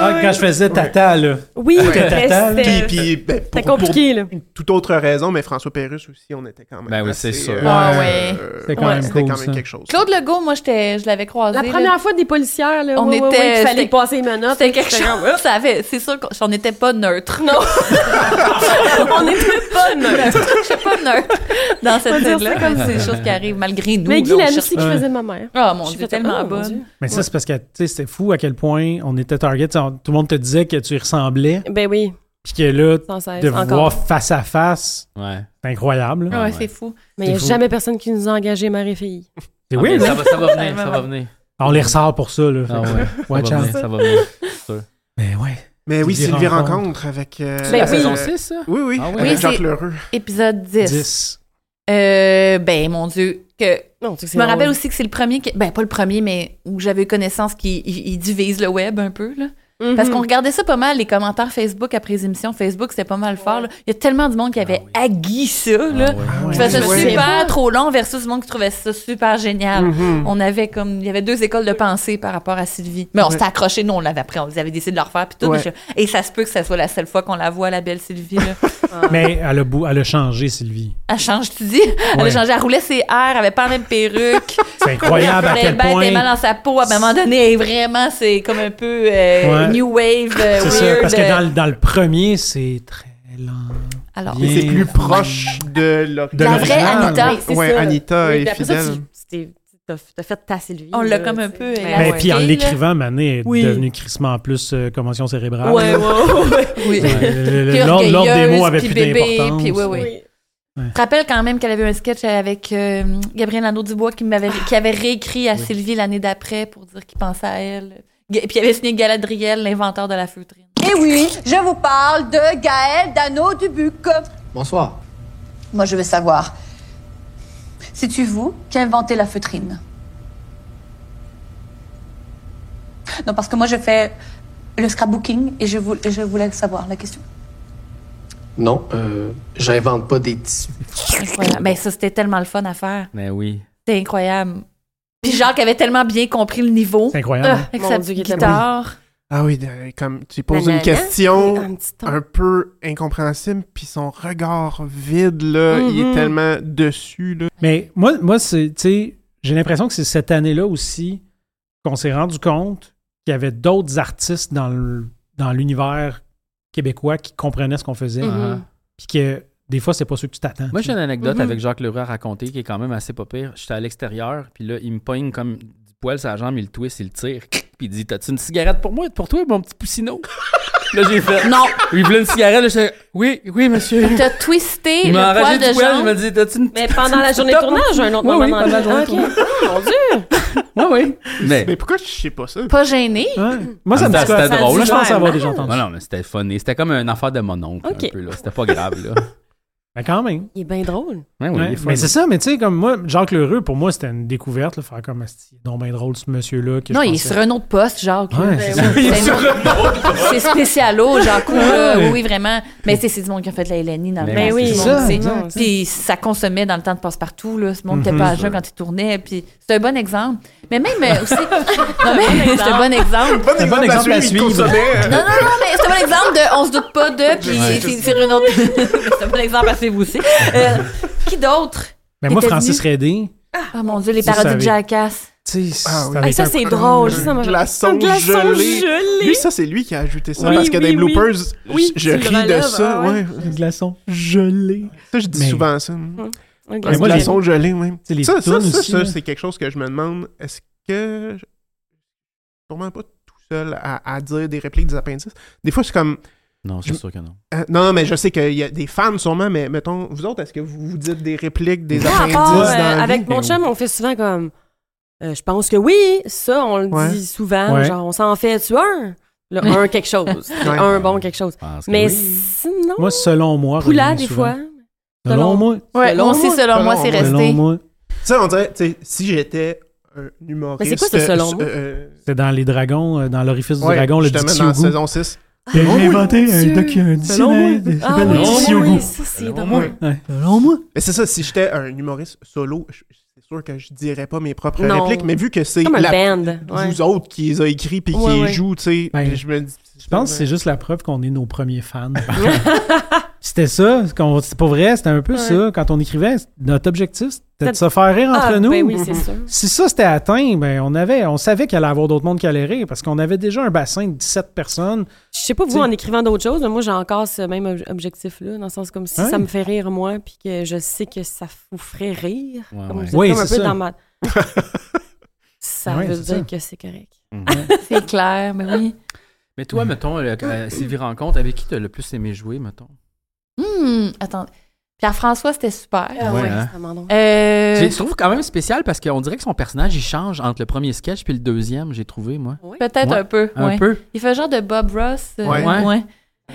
Ah, quand je faisais tata, là.
Oui,
Quand j'étais tata, là.
Puis, puis, ben, pour,
Euh, compliqué,
pour toute autre raison, mais François Pérus aussi, on était quand même.
Ben oui,
assez,
c'est sûr.
euh,
Ah
ouais.
euh,
C'était quand même
c'était
cool,
quand même
ça.
quelque chose.
Claude Legault, moi, j'étais- je l'avais croisé.
La
là.
première fois des policières, là.
On
ouais,
était-
ouais, ouais, qu'il fallait
c'était-
passer les menottes.
C'était quelque
J'étais comme,
chose. Ça avait- C'est sûr qu'on n'était pas neutre. Non.
On était pas neutre.
Je suis pas neutre dans
On va
cette
dire
scène-là.
ça
Comme
comme
c'est des
ça.
choses qui arrivent malgré nous.
Mais Guy,
là, on
la
cherche-
musique que je
Ouais.
faisais de ma mère.
Ah, mon
Je
Dieu,
fais comme,
tellement
oh, mon
bonne.
Dieu.
Mais ça, c'est parce que, tu sais, c'était fou à quel point on était target. T'sais, on- Tout le monde te disait que tu y ressemblais.
Ben oui.
Puis que là,
Sans cesse,
de vous
encore.
voir face à face, c'est incroyable. là.
Ouais, c'est fou. Mais il
C'est
n'y a
fou.
jamais personne qui nous a engagés, mère et fille.
C'est
Ah,
weird, hein?
mais ça, va, ça va venir, ça va venir.
On les ressort pour ça, là.
Ah ouais, ça va
Watch
venir,
out.
ça va venir, c'est sûr.
Mais ouais.
Mais oui, Sylvie rencontre, avec. euh,
Ben
euh,
oui. Saison
euh,
six, ça?
Oui, oui.
Ah oui. Oui,
Avec Jacques
c'est-
Lheureux.
Épisode 10.
10.
Euh, ben, mon Dieu. Que...
tu sais que
je me
c'est
rappelle
drôle.
aussi que c'est le premier, que- ben pas le premier, mais où j'avais eu connaissance qu'il il- il divise le web un peu. Là. Parce
Mhm.
qu'on regardait ça pas mal, les commentaires Facebook après les émissions. Facebook, c'était pas mal fort. là. Il y a tellement du monde qui avait
Ah
agui ça,
Ah,
là, qui faisait
Ouais.
super
Ouais.
trop long versus du monde qui trouvait ça super génial.
Mm-hmm.
Mhm.
On avait comme, il y avait deux écoles de pensée par rapport à Sylvie. Mais on
Ouais.
s'était accrochés, nous, on l'avait appris, on avait décidé de le refaire, puis tout.
Ouais.
mais je- Et ça se peut que ça soit la seule fois qu'on la voit, la belle Sylvie, là.
Mais elle a, bou- elle a changé, Sylvie.
Elle change, tu dis? Elle a
Ouais.
changé. Elle roulait ses airs, elle avait pas la même perruque.
C'est incroyable à
Elle
quel
était belle,
point.
Elle était mal dans sa peau. À un moment donné, elle est vraiment, c'est comme un peu euh,
Ouais.
new wave, euh,
C'est
weird.
ça, parce que
euh,
dans, le- dans le premier, c'est très lent.
Alors,
Bien.
Et c'est plus proche de l'or-
De la vraie
l'original.
Anita.
Oui, c'est
Ouais,
ça.
Anita
Oui,
est
puis après ça,
fidèle.
tu- c'était- T'as t'as fait ta Sylvie.
On l'a
là,
comme un
tu sais.
peu élaboré,
Mais Ben, puis en
Ah là.
l'écrivant, Mané est
Oui.
devenue crissement plus euh, conmotion cérébrale.
Ouais, ouais,
Oui.
Le- le-
Puis
L'ordre l'ordre des
orgueilleuse,
mots avait
puis
plus
bébé,
d'importance.
puis oui, oui. Je te rappelle quand même qu'elle avait eu un sketch avec euh, Gabriel Nadeau-Dubois qui, m'avait- qui avait réécrit à
Oui.
Sylvie l'année d'après pour dire qu'il pensait à elle. Ga- Puis il avait signé Galadriel, l'inventeur de la feutrine.
Et Eh oui, je vous parle de Gaël Dano Dubuc.
Bonsoir.
Moi, je veux savoir. C'est-tu vous qui a inventé la feutrine Non, parce que moi, je fais le scrapbooking et je, vou- je voulais savoir la question.
Non, euh, j'invente pas des tissus.
Incroyable. Ben ça, c'était tellement le fun à faire.
Ben oui.
C'était incroyable. Puis Jacques avait tellement bien compris le niveau. Ah,
C'est incroyable.
avec
Mon
sa
Dieu,
petite
qu'il était bon.
guitare.
Ah oui, de- comme tu poses
Mais
une
là,
question
un petit temps.
un peu incompréhensible, puis son regard vide, là, il est
Mhm.
tellement dessus, là.
Mais moi, moi c'est, tu sais, j'ai l'impression que c'est cette année-là aussi qu'on s'est rendu compte qu'il y avait d'autres artistes dans, le- dans l'univers québécois qui comprenaient ce qu'on faisait.
Mm-hmm.
hein.
Mhm.
Puis que des fois, c'est pas ceux que tu t'attends.
Moi, j'ai une anecdote
Mhm.
avec Jacques Leroux à raconter qui est quand même assez pas pire. J'étais à l'extérieur, puis là, il me pogne comme du poil sa jambe, il le twist, il le tire, puis il dit T'as-tu une cigarette pour moi, pour toi, mon petit poussino Puis Là, j'ai fait
Non
Il voulait une cigarette, là, j'étais Oui, oui, monsieur.
T'as twisté
Il
le
m'a
poil
arraché
de
du poil,
jambe.
il m'a dit T'as-tu une.
Mais pendant la journée de
Top.
tournage, un autre
Oui,
moment
oui,
dans
pendant la
la-
journée de
Ah, ok.
tournage.
Ah, Mon Dieu!
Oui, oui. Mais.
Mais pourquoi je sais pas ça?
Pas gêné.
Moi, ça me dit
C'était
quoi?
Ah, c'était
Ça me
drôle.
dit
là.
je pense avoir déjà entendu.
Non, non, mais c'était funny. C'était comme une affaire de mon oncle,
Ok.
un peu, là. C'était pas grave, là.
Ben, quand même.
Il est bien drôle.
Ouais, oui, il est fun.
mais c'est ça, mais tu sais, comme moi, Jacques Lheureux, pour moi, c'était une découverte, là, faire comme, Asti, donc bien drôle, ce monsieur-là. que
Non,
je
il est
pensais-
sur un autre poste, Jacques. là.
Ouais, c'est ça. Il est
C'est
sur
un autre- C'est spécialo, Jacques. là.
Ouais.
Oui, vraiment. Mais tu sais, c'est du monde qui a fait de la LNI dans le
Ben
temps.
oui,
c'est du
c'est
monde,
ça,
tu sais.
exact.
Puis ça consommait dans le temps de passe-partout. Là. Ce monde n'était
Mhm.
pas à jeun quand il tournait. Puis c'est un bon exemple. Mais même euh, aussi. Non, mais c'est un bon exemple.
C'est un bon exemple à suivre.
Non, non, non, mais c'est un bon exemple de on se doute pas de, puis
Ouais.
c'est- c'est une autre. c'est un bon exemple à suivre aussi. Euh, qui d'autre?
Mais moi,
était
Francis
venu?
Redé,
Ah mon Dieu, les
Ça, ça
parodies de
avait-
Jackass.
tu sais,
Ah oui.
avec
ça,
un-
c'est drôle. Ça, moi, je- Un
glaçon
glaçon
gelé.
gelé.
Lui, ça, c'est lui qui a ajouté ça.
Oui,
parce que
oui,
des
oui.
bloopers,
Oui,
je je
tu le
ris de
relèves,
hein,
ça.
ah
Ouais.
ouais. Un glaçon gelé.
Ça, je dis
Mais-
souvent ça.
Un
Un
glaçon
glaçon
gelé.
gelé, même.
C'est les
Ça, ça,
tounes
ça,
aussi,
ça,
là.
c'est quelque chose que je me demande. Est-ce que. Je suis sûrement pas tout seul à, à dire des répliques des appendices. Des fois, c'est comme.
Non,
Je-
c'est sûr que non.
Euh, non, non, mais je sais qu'il y a des fans sûrement, mais mettons, vous autres, est-ce que vous vous dites des répliques, des
Moi, à
appendices
part,
dans
euh,
la vie?
avec mon chum, on fait souvent comme. euh, je pense que oui, ça, on le
Ouais.
dit souvent.
Ouais.
Genre, on s'en fait tu un. Le un quelque chose. Le
Ouais.
Un bon quelque chose.
que
Mais
oui.
sinon.
Moi, selon moi.
Poula,
revient
des
souvent.
fois.
Selon
Selon-
moi.
Ouais, Selon moi aussi, moi. selon moi, c'est
Selon
resté.
moi.
Tu sais, on dirait, tu sais, si j'étais un humoriste.
Mais c'est quoi ce selon
euh,
moi?
euh,
C'est dans les dragons, euh, dans l'orifice
ouais,
du dragon, le
justement,
petit
dans
Hugo.
saison Oh 6.
J'ai
Selon moi,
inventé un
monsieur.
docu- un
Selon
dictionnaire
moi.
qui
Ah
s'appelle
oui,
le petit
oui,
Hugo.
ça, c'est
Selon
drôle.
moi.
Ouais. Selon moi.
Mais c'est ça, si j'étais un humoriste solo, je- c'est sûr que je dirais pas mes propres
Non.
répliques, mais vu que c'est
Comme un band,
vous autres qui les a écrits puis qui
Ouais,
les
ouais.
jouent, tu sais,
Ben,
je me dis.
Je pense que c'est juste la preuve qu'on est nos premiers fans. c'était ça. ce qu'on- C'est pas vrai, c'était un peu
Ouais.
ça. Quand on écrivait, notre objectif, c'était de
Ça-
se faire rire entre
Ah,
nous.
ben oui, c'est sûr.
Si ça c'était atteint, ben on avait, on savait qu'il allait y avoir d'autres mondes qui allaient rire parce qu'on avait déjà un bassin de 17 personnes.
Je sais pas vous,
T'sais-
en écrivant d'autres choses, mais moi, j'ai encore ce même ob- objectif-là, dans le sens comme si
Ouais.
ça me fait rire, moi, puis que je sais que ça vous ferait rire.
Ouais,
comme
Ah ouais.
vous êtes
Oui,
comme un
c'est
peu
ça.
dans ma... ça
Ouais,
veut
c'est
dire
ça.
que c'est correct.
C'est clair, mais oui.
Mhm. Mais toi, mettons, le- euh, Sylvie Rencontre, avec qui t'as le plus aimé jouer, mettons?
Hmm, attends. Pierre-François, c'était super.
Ah ouais, Ouais, hein? c'est
vraiment drôle.
Euh,
Je le trouve quand même spécial parce qu'on dirait que son personnage, il change entre le premier sketch puis le deuxième, j'ai trouvé, moi.
Peut-être
Ouais,
un peu.
un
ouais.
peu.
Il fait genre de Bob Ross. euh,
Ouais.
ouais.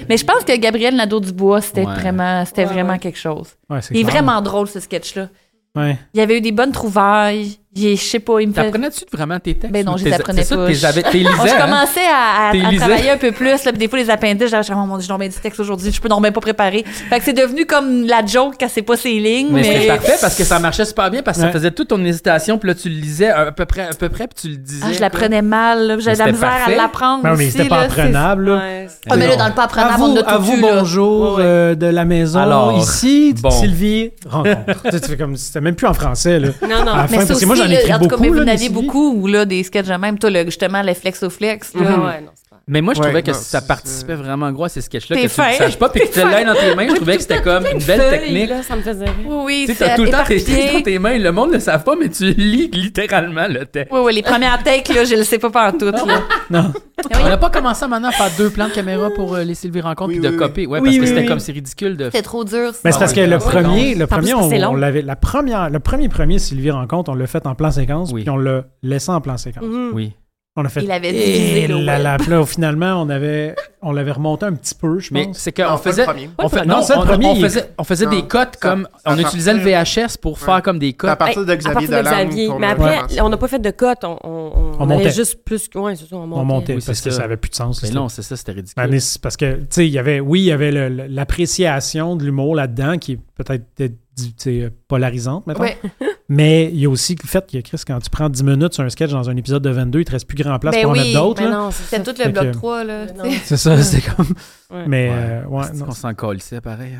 Mais je pense que Gabriel Nadeau-Dubois, c'était
Ouais.
vraiment, c'était vraiment quelque chose.
Ouais, c'est
il est
clair.
vraiment drôle, ce sketch-là.
Ouais.
Il y avait eu des bonnes trouvailles. Il est, je sais pas, il me fait...
T'apprenais-tu vraiment tes textes?
Ben non,
ou
je
t'es-
les apprenais
c'est ça,
pas.
t'es- j'avais- t'es lisais,
Moi, je
hein?
commençais à, à-
T'es
à
lisais.
travailler un peu plus. Là, puis des fois, les appendices, j'avais genre, oh mon dieu, j'ai tombé du texte aujourd'hui, je peux donc même pas préparer. Fait que c'est devenu comme la joke quand c'est pas ses lignes.
Mais
Mais, Ah,
c'était parfait parce que ça marchait super bien parce que
Ouais.
ça faisait toute ton hésitation puis là tu le lisais à peu près, à peu près puis tu le disais.
Ah, je l'apprenais mal, là, puis j'avais de la
Mais
misère
c'était parfait.
à l'apprendre.
Ben,
aussi,
mais c'était pas
là, c'est-
apprenable. là.
Ah, mais là, dans le pas apprenable,
À vous-
on a tout
à vous,
eu, là.
bonjour euh, de la maison.
Alors,
ici,
bon.
Sylvie rencontre. tu sais, tu fais comme c'était même plus en français là.
Non, non,
À la fin,
mais ça
parce
aussi,
que moi j'en ai
là,
écrit
en tout
beaucoup.
cas, mais vous
là,
en
des
aviez beaucoup, ou là, des sketchs de même. Toi, là, justement, les flex au flex.
Mm-hmm.
là.
Ah ouais,
hum.
non, c'est pas-
Mais moi je
Ouais,
trouvais que
non,
ça participait vraiment gros à ces sketchs-là que
T'es
tu
fin.
ne saches pas puis que tu
T'es
l'aies
fin.
dans tes mains. Je
Oui,
trouvais que c'était comme une belle
Feuille,
technique.
là, ça me faisait rire.
Oui,
Tu sais,
oui,
t'as tout le temps tes
éparpillé.
textes dans tes mains, le monde ne le savent pas, mais tu lis littéralement le texte.
Oui, oui, les premières takes, là, je le sais pas pantoute. là.
On n'a pas commencé maintenant à faire deux plans de caméra pour euh, les Sylvie Rencontre puis de copier. Ouais,
Oui,
parce que
oui,
c'était
oui.
comme c'est ridicule de.
C'était trop dur.
Mais c'est
Ah,
parce que
ouais,
le
c'est
premier,
long.
le
En plus,
premier,
c'est
on,
long.
on l'avait, la première, le premier premier Sylvie rencontre, on l'a fait en plan séquence, puis on l'a laissé en plan séquence.
Mhm.
Oui.
On a fait.
Il avait divisé
Eh
le
là
web.
là, puis là, finalement, on avait, on l'avait remonté un petit peu, je
Mais
pense.
c'est qu'on faisait. On fait-
non,
non,
ça, le
on-
premier,
on
il-
faisait, on faisait des cotes comme. On utilisait le VHS pour faire comme des cotes.
à partir de Xavier
partir de
Dolan
Xavier.
qu'on
Mais
a
après,
commencé.
on n'a pas fait de cote. On, on,
On
on avait
montait.
juste plus. Ouais, c'est ça, on montait.
On montait
Oui,
parce
c'est
que
ça.
ça avait plus de sens.
Mais
c'était-
non, c'est ça, c'était ridicule.
Ben, mais c'est parce que, tu sais, il y avait, oui, il y avait le- le- l'appréciation de l'humour là-dedans qui est peut-être euh, dit- tu sais, euh, polarisante, mettons.
Ouais.
Mais il y a aussi le fait que, Chris, quand tu prends 10 minutes sur un sketch dans un épisode de 22, il te reste plus grand place
Ben
pour en
oui,
mettre d'autres.
mais
là.
non, c'est
Fait
tout le
que-
bloc 3, là. tu sais.
C'est ça, c'est comme.
Ouais.
Mais, euh, ouais,
C'est-tu
non.
qu'on s'en colissait pareil.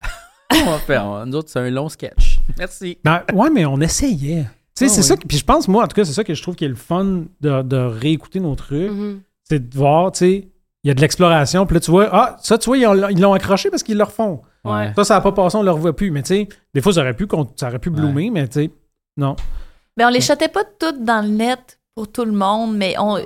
on va faire. on- Nous autres, c'est un long sketch. Merci.
Ben, ouais, mais on essayait. Tu sais,
Ah
c'est
oui.
ça. que- Puis je pense, moi, en tout cas, c'est ça que je trouve qui est le fun de, de réécouter nos trucs.
Mm.
Mhm.
C'est de voir, tu sais, il y a de l'exploration. Puis là, tu vois, ah, ça, tu vois, ils ont- ils l'ont accroché parce qu'ils le refont.
Ouais.
Ça, ça n'a pas passé, on ne le revoit plus. Mais tu sais, des fois, ça aurait pu, qu'on- ça aurait pu bloomer, mais tu sais, non.
Ben, on les chatait pas toutes dans le net pour tout le monde, mais on. Tu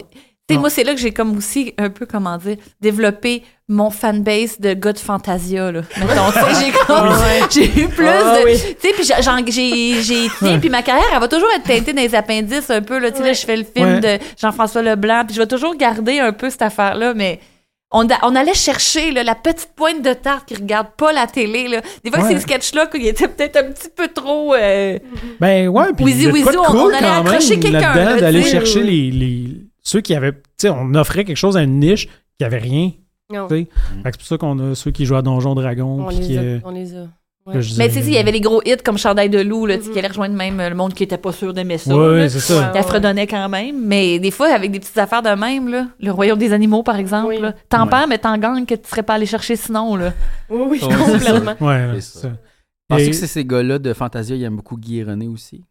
sais, moi, c'est là que j'ai comme aussi un peu, comment dire, développé mon fanbase de gars de Fantasia, là. Mettons, tu sais, j'ai comme- j'ai eu plus
Ah
de.
oui.
Tu sais, puis j'ai- j'en- j'ai j'ai été, puis ma carrière, elle va toujours être teintée dans les appendices un peu, là. Tu sais, là, je fais le film
Ouais.
de Jean-François Leblanc, puis je vais toujours garder un peu cette affaire-là, mais On, a- on allait chercher là, la petite pointe de tarte qui regarde pas la télé. Là. Des fois,
Ouais.
ces sketchs-là qui étaient peut-être un petit peu trop. euh,
Ben ouais, puis
Wheezy
il y a de
Wheezy,
quoi de
on- on
cool
allait
quand
accrocher
même
quelqu'un,
là-dedans,
là,
d'aller
tu sais.
chercher les, les- ceux qui avaient... Tu sais, on offrait quelque chose à une niche qui avait rien. tu
Non.
sais. Fait que c'est pour ça qu'on a ceux qui jouent à Donjon Dragon.
On
puis
les
qui,
a.
euh,
On les a.
que je
Mais tu
disais-
sais, il y avait les gros hits comme Chandail de loup là, tu sais, qui allait rejoindre même euh, le monde qui était pas sûr d'aimer ça.
Ouais,
là.
c'est ça.
Elle fredonnait quand même. Mais des fois, avec des petites affaires de même, là, le royaume des animaux, par exemple, là, t'en
Ouais.
perds, mais t'en gagnes que tu serais pas allé chercher sinon. Là.
Oui,
Oh,
Ouais, c'est
complètement.
ça.
euh, Ouais,
C'est
c'est
ça.
ça.
Pensez
Et-
que c'est ces gars-là de Fantasia, ils aiment beaucoup Guy René aussi.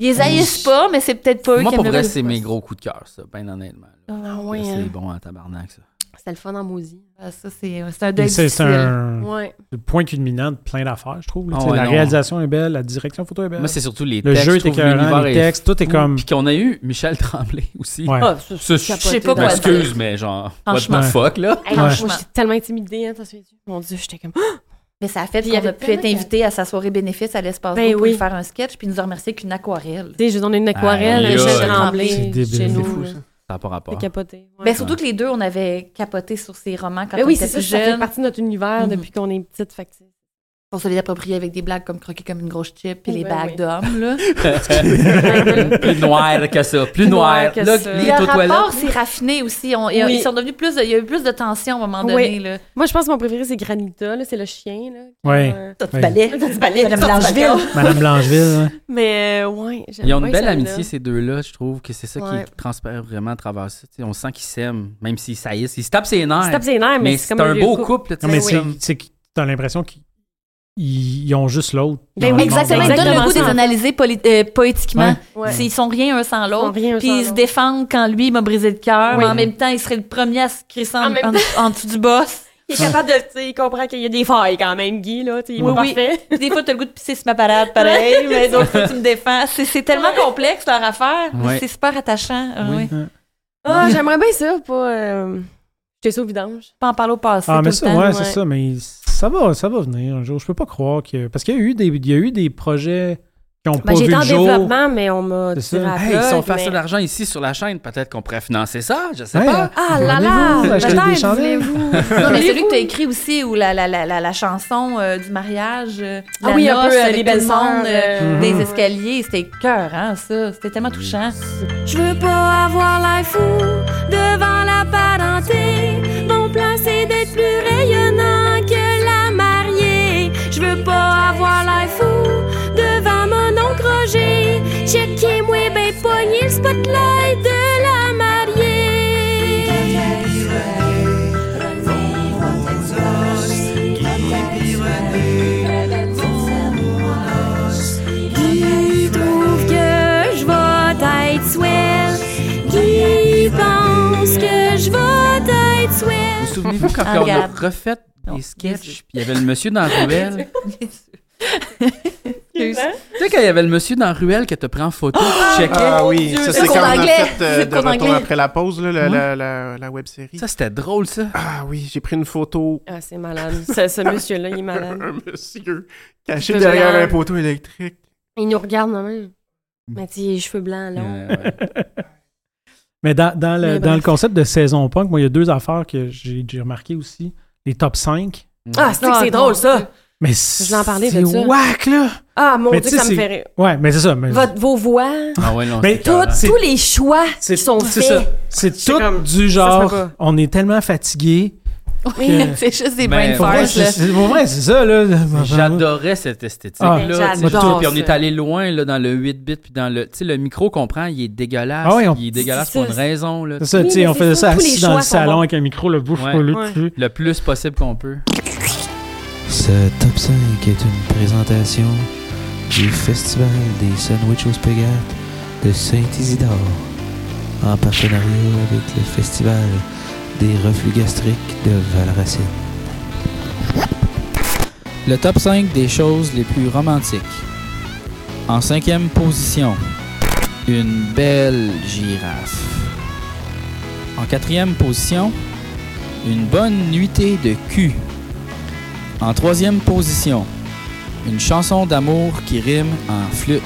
Ils les haïssent pas, mais c'est peut-être pas eux
Moi,
qui
pour
aiment le
vrai,
rugby.
c'est mes gros coups de cœur, ça, ben honnêtement. là.
Ah oui,
C'est
hein.
bon en tabarnak, ça.
C'était le fun en Mousie.
Ah, ça, c'est c'est un
Mais
deuil
C'est c'est un
Ouais.
le point culminant de plein d'affaires, je trouve. là,
Ah
tu sais,
ouais,
la
non.
réalisation est belle, la direction photo est belle.
Moi, c'est surtout les
Le
textes.
jeu
je
est
trouve,
écœurant,
l'univers
les
est
textes, tout est
fou.
comme...
Puis qu'on a eu Michel Tremblay aussi.
Ouais.
Ah, ça,
Ça,
c'est
je-
capoté. Je sais pas
quoi
Excuse,
dire.
mais genre, what
Franchement.
the fuck, là?
Hey, moi, je suis tellement intimidée, hein, t'as su- Mon Dieu, j'étais comme.
Mais ça a fait
Puis il y
qu'on a
avait
pu être
tellement de-
invité à sa soirée bénéfice à l'espace
Ben
Go pour
oui.
lui faire un sketch puis nous a remercié qu'une aquarelle.
Tu sais, je donne une aquarelle,
Aïe,
un
aïe.
chef
C'est
tremblé
débile.
chez
C'est
nous.
fou,
là.
ça.
Ça n'a pas rapport.
C'est capoté. ouais.
Ben, surtout que les deux, on avait capoté sur ces romans quand
Ben
on
oui,
était
c'est ça,
plus
ça fait
jeunes.
partie de notre univers
Mhm.
depuis qu'on est petite. Fait que c'est-
On se les appropriait avec des blagues comme croquer comme une grosse chip puis les
Ben
bagues
oui.
d'hommes. là.
plus noir que ça. Plus noir.
noir que
Là,
ça.
les
Le rapport
toilettes.
s'est raffiné aussi. On- et-
Oui.
Ils sont devenus plus. de- il y a eu plus de tension à un moment donné.
Oui.
Là.
Moi, je pense que mon préféré, c'est Granita, là, c'est le chien. Là, qui,
Ouais.
euh,
Ouais.
Madame Blancheville.
Todd Ballet.
Madame Blancheville. hein.
Mais, euh, ouais. j'aime
Ils ont une
bien
belle
celle-là.
amitié, ces deux-là, je trouve que c'est ça
Ouais.
qui transpire vraiment à travers ça. Tu sais, on sent qu'ils s'aiment, même s'ils saillissent. Ils se tapent ses nerfs.
Ils se tapent ses nerfs, mais c'est
c'est
comme un
un
vieux
beau
couple.
couple. tu
Non, mais
sais,
c'est
comme-
c'est que t'as l'impression qu'ils ils- ils ont juste l'autre.
Ben
dans
oui,
le monde.
Exactement. Ils donnent le
Exactement
goût de les
ça.
analyser poli- euh, poétiquement.
Ouais.
Ils sont rien un sans l'autre.
rien un
Puis
sans
ils se
l'autre.
défendent quand lui m'a brisé le cœur.
Oui.
mais En même temps, il serait le premier à se crisser en,
En même
en- en dessous du boss.
Il est capable de. tu sais, Il comprend qu'il y a des failles quand même, Guy. Là, tu sais, il est
Oui,
pas
oui.
parfait.
Puis des fois, t'as le goût de pisser sur ma parade, pareil. mais donc, faut que tu me défends. C'est- C'est tellement complexe, leur affaire. mais
Ouais.
C'est super attachant. Ah, oui.
Ah, j'aimerais bien ça, pas. euh, J'étais au vidange.
Pas en parler au passé.
Ah,
tout
mais
le
ça,
temps.
ouais,
ouais.
c'est ça, mais ça va, ça va venir un jour. Je peux pas croire que. Parce qu'il y a eu des, il y a eu des projets qui ont
Ben,
pas vu
J'étais
le
en
jour.
développement, mais on m'a
C'est ça.
tiré à
Hey,
plug,
si on fasse
mais-
de l'argent ici sur la chaîne, peut-être qu'on pourrait financer ça, je sais
Hey,
pas.
Ah là
Venez-vous
là!
acheter hein. des
Peut-être,
chandelles?
voulez-vous?
Non, mais
Voulez-vous?
celui que tu as écrit aussi, ou la, la, la, la, la chanson euh, du mariage. euh,
Ah
la
oui, un
noce
peu, euh,
avec
les
tout le
belles
monde,
sœurs,
euh,
euh,
Des
mhm.
escaliers, c'était cœur, hein, ça. C'était tellement touchant.
Je veux pas avoir l'air fou devant la parenté. Mon plan c'est d'être plus rayonnant que la mariée. Je veux pas avoir l'air fou devant mon oncle Roger. Checkez-moi ben pogner le spotlight de la mariée. Qui trouve que je vais être swell? Qui pense que je vais être swell?
Vous souvenez-vous quand
Ah,
on a
regarde.
refait des sketchs, puis il y avait le monsieur dans la ruelle?
Excuse.
tu sais, quand il y avait le monsieur dans la ruelle qui te prend en photo, tu checkais.
Ah oui, ça c'est
cours
quand on a
d'anglais.
fait euh,
C'est le
de
cours
retour
d'anglais.
après la pause, là, la,
Ouais.
la, la- la web série.
Ça, c'était drôle, ça.
Ah oui, j'ai pris une photo.
Ah, c'est malade. Ce, ce monsieur-là, il est malade.
Un monsieur caché
Cheveux
derrière
blancs.
un poteau électrique.
Il nous regarde non même.
Mm.
Mais tu sais, les cheveux blancs, longs.
Euh, ouais.
Mais dans, dans le,
Mais
dans le
bref.
concept de saison punk, moi, il y a deux affaires que j'ai j'ai remarqué aussi. Les top 5.
Ah, c'est que c'est drôle, ça!
Mais
Je voulais en parler de ça.
C'est whack, là!
Ah, mon
Mais
Dieu,
tu sais,
ça me
c'est-
fait rire.
Ouais, mais c'est ça. Mais...
Votre, vos voix,
Ah ouais, non,
Mais
c'était
tout-
carré.
C'est-
tous les choix qui sont
c'est
faits.
ça. C'est tout
comme-
du
ça se
genre,
peut pas.
on est tellement fatigué.
Oui,
que-
c'est juste des
Ben,
brain
Pour vrai,
farts, là.
c'est c'est- pour vrai, c'est ça, là.
J'adorais cette
Ah,
esthétique-là. tu sais,
j'adore
Puis on est
ça.
allé loin là, dans le 8-bit, puis dans le. Tu sais, le micro qu'on prend, il est dégueulasse.
Ah ouais, on-
Il est dégueulasse
C'est
pour une
ça.
raison. Là,
C'est ça,
Oui,
tu sais,
mais
on
c'est
faisait
ça,
ça
tous les
assis dans
choix
le
sont
salon
bons.
avec un micro, le bouche
Ouais.
pas là,
Ouais.
tu sais.
Le plus possible qu'on peut.
Ce top 5 est une présentation du Festival des Sandwichs aux Spaghettes de Saint-Isidore en partenariat avec le Festival des reflux gastriques de Valracine.
Le top 5 des choses les plus romantiques. En cinquième position, une belle girafe. En quatrième position, une bonne nuitée de cul. En troisième position, une chanson d'amour qui rime en flûte.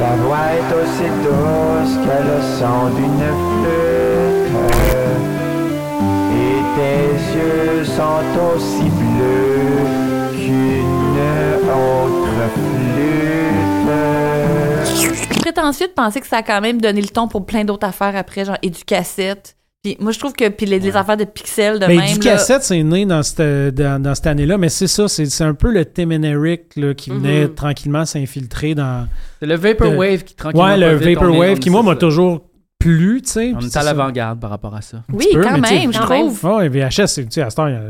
Ta voix est aussi douce que le son d'une flûte.
Tes yeux sont aussi bleus qu'une autre flûte.
C'est prétentieux de penser que ça a quand même donné le ton pour plein d'autres affaires après, genre éducassette. Puis moi, je trouve que puis les, les affaires de pixels de
Mais
même.
du
là-
cassette, c'est né dans cette, dans, dans cette année-là, mais c'est ça, c'est c'est un peu le Tim and Eric là,
Mm-hmm.
qui venait
Mhm.
tranquillement s'infiltrer dans.
C'est le Vaporwave qui, tranquillement,
Ouais, le
pas vite, on est-
Vaporwave
on
qui,
sait
moi, m'a
ça.
toujours plu, tu sais.
On
puis
est
c'est
à
ça.
l'avant-garde par rapport à ça.
Un
Oui,
petit peu,
quand
mais tu sais,
même, je trouve.
Ouais, VHS, c'est- tu sais, à cette heure, il y a-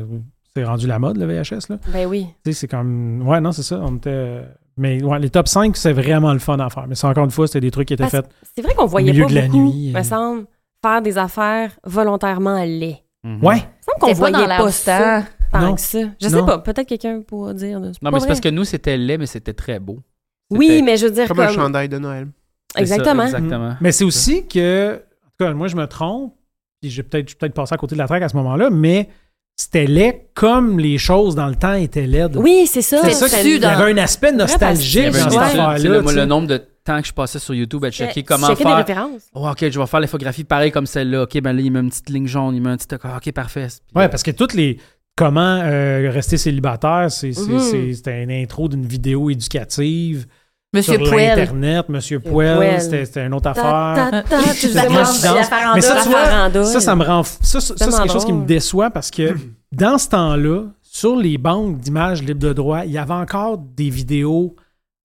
c'est rendu la mode, le VHS, là.
Ben oui.
Tu sais, c'est comme. Ouais, non, c'est ça. On était. euh, Mais ouais, les top 5, c'est vraiment le fun à faire. Mais c'est encore une fois, c'était des trucs qui étaient
Parce-
faits.
C'est vrai qu'on
au
voyait
milieu
pas
de la
beaucoup,
nuit. euh.
me semble, faire des affaires volontairement laides.
Mhm. Ouais.
Il me semble qu'on
C'était pas
voyait
dans
pas,
l'air du
ça
temps.
tant
Non.
que ça. Je sais
Non.
pas, peut-être quelqu'un pourra dire. là,
Non, mais
pas
c'est
vrai.
parce que nous, c'était laid, mais c'était très beau.
Oui, mais je veux dire
Comme un chandail de Noël.
C'est ça,
Exactement.
exactement.
Mais c'est aussi que, en tout cas, moi, je me trompe, puis j'ai peut-être peut passé à côté de la traque à ce moment-là, mais c'était laid comme les choses dans le temps étaient laides.
Oui, c'est ça.
C'est ça
C'était
qui- il y
dans-
avait un aspect
Vrai, parce-
nostalgique
Il y
dans
avait
cette
une étude, tu sais,
affaire-là.
le, moi,
tu sais.
le nombre de temps que je passais sur YouTube à
Checker-
checker comment
checker des
faire.
références.
Oh, OK, je vais faire l'infographie pareil comme celle-là. OK, ben là, il met une petite ligne jaune, il met un petit... Ah, OK, parfait.
Ouais, parce que toutes les. Comment euh, rester célibataire, c'est c'est-
Mhm.
c'est- c'était une intro d'une vidéo éducative.
Monsieur
sur
Poel.
Internet, Monsieur
Poel.
Poel, c'était c'était une autre
Ta-
affaire.
ta- ta- Ah, tu faisais
Moi,
la-
je danse.
la farandole.
Mais ça, tu vois,
La farandole.
ça, ça me rend. fou. Ça, ça, ça, c'est
Tellement
quelque chose qui
drôle.
me déçoit parce que dans ce temps-là, sur les banques d'images libres de droit, il y avait encore des vidéos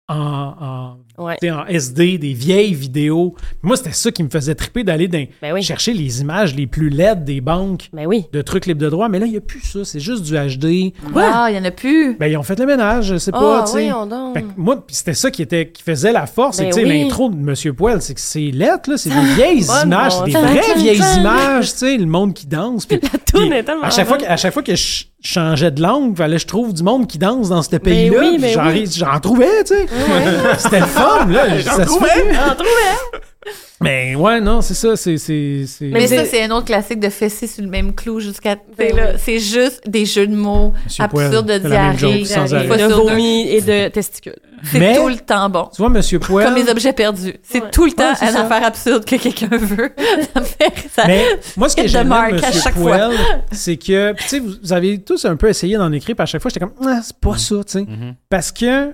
en, en, tu sais, en SD, des vieilles vidéos. Moi, c'était ça qui me faisait triper d'aller dans-
Ben
chercher les images les plus laides des banques
Ben
de trucs libres de droit. Mais là, il n'y a plus ça. C'est juste du HD.
Ah, il y en a plus.
Ben, ils ont fait le ménage, je sais
Ah,
Oh,
pas. tu sais.
voyons donc.
Fait que moi, pis c'était ça qui, était, qui faisait la force. c'est
Ben
que, tu sais,
oui.
L'intro de Monsieur Poel, c'est que c'est lettre, là, c'est des vieilles
Bonne
images, c'est des
bon
vraies
sens.
vieilles images, tu sais, le monde qui danse. Pis,
toune
pis
est tellement
à chaque, fois que,
bonne.
à chaque fois que je changeais de langue, fallait que je trouve du monde qui danse dans
Ben
ce pays-là.
oui,
pis
mais
j'en,
oui.
ri- j'en trouvais, tu sais. C'était le fun, là.
J'en
ça se
trouvais.
fait.
J'en trouvais.
Mais ouais, non, c'est ça. C'est, c'est, c'est-
Mais ça, c'est un autre classique de fesser sur le même clou jusqu'à.
Ben
c'est là, C'est juste des jeux de mots
Monsieur Poel,
absurdes de
fait la même
diarrhée,
joke sans
des
arrêt.
fois
De
sur deux.
vomi et de testicules.
C'est
Mais-
tout le temps bon.
Tu vois, Monsieur Poel.
Comme les objets perdus. C'est tout le temps
c'est
une
ça.
affaire absurde que quelqu'un veut. ça fait ça.
Mais moi, ce que
hit the
j'aime
mark
de
à
Monsieur
chaque
Poel,
fois.
c'est que, puis tu sais, vous, vous avez tous un peu essayé d'en écrire, puis à chaque fois, j'étais comme, ah, c'est pas ça, tu sais. Parce que,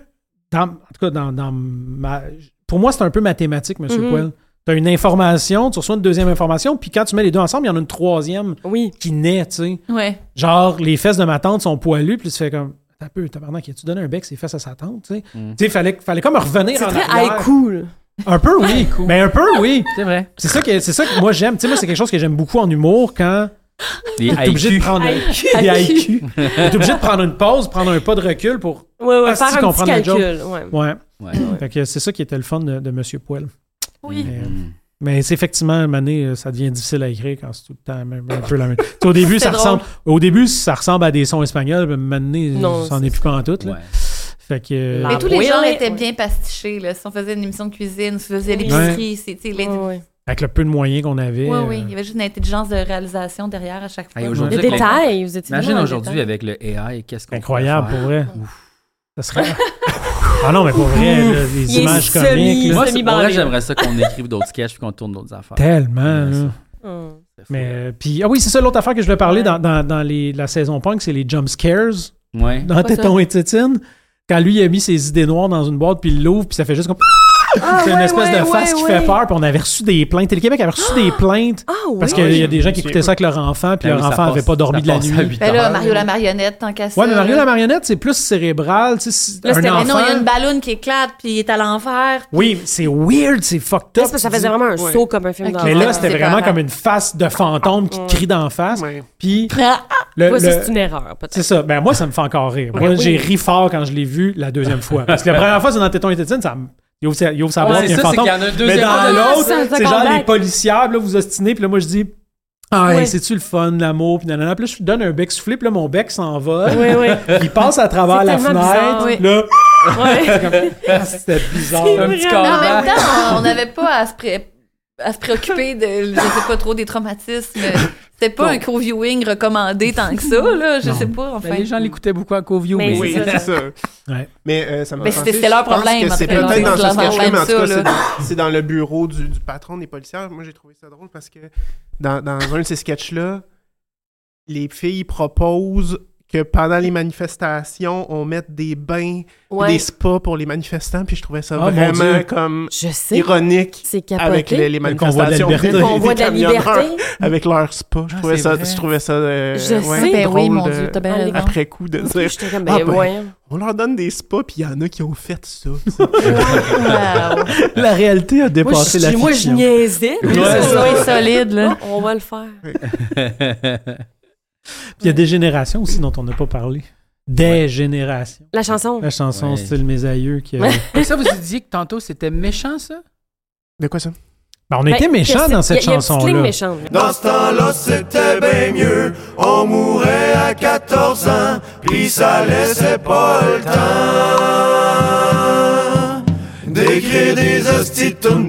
dans- en tout cas, dans, dans ma- pour moi, c'est un peu mathématique, Monsieur
Mhm.
Poel. Tu as une information, tu reçois une deuxième information, puis quand tu mets les deux ensemble, il y en a une troisième qui naît, tu sais.
Ouais.
Genre, les fesses de ma tante sont poilues, puis tu fais comme, attends un peu, tabarnak, as-tu donné un bec ses fesses à sa tante, tu sais? Tu sais, fallait, fallait comme revenir
C'est
en
très
arrière.
haïku, là.
Un peu, oui. Mais un peu, oui.
C'est vrai.
C'est ça que, c'est ça que moi j'aime. Tu sais, moi, c'est quelque chose que j'aime beaucoup en humour quand.
Les
t'es obligé de
IQ.
prendre
IQ.
des IQ. T'es obligé de prendre une pause, prendre un pas de recul pour
Ouais, ouais,
Ah, si,
faire un petit
comprendre la joke.
calcul, ouais.
Ouais.
Ouais, ouais.
Fait que c'est ça qui était le fun de, de Monsieur Poel.
Oui.
Mais, mais c'est effectivement, Mané, euh, ça devient difficile à écrire quand c'est tout le temps même- un peu la même. Tu sais, Au début, ça
C'est
ressemble. Au début, ça ressemble à des sons espagnols, mais maintenant,
Non,
ça en est plus pas en tout. Là. Fait que. euh,
Mais tous les gens étaient bien pastichés. Là. Si on faisait une émission de cuisine, si on faisait l'épicerie, c'est tu sais, les-
Avec le peu de moyens qu'on avait.
Oui,
euh,
oui. Il y avait juste une intelligence de réalisation derrière à chaque fois.
Hey, aujourd'hui, avec les- Imagine aujourd'hui avec le AI, qu'est-ce qu'on
Incroyable,
pourrait
pour vrai. Ça serait. ah non, mais pour vrai, là, les
Il est
images
semi-
comiques. là.
Moi, c'est- pour vrai, j'aimerais ça qu'on écrive d'autres sketchs et qu'on tourne d'autres affaires.
Tellement, là.
Hum.
Mais euh, puis ah oui, c'est ça l'autre affaire que je voulais parler dans, dans, dans les, la saison punk, c'est les jump scares.
Ouais. Ben
Dans
Pas
Téton
ça.
et Tétine. Quand lui il a mis ses idées noires dans une boîte puis il l'ouvre puis ça fait juste comme
Ah,
c'est une
ouais,
espèce
ouais,
de face
ouais,
qui
ouais.
fait peur puis on avait reçu des plaintes. Télé-Québec avait reçu des plaintes parce
oui.
qu'il y
Ah,
a des gens qui
c'est-
écoutaient ça avec leur enfant puis
Ben
leur
oui, ça
enfant avait
passe-
pas dormi
ça
de la
passe à
nuit.
huit
Ben là, Mario la marionnette, tant qu'à ça.
Ouais, mais Mario
là.
la marionnette, c'est plus cérébral, tu sais, c'est
Là,
un
c'était- mais non, il y a
enfant.
une ballonne qui éclate, puis il est à l'enfer.
Oui, c'est weird, c'est fucked up.
parce que ça faisait
Tu dis-
vraiment un Ouais. saut comme un film
Mais
Ah,
d'horreur.
là, c'était
C'est
vraiment
parent.
comme une face de fantôme qui te crie d'en face. Puis.
Ah, Ouais, ça, c'est une erreur, peut-être.
C'est ça. Ben, moi, ça me fait encore rire.
Ouais,
Moi,
oui.
j'ai ri fort quand je l'ai vu la deuxième fois. Parce que la première fois, c'est dans Téton et Tétine, ça me- Il ouvre sa, il ouvre sa
Ouais,
boîte,
c'est
il y a un
ça, c'est
fantôme.
qu'il y en a un
Mais
deuxième.
dans
Ah,
l'autre,
ça, ça
c'est genre
comeback.
les policiers, puis là, vous ostinez, puis là, moi, je dis. Ah, hey,
Ouais.
c'est-tu le fun, l'amour? Puis nanana. Puis là, je lui donne un bec soufflé, puis là, mon bec s'envole.
Oui, oui.
Il passe à travers
C'est
la
tellement
fenêtre.
bizarre, oui.
Là,
Ouais.
Ah, c'était bizarre.
C'est Un petit vrai.
Non,
Ah,
en même
comeback.
temps, on n'avait pas à se, pré- à se préoccuper de, je sais pas trop, des traumatismes. C'était pas
Non.
un co-viewing recommandé tant que ça, là. Je
Non.
sais pas, enfin.
Ben, les gens l'écoutaient beaucoup à co-view.
Mais
oui,
c'est
c'est
ça.
ça.
Ouais.
Mais euh, ça me
Mais
fait penser,
c'était- c'était leur
je pense
problème,
que
en
C'est
tout cas,
peut-être
leur-
dans ce
leur
sketch-là, mais en tout cas,
problème,
c'est
ça, là.
dans- c'est dans le bureau du, du patron des policières. Moi, j'ai trouvé ça drôle parce que dans, dans un de ces sketchs-là, les filles proposent que pendant les manifestations, on mette des bains,
Ouais.
des spas pour les manifestants, puis je trouvais ça
Ah, mon Dieu.
vraiment comme
Je sais.
ironique
C'est capoté.
avec les, les
Le convoi de la
manifestations
liberté.
des-
Le convoi
des
de la
camionneurs
liberté.
avec leur spa. Je trouvais
c'est
ça,
vrai.
je trouvais ça euh,
Je
ouais,
sais. Ben oui,
drôle
mon
de- Ah,
Dieu, t'as bien raison.
après coup de dire
J'étais comme, ben,
Ah, ben,
voyons.
on leur donne des spas, puis il y en a qui ont fait ça.
La réalité a dépassé
moi,
la
je, moi, je
fiction.
niaisais. mais
Ouais.
ça,
Ouais.
ouais,
solide, là.
On on va le faire.
Puis il y a des générations aussi dont on n'a pas parlé. Des générations.
La chanson.
La chanson
Ouais.
style Mes aïeux qui a-
Mais ça, vous disiez que tantôt, c'était méchant, ça?
De quoi ça?
Ben, on était
Ben,
méchants
qu'est-ce-
dans
y a-
cette
y a une petite ligne
chanson-là. Euh,
méchante.
Dans ce temps-là, c'était bien mieux. On mourait à 14 ans, puis ça laissait pas le temps d'écrire des hosties de tourne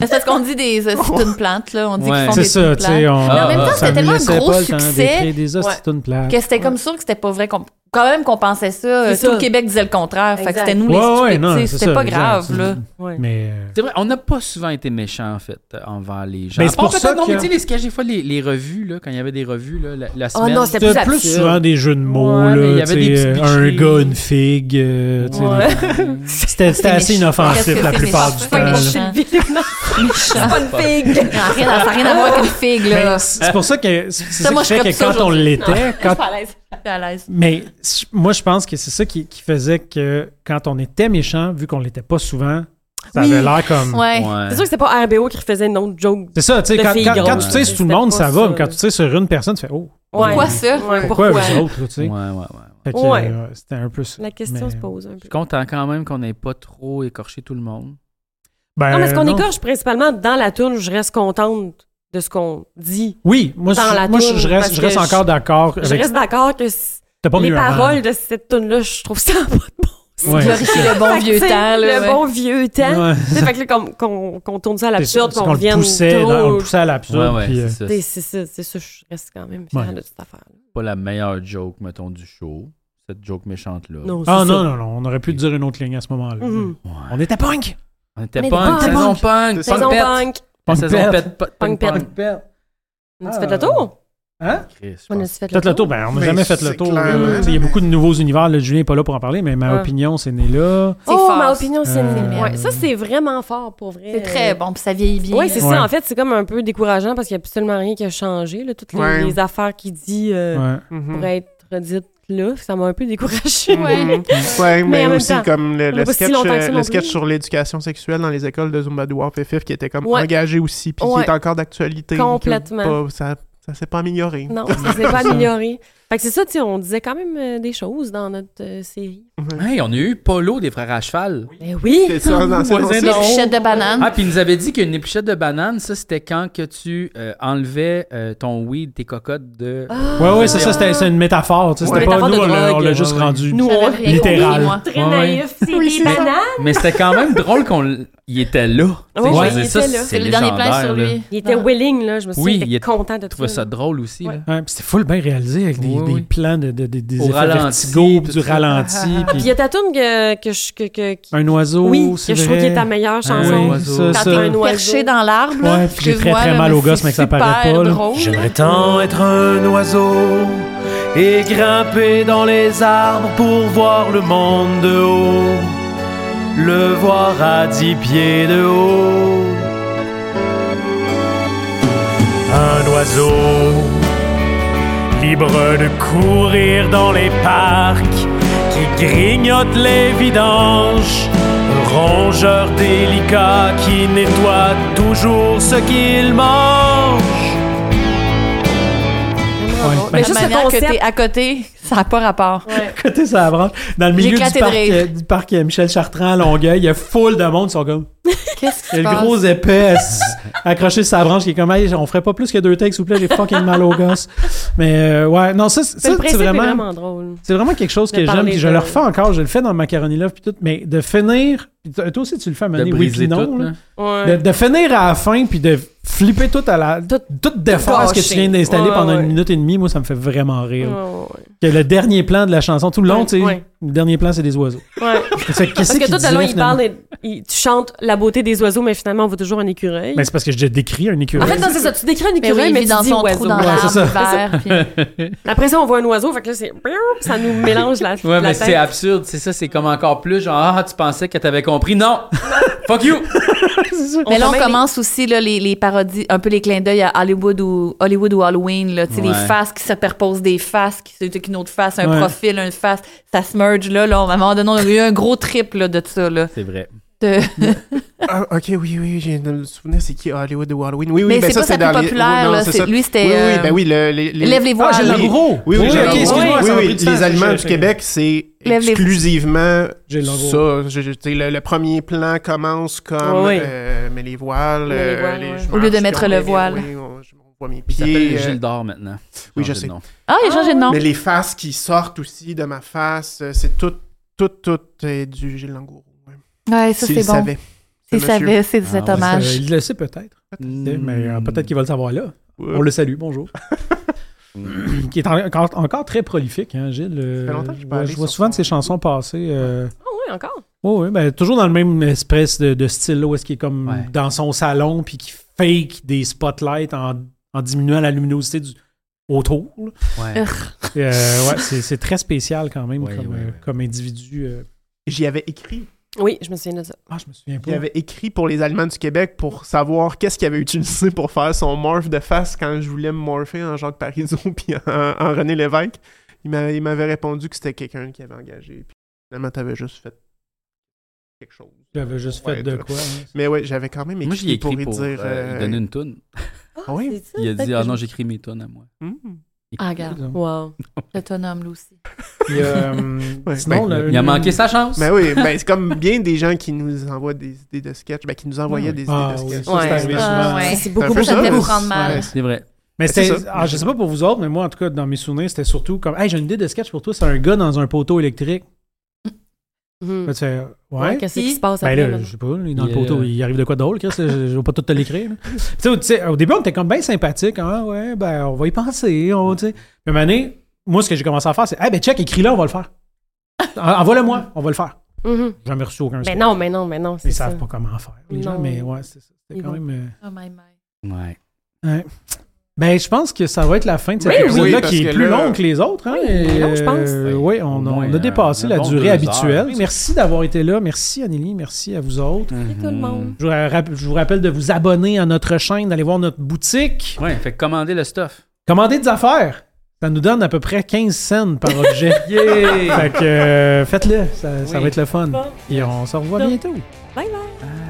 C'est parce qu'on dit des euh, c'est une plante, là. On dit qu'ils font
C'est
des
ça,
tunes
tu sais.
plates.
on-
Mais en même temps,
ça
c'était tellement
nous
un
laissait
gros
pas le temps d'écrire
succès
des
ouais,
hosties de tunes plates.
que c'était comme sûr que c'était pas vrai. qu'on- Quand même qu'on pensait ça, euh,
C'est
tout
ça.
le Québec disait le contraire. Fait que c'était nous
Ouais,
les
ouais,
stupides,
non,
tu sais,
c'est
C'était
ça,
pas
exact.
grave, là.
Mais euh,
C'est vrai, on n'a pas souvent été méchants, en fait, envers les gens.
Ben, c'est
À part
pour ça
peut-être, non,
que-
mais tu sais, les sketchs, des fois, les, les revues, là, quand il y avait des revues, là, la, la
Oh
semaine...
non, c'était plus
plus
absurde.
souvent des jeux de mots,
Ouais, mais il y
là,
avait
tu
des
sais, euh,
petits
un
bichets.
gars, une figue, euh, tu sais, des- c'était c'était assez inoffensif la plupart du temps. là.
C'est
pas une figue.
Non, rien à- Ça n'a rien à voir avec une figue, là.
Mais Ben, C'est c'est pour ça que c'est c'est ça
moi,
qui
je
fait
ferais
que
ça
quand on
aujourd'hui. Non,
l'était,
je suis
quand
pas à l'aise. Je suis à l'aise.
Mais je- moi, je pense que c'est ça qui, qui faisait que quand on était méchant, vu qu'on l'était pas souvent, ça
Oui.
avait l'air comme.
Ouais. C'est sûr que c'était pas RBO qui refaisait une autre joke.
C'est ça, tu sais,
de
quand,
filles
quand, quand
grosses.
tu sais sur tout le
C'était
monde,
pas
ça va,
ça,
mais quand tu sais sur une personne, tu fais Oh!
Ouais. Pourquoi ça? Ouais.
Pourquoi,
Pourquoi?
vous autres, là, tu sais?
Ouais, ouais, ouais.
Fait que,
Ouais.
euh, c'était un peu ça.
La question
Mais-
se pose un peu.
Je suis content quand même qu'on n'ait pas trop écorché tout le monde.
Ben,
non, mais ce qu'on
non.
écorche principalement dans la tourne, je reste contente de ce qu'on dit.
Oui, moi,
dans
je-
la
moi, je-
toune,
je reste-
parce
je reste
que
encore d'accord
Je
avec-
reste d'accord que c-
T'as pas
les
mieux avant.
paroles de cette tourne-là, je trouve ça pas de bon. sens.
Ouais, Glorifier c'est ça. le bon
Fait que,
vieux
tu sais,
temps, là,
Le
ouais.
bon vieux temps.
Ouais.
Tu sais, Fait que là, qu'on- qu'on qu'on tourne ça à
C'est
l'absurde,
ça, c'est
qu'on
qu'on le
revienne
poussait
trop-
dans- on le poussait à l'absurde,
Ouais, ouais,
puis, euh,
c'est ça.
Tu sais, C'est ça, c'est ça, je reste quand même fière
Ouais.
de cette affaire.
C'est pas la meilleure joke, mettons, du show. Cette joke méchante-là.
Non,
Ah non, non, non, on aurait pu dire une autre ligne à ce moment-là.
Mhm.
On était punk!
On était
Mais
punk,
des
saison
punks.
punk,
Saison
punk,
punk.
La
Punk
saison
pète.
pète, pète,
Punk
punk,
pète.
punk.
On a fait le tour?
Hein?
On a
Fait
fait
Ah. le tour, ben, on n'a
Ben,
jamais fait le
c'est
tour.
clair,
là.
hein.
Tu sais, Il y a beaucoup de nouveaux univers, là, Julien n'est pas là pour en parler, mais ma
Ah.
opinion, c'est né là.
Oh,
fort.
ma opinion, c'est
Euh,
nul. Ouais, ça, c'est vraiment fort pour vrai.
C'est très bon, puis ça vieillit bien.
Oui, c'est
Ouais.
ça. En fait, c'est comme un peu décourageant parce qu'il n'y a absolument rien qui a changé. là. Toutes les,
Ouais.
les affaires qu'il dit euh,
Ouais.
Mhm.
pourraient être dites là. Ça m'a un peu découragée.
Mhm. Ouais, mais,
en même
aussi
temps,
comme le,
on
le
n'a pas si
sketch,
longtemps que ça
euh,
non
le sketch
plus.
sur l'éducation sexuelle dans les écoles de Zumba Douar FF qui était comme
Ouais.
engagé aussi, puis
Ouais.
qui est encore d'actualité. que
Complètement.
pas- ça ça s'est pas amélioré.
Non, ça s'est pas amélioré. Fait que c'est ça, tu sais, on disait quand même euh, des choses dans notre euh, série.
Hey, on a eu Polo des Frères à Cheval.
Ben oui!
C'est ça, dans cette
Voisin
saison.
d'en haut.
Pichette de banane.
Ah, puis il nous avait dit qu'une épluchette de banane, ça, c'était quand que tu euh, enlevais euh, ton weed, tes cocottes de.
Ah.
Ouais, ouais, c'est ça, c'était c'est une métaphore. tu sais,
Ouais.
C'était pas nous,
Métaphore de
on l'a- on
drogue,
l'a
ouais,
juste
ouais.
rendu
Nous, on-
littéral.
Très
Ouais, ouais.
naïf. C'est des bananes.
Mais c'était quand même drôle qu'on l- il était là. Tu sais,
Ouais,
je veux
il
dire, ça,
était là.
c'est
C'est le dernier
légendaire.
plan sur
là.
Il était
Ah.
willing, là. Je me suis
Oui,
dit, il
il
était
est-
content de
Je trouvais
tout
ça drôle aussi. là.
Ouais, puis c'était full bien réalisé avec des, des plans de, de- de- des
Au
effets
ralenti,
vertigo,
tout
du
ça. Ah,
ralenti.
Puis il
puis
y a ta toune que, que je. Que, que- qui-
un oiseau,
oui,
c'est
que je trouve
vrai.
qui est ta meilleure
Ah oui,
chanson.
ça,
Quand
ça.
t'es perché dans l'arbre, là,
Ouais, puis j'ai très
excuse-moi,
très
là,
mal
mais
au gosse,
c'est
mais que ça
super
paraît pas. là.
drôle.
J'aimerais tant être un oiseau et grimper dans les arbres pour voir le monde de haut, le voir à dix pieds de haut. Un oiseau libre de courir dans les parcs qui grignote les vidanges, rongeur
Ah,
délicat qui nettoie toujours ce qu'il mange.
Ben,
Mais
juste
juste
le
manière que
concept.
t'es à côté, ça n'a pas rapport.
côté ça branche. Dans le
J'ai
milieu du
éclaté de
parc,
rire.
euh, du parc euh, Michel Chartrand à Longueuil, il y a full de monde qui sont comme.
Qu'est-ce
Il
qui se
y a
passe?
le gros épais ass- accroché sur sa branche qui est comme Hey, on ferait pas plus que deux takes, s'il vous plaît, j'ai fucking mal au gosse. Mais euh, ouais, non, ça, c'est-
Mais
ça,
le
c'est
principe est
vraiment.
vraiment drôle.
C'est vraiment quelque chose
De
que j'aime,
parler
puis je
de-
le refais encore, je le fais dans Macaroni Love, puis tout, mais de finir, puis toi toi aussi tu le fais à un moment
De
donné, oui,
briser
puis non,
tout,
là.
Ouais.
De, de finir à la fin, puis de flipper tout à la. Tout, toute défaire ce que tu
gâcher.
viens d'installer
Ouais,
pendant
ouais.
une minute et demie, moi, ça me fait vraiment rire.
Ouais,
Que le dernier plan de la chanson, tout le long,
Ouais,
tu sais,
ouais.
le dernier plan, c'est des oiseaux.
Ouais.
Fait que qu'est-ce
Parce que
qu'il
tout à l'heure,
disait,
il parle, et- il- tu chantes la beauté des oiseaux, mais finalement, on voit toujours un écureuil.
Mais ben, c'est parce que je décris un écureuil.
En fait, non, c'est ça. Tu décris un
Mais oui,
écureuil,
il
mais,
vit
tu
dans
dis
son trou
oiseau.
dans
Ouais, c'est ça.
l'arbre,
Après ça, on voit un oiseau, fait que là, c'est... Ça nous mélange la,
Ouais,
la
mais
tête.
c'est absurde, c'est ça, c'est comme encore plus genre, ah, tu pensais que t'avais compris, non! Fuck you!
Mais là,
On
on
fait
commence aussi là, les, les parodies, un peu les clins d'œil à Hollywood ou, Hollywood ou Halloween. Là, tu sais, Les
Ouais.
faces qui se superposent des faces, qui c'est une autre face, un
Ouais.
profil, une face. Ça se merge. Là, là, on- à un moment donné, on a eu un gros trip là, de ça. Là.
C'est vrai.
De-
Ah, ok, oui, oui, j'ai le souvenir, c'est qui Hollywood ou Halloween? Oui, oui,
Mais
ben
c'est
ça,
pas
c'est
sa plus
dans les-
populaire,
oui,
là,
non,
c'est-
ça.
lui, c'était,
Oui, oui,
euh,
ben oui, le, les, les...
Lève les voiles.
Ah,
Ah, j'ai le
gros.
Oui,
Oui,
oui, j'ai
ok,
le gros.
excuse-moi,
oui,
ça m'a
oui,
pris du temps,
les
j'ai-
aliments du
j'ai-
Québec, c'est
Lève les-
exclusivement
J'ai le
ça. Je- je- tu sais, le, le premier plan commence comme
Ouais, ouais.
euh, mais les voiles,
Mais les
euh,
voiles,
les-
ouais.
je
Au lieu de
marche
mettre
comme
le
les-
voile.
oui, on- je vois mes
Il
pieds.
s'appelle
euh,
Gilles d'Or maintenant. Changé
Oui, je
de
sais.
nom.
Ah, il a changé de nom.
Mais les faces qui sortent aussi de ma face, euh, c'est tout, tout, tout est du Gilles Langourou.
Ouais, ça,
S'il
c'est bon.
savait.
S'il
Ce monsieur.
savait, c'est
Ah
cet hommage.
euh, il le sait peut-être. Mais
Hmm.
euh, peut-être qu'il va le savoir là.
Ouais.
On le salue, bonjour. qui est en- encore, encore très prolifique, hein, Gilles. Euh,
fait longtemps que je suis pas
ouais,
allé
je vois
sur
souvent de ses chansons passer. euh,
Ah oui, encore.
Oui, oui, ben, toujours dans le même espèce de, de style, là, où est-ce qu'il est comme
Ouais.
dans son salon, puis qui fake des spotlights en, en diminuant la luminosité du autour. là.
Ouais.
Urgh.
Et, euh, ouais, c'est c'est très spécial quand même
Ouais,
comme,
ouais,
euh, comme individu. euh.
J'y avais écrit.
Oui, je me souviens de ça.
Ah, je me souviens pas.
Il avait écrit pour les Allemands du Québec pour savoir qu'est-ce qu'il avait utilisé pour faire son morph de face quand je voulais me morpher en Jacques Parizeau puis en, en René Lévesque. Il m'a- il m'avait répondu que c'était quelqu'un qui avait engagé. Puis finalement, t'avais juste fait quelque chose.
J'avais juste fait
Ouais,
de
toi.
quoi. hein.
Mais ouais, j'avais quand même écrit,
Moi, j'y ai écrit
y
pour
dire.
euh,
euh,
lui donner une toune.
Ah oui?
Il a dit, ah non, j'écris mes tonnes à moi.
Hmm.
Ah, regarde.
Wow.
L'autonome, lui aussi.
Il y a, euh,
Ouais,
sinon,
ben,
le-
Il a
le-
manqué sa chance.
Ben oui, ben c'est comme bien des gens qui nous envoient des idées de sketch, ben qui nous envoyaient des
Ah
idées de
oui,
sketch.
ça, c'est arrivé
Ah,
souvent. hein.
ouais.
C'est
un
beaucoup
peu
plus
ça.
Ça me fait
intéressant.
prendre mal.
C'est vrai.
Mais
c'est
c'était-
ça.
ah, je sais pas pour vous autres, mais moi, en tout cas, dans mes souvenirs, c'était surtout comme, hey, j'ai une idée de sketch pour toi, c'est un gars dans un poteau électrique.
Mhm.
Là, tu fais, ouais.
Ouais, Qu'est-ce qui se passe
Ben
après?
là,
là?
je sais pas, il est dans
Il euh,
le poteau,
est-
il arrive de quoi drôle, Chris, là, je, je vais pas tout te l'écrire. là. Tu sais, au- tu sais, au début, on était comme bien sympathique, ah ouais, ben on va y penser, on, tu sais. Mais à un moment donné, moi, ce que j'ai commencé à faire, c'est, hey, ben check, écris-le, on va le faire. En- Envoie-le moi, on va le faire.
Mhm.
J'ai Jamais reçu aucun
Ben
script.
non, mais non, mais non, c'est
Ils
ça.
savent pas comment faire, les gens,
Non.
mais ouais, c'est ça. C'était
Ils
quand
vont-
même. euh,
Oh, my, my.
Ouais.
ouais. Ben, je pense que ça va être la fin de cet
Oui, oui.
épisode-là
Oui, parce
qui est
que
plus
là-
long que les autres. Hein,
Oui, long, je pense.
euh, oui, on, a-
Au moins,
on a dépassé
euh,
la
bon
durée
deux
habituelle.
heures.
Merci d'avoir été là. Merci, Anneli. Merci à vous autres.
C'est tout le monde.
Je vous, rapp- je vous rappelle de vous abonner à notre chaîne, d'aller voir notre boutique.
Ouais, fait que commander le stuff.
Commandez des affaires. Ça nous donne à peu près 15 cents par objet.
Yeah!
fait que euh, faites-le. Ça, ça
Oui.
va être le fun. Et on se revoit bientôt.
Bye bye.
Bye.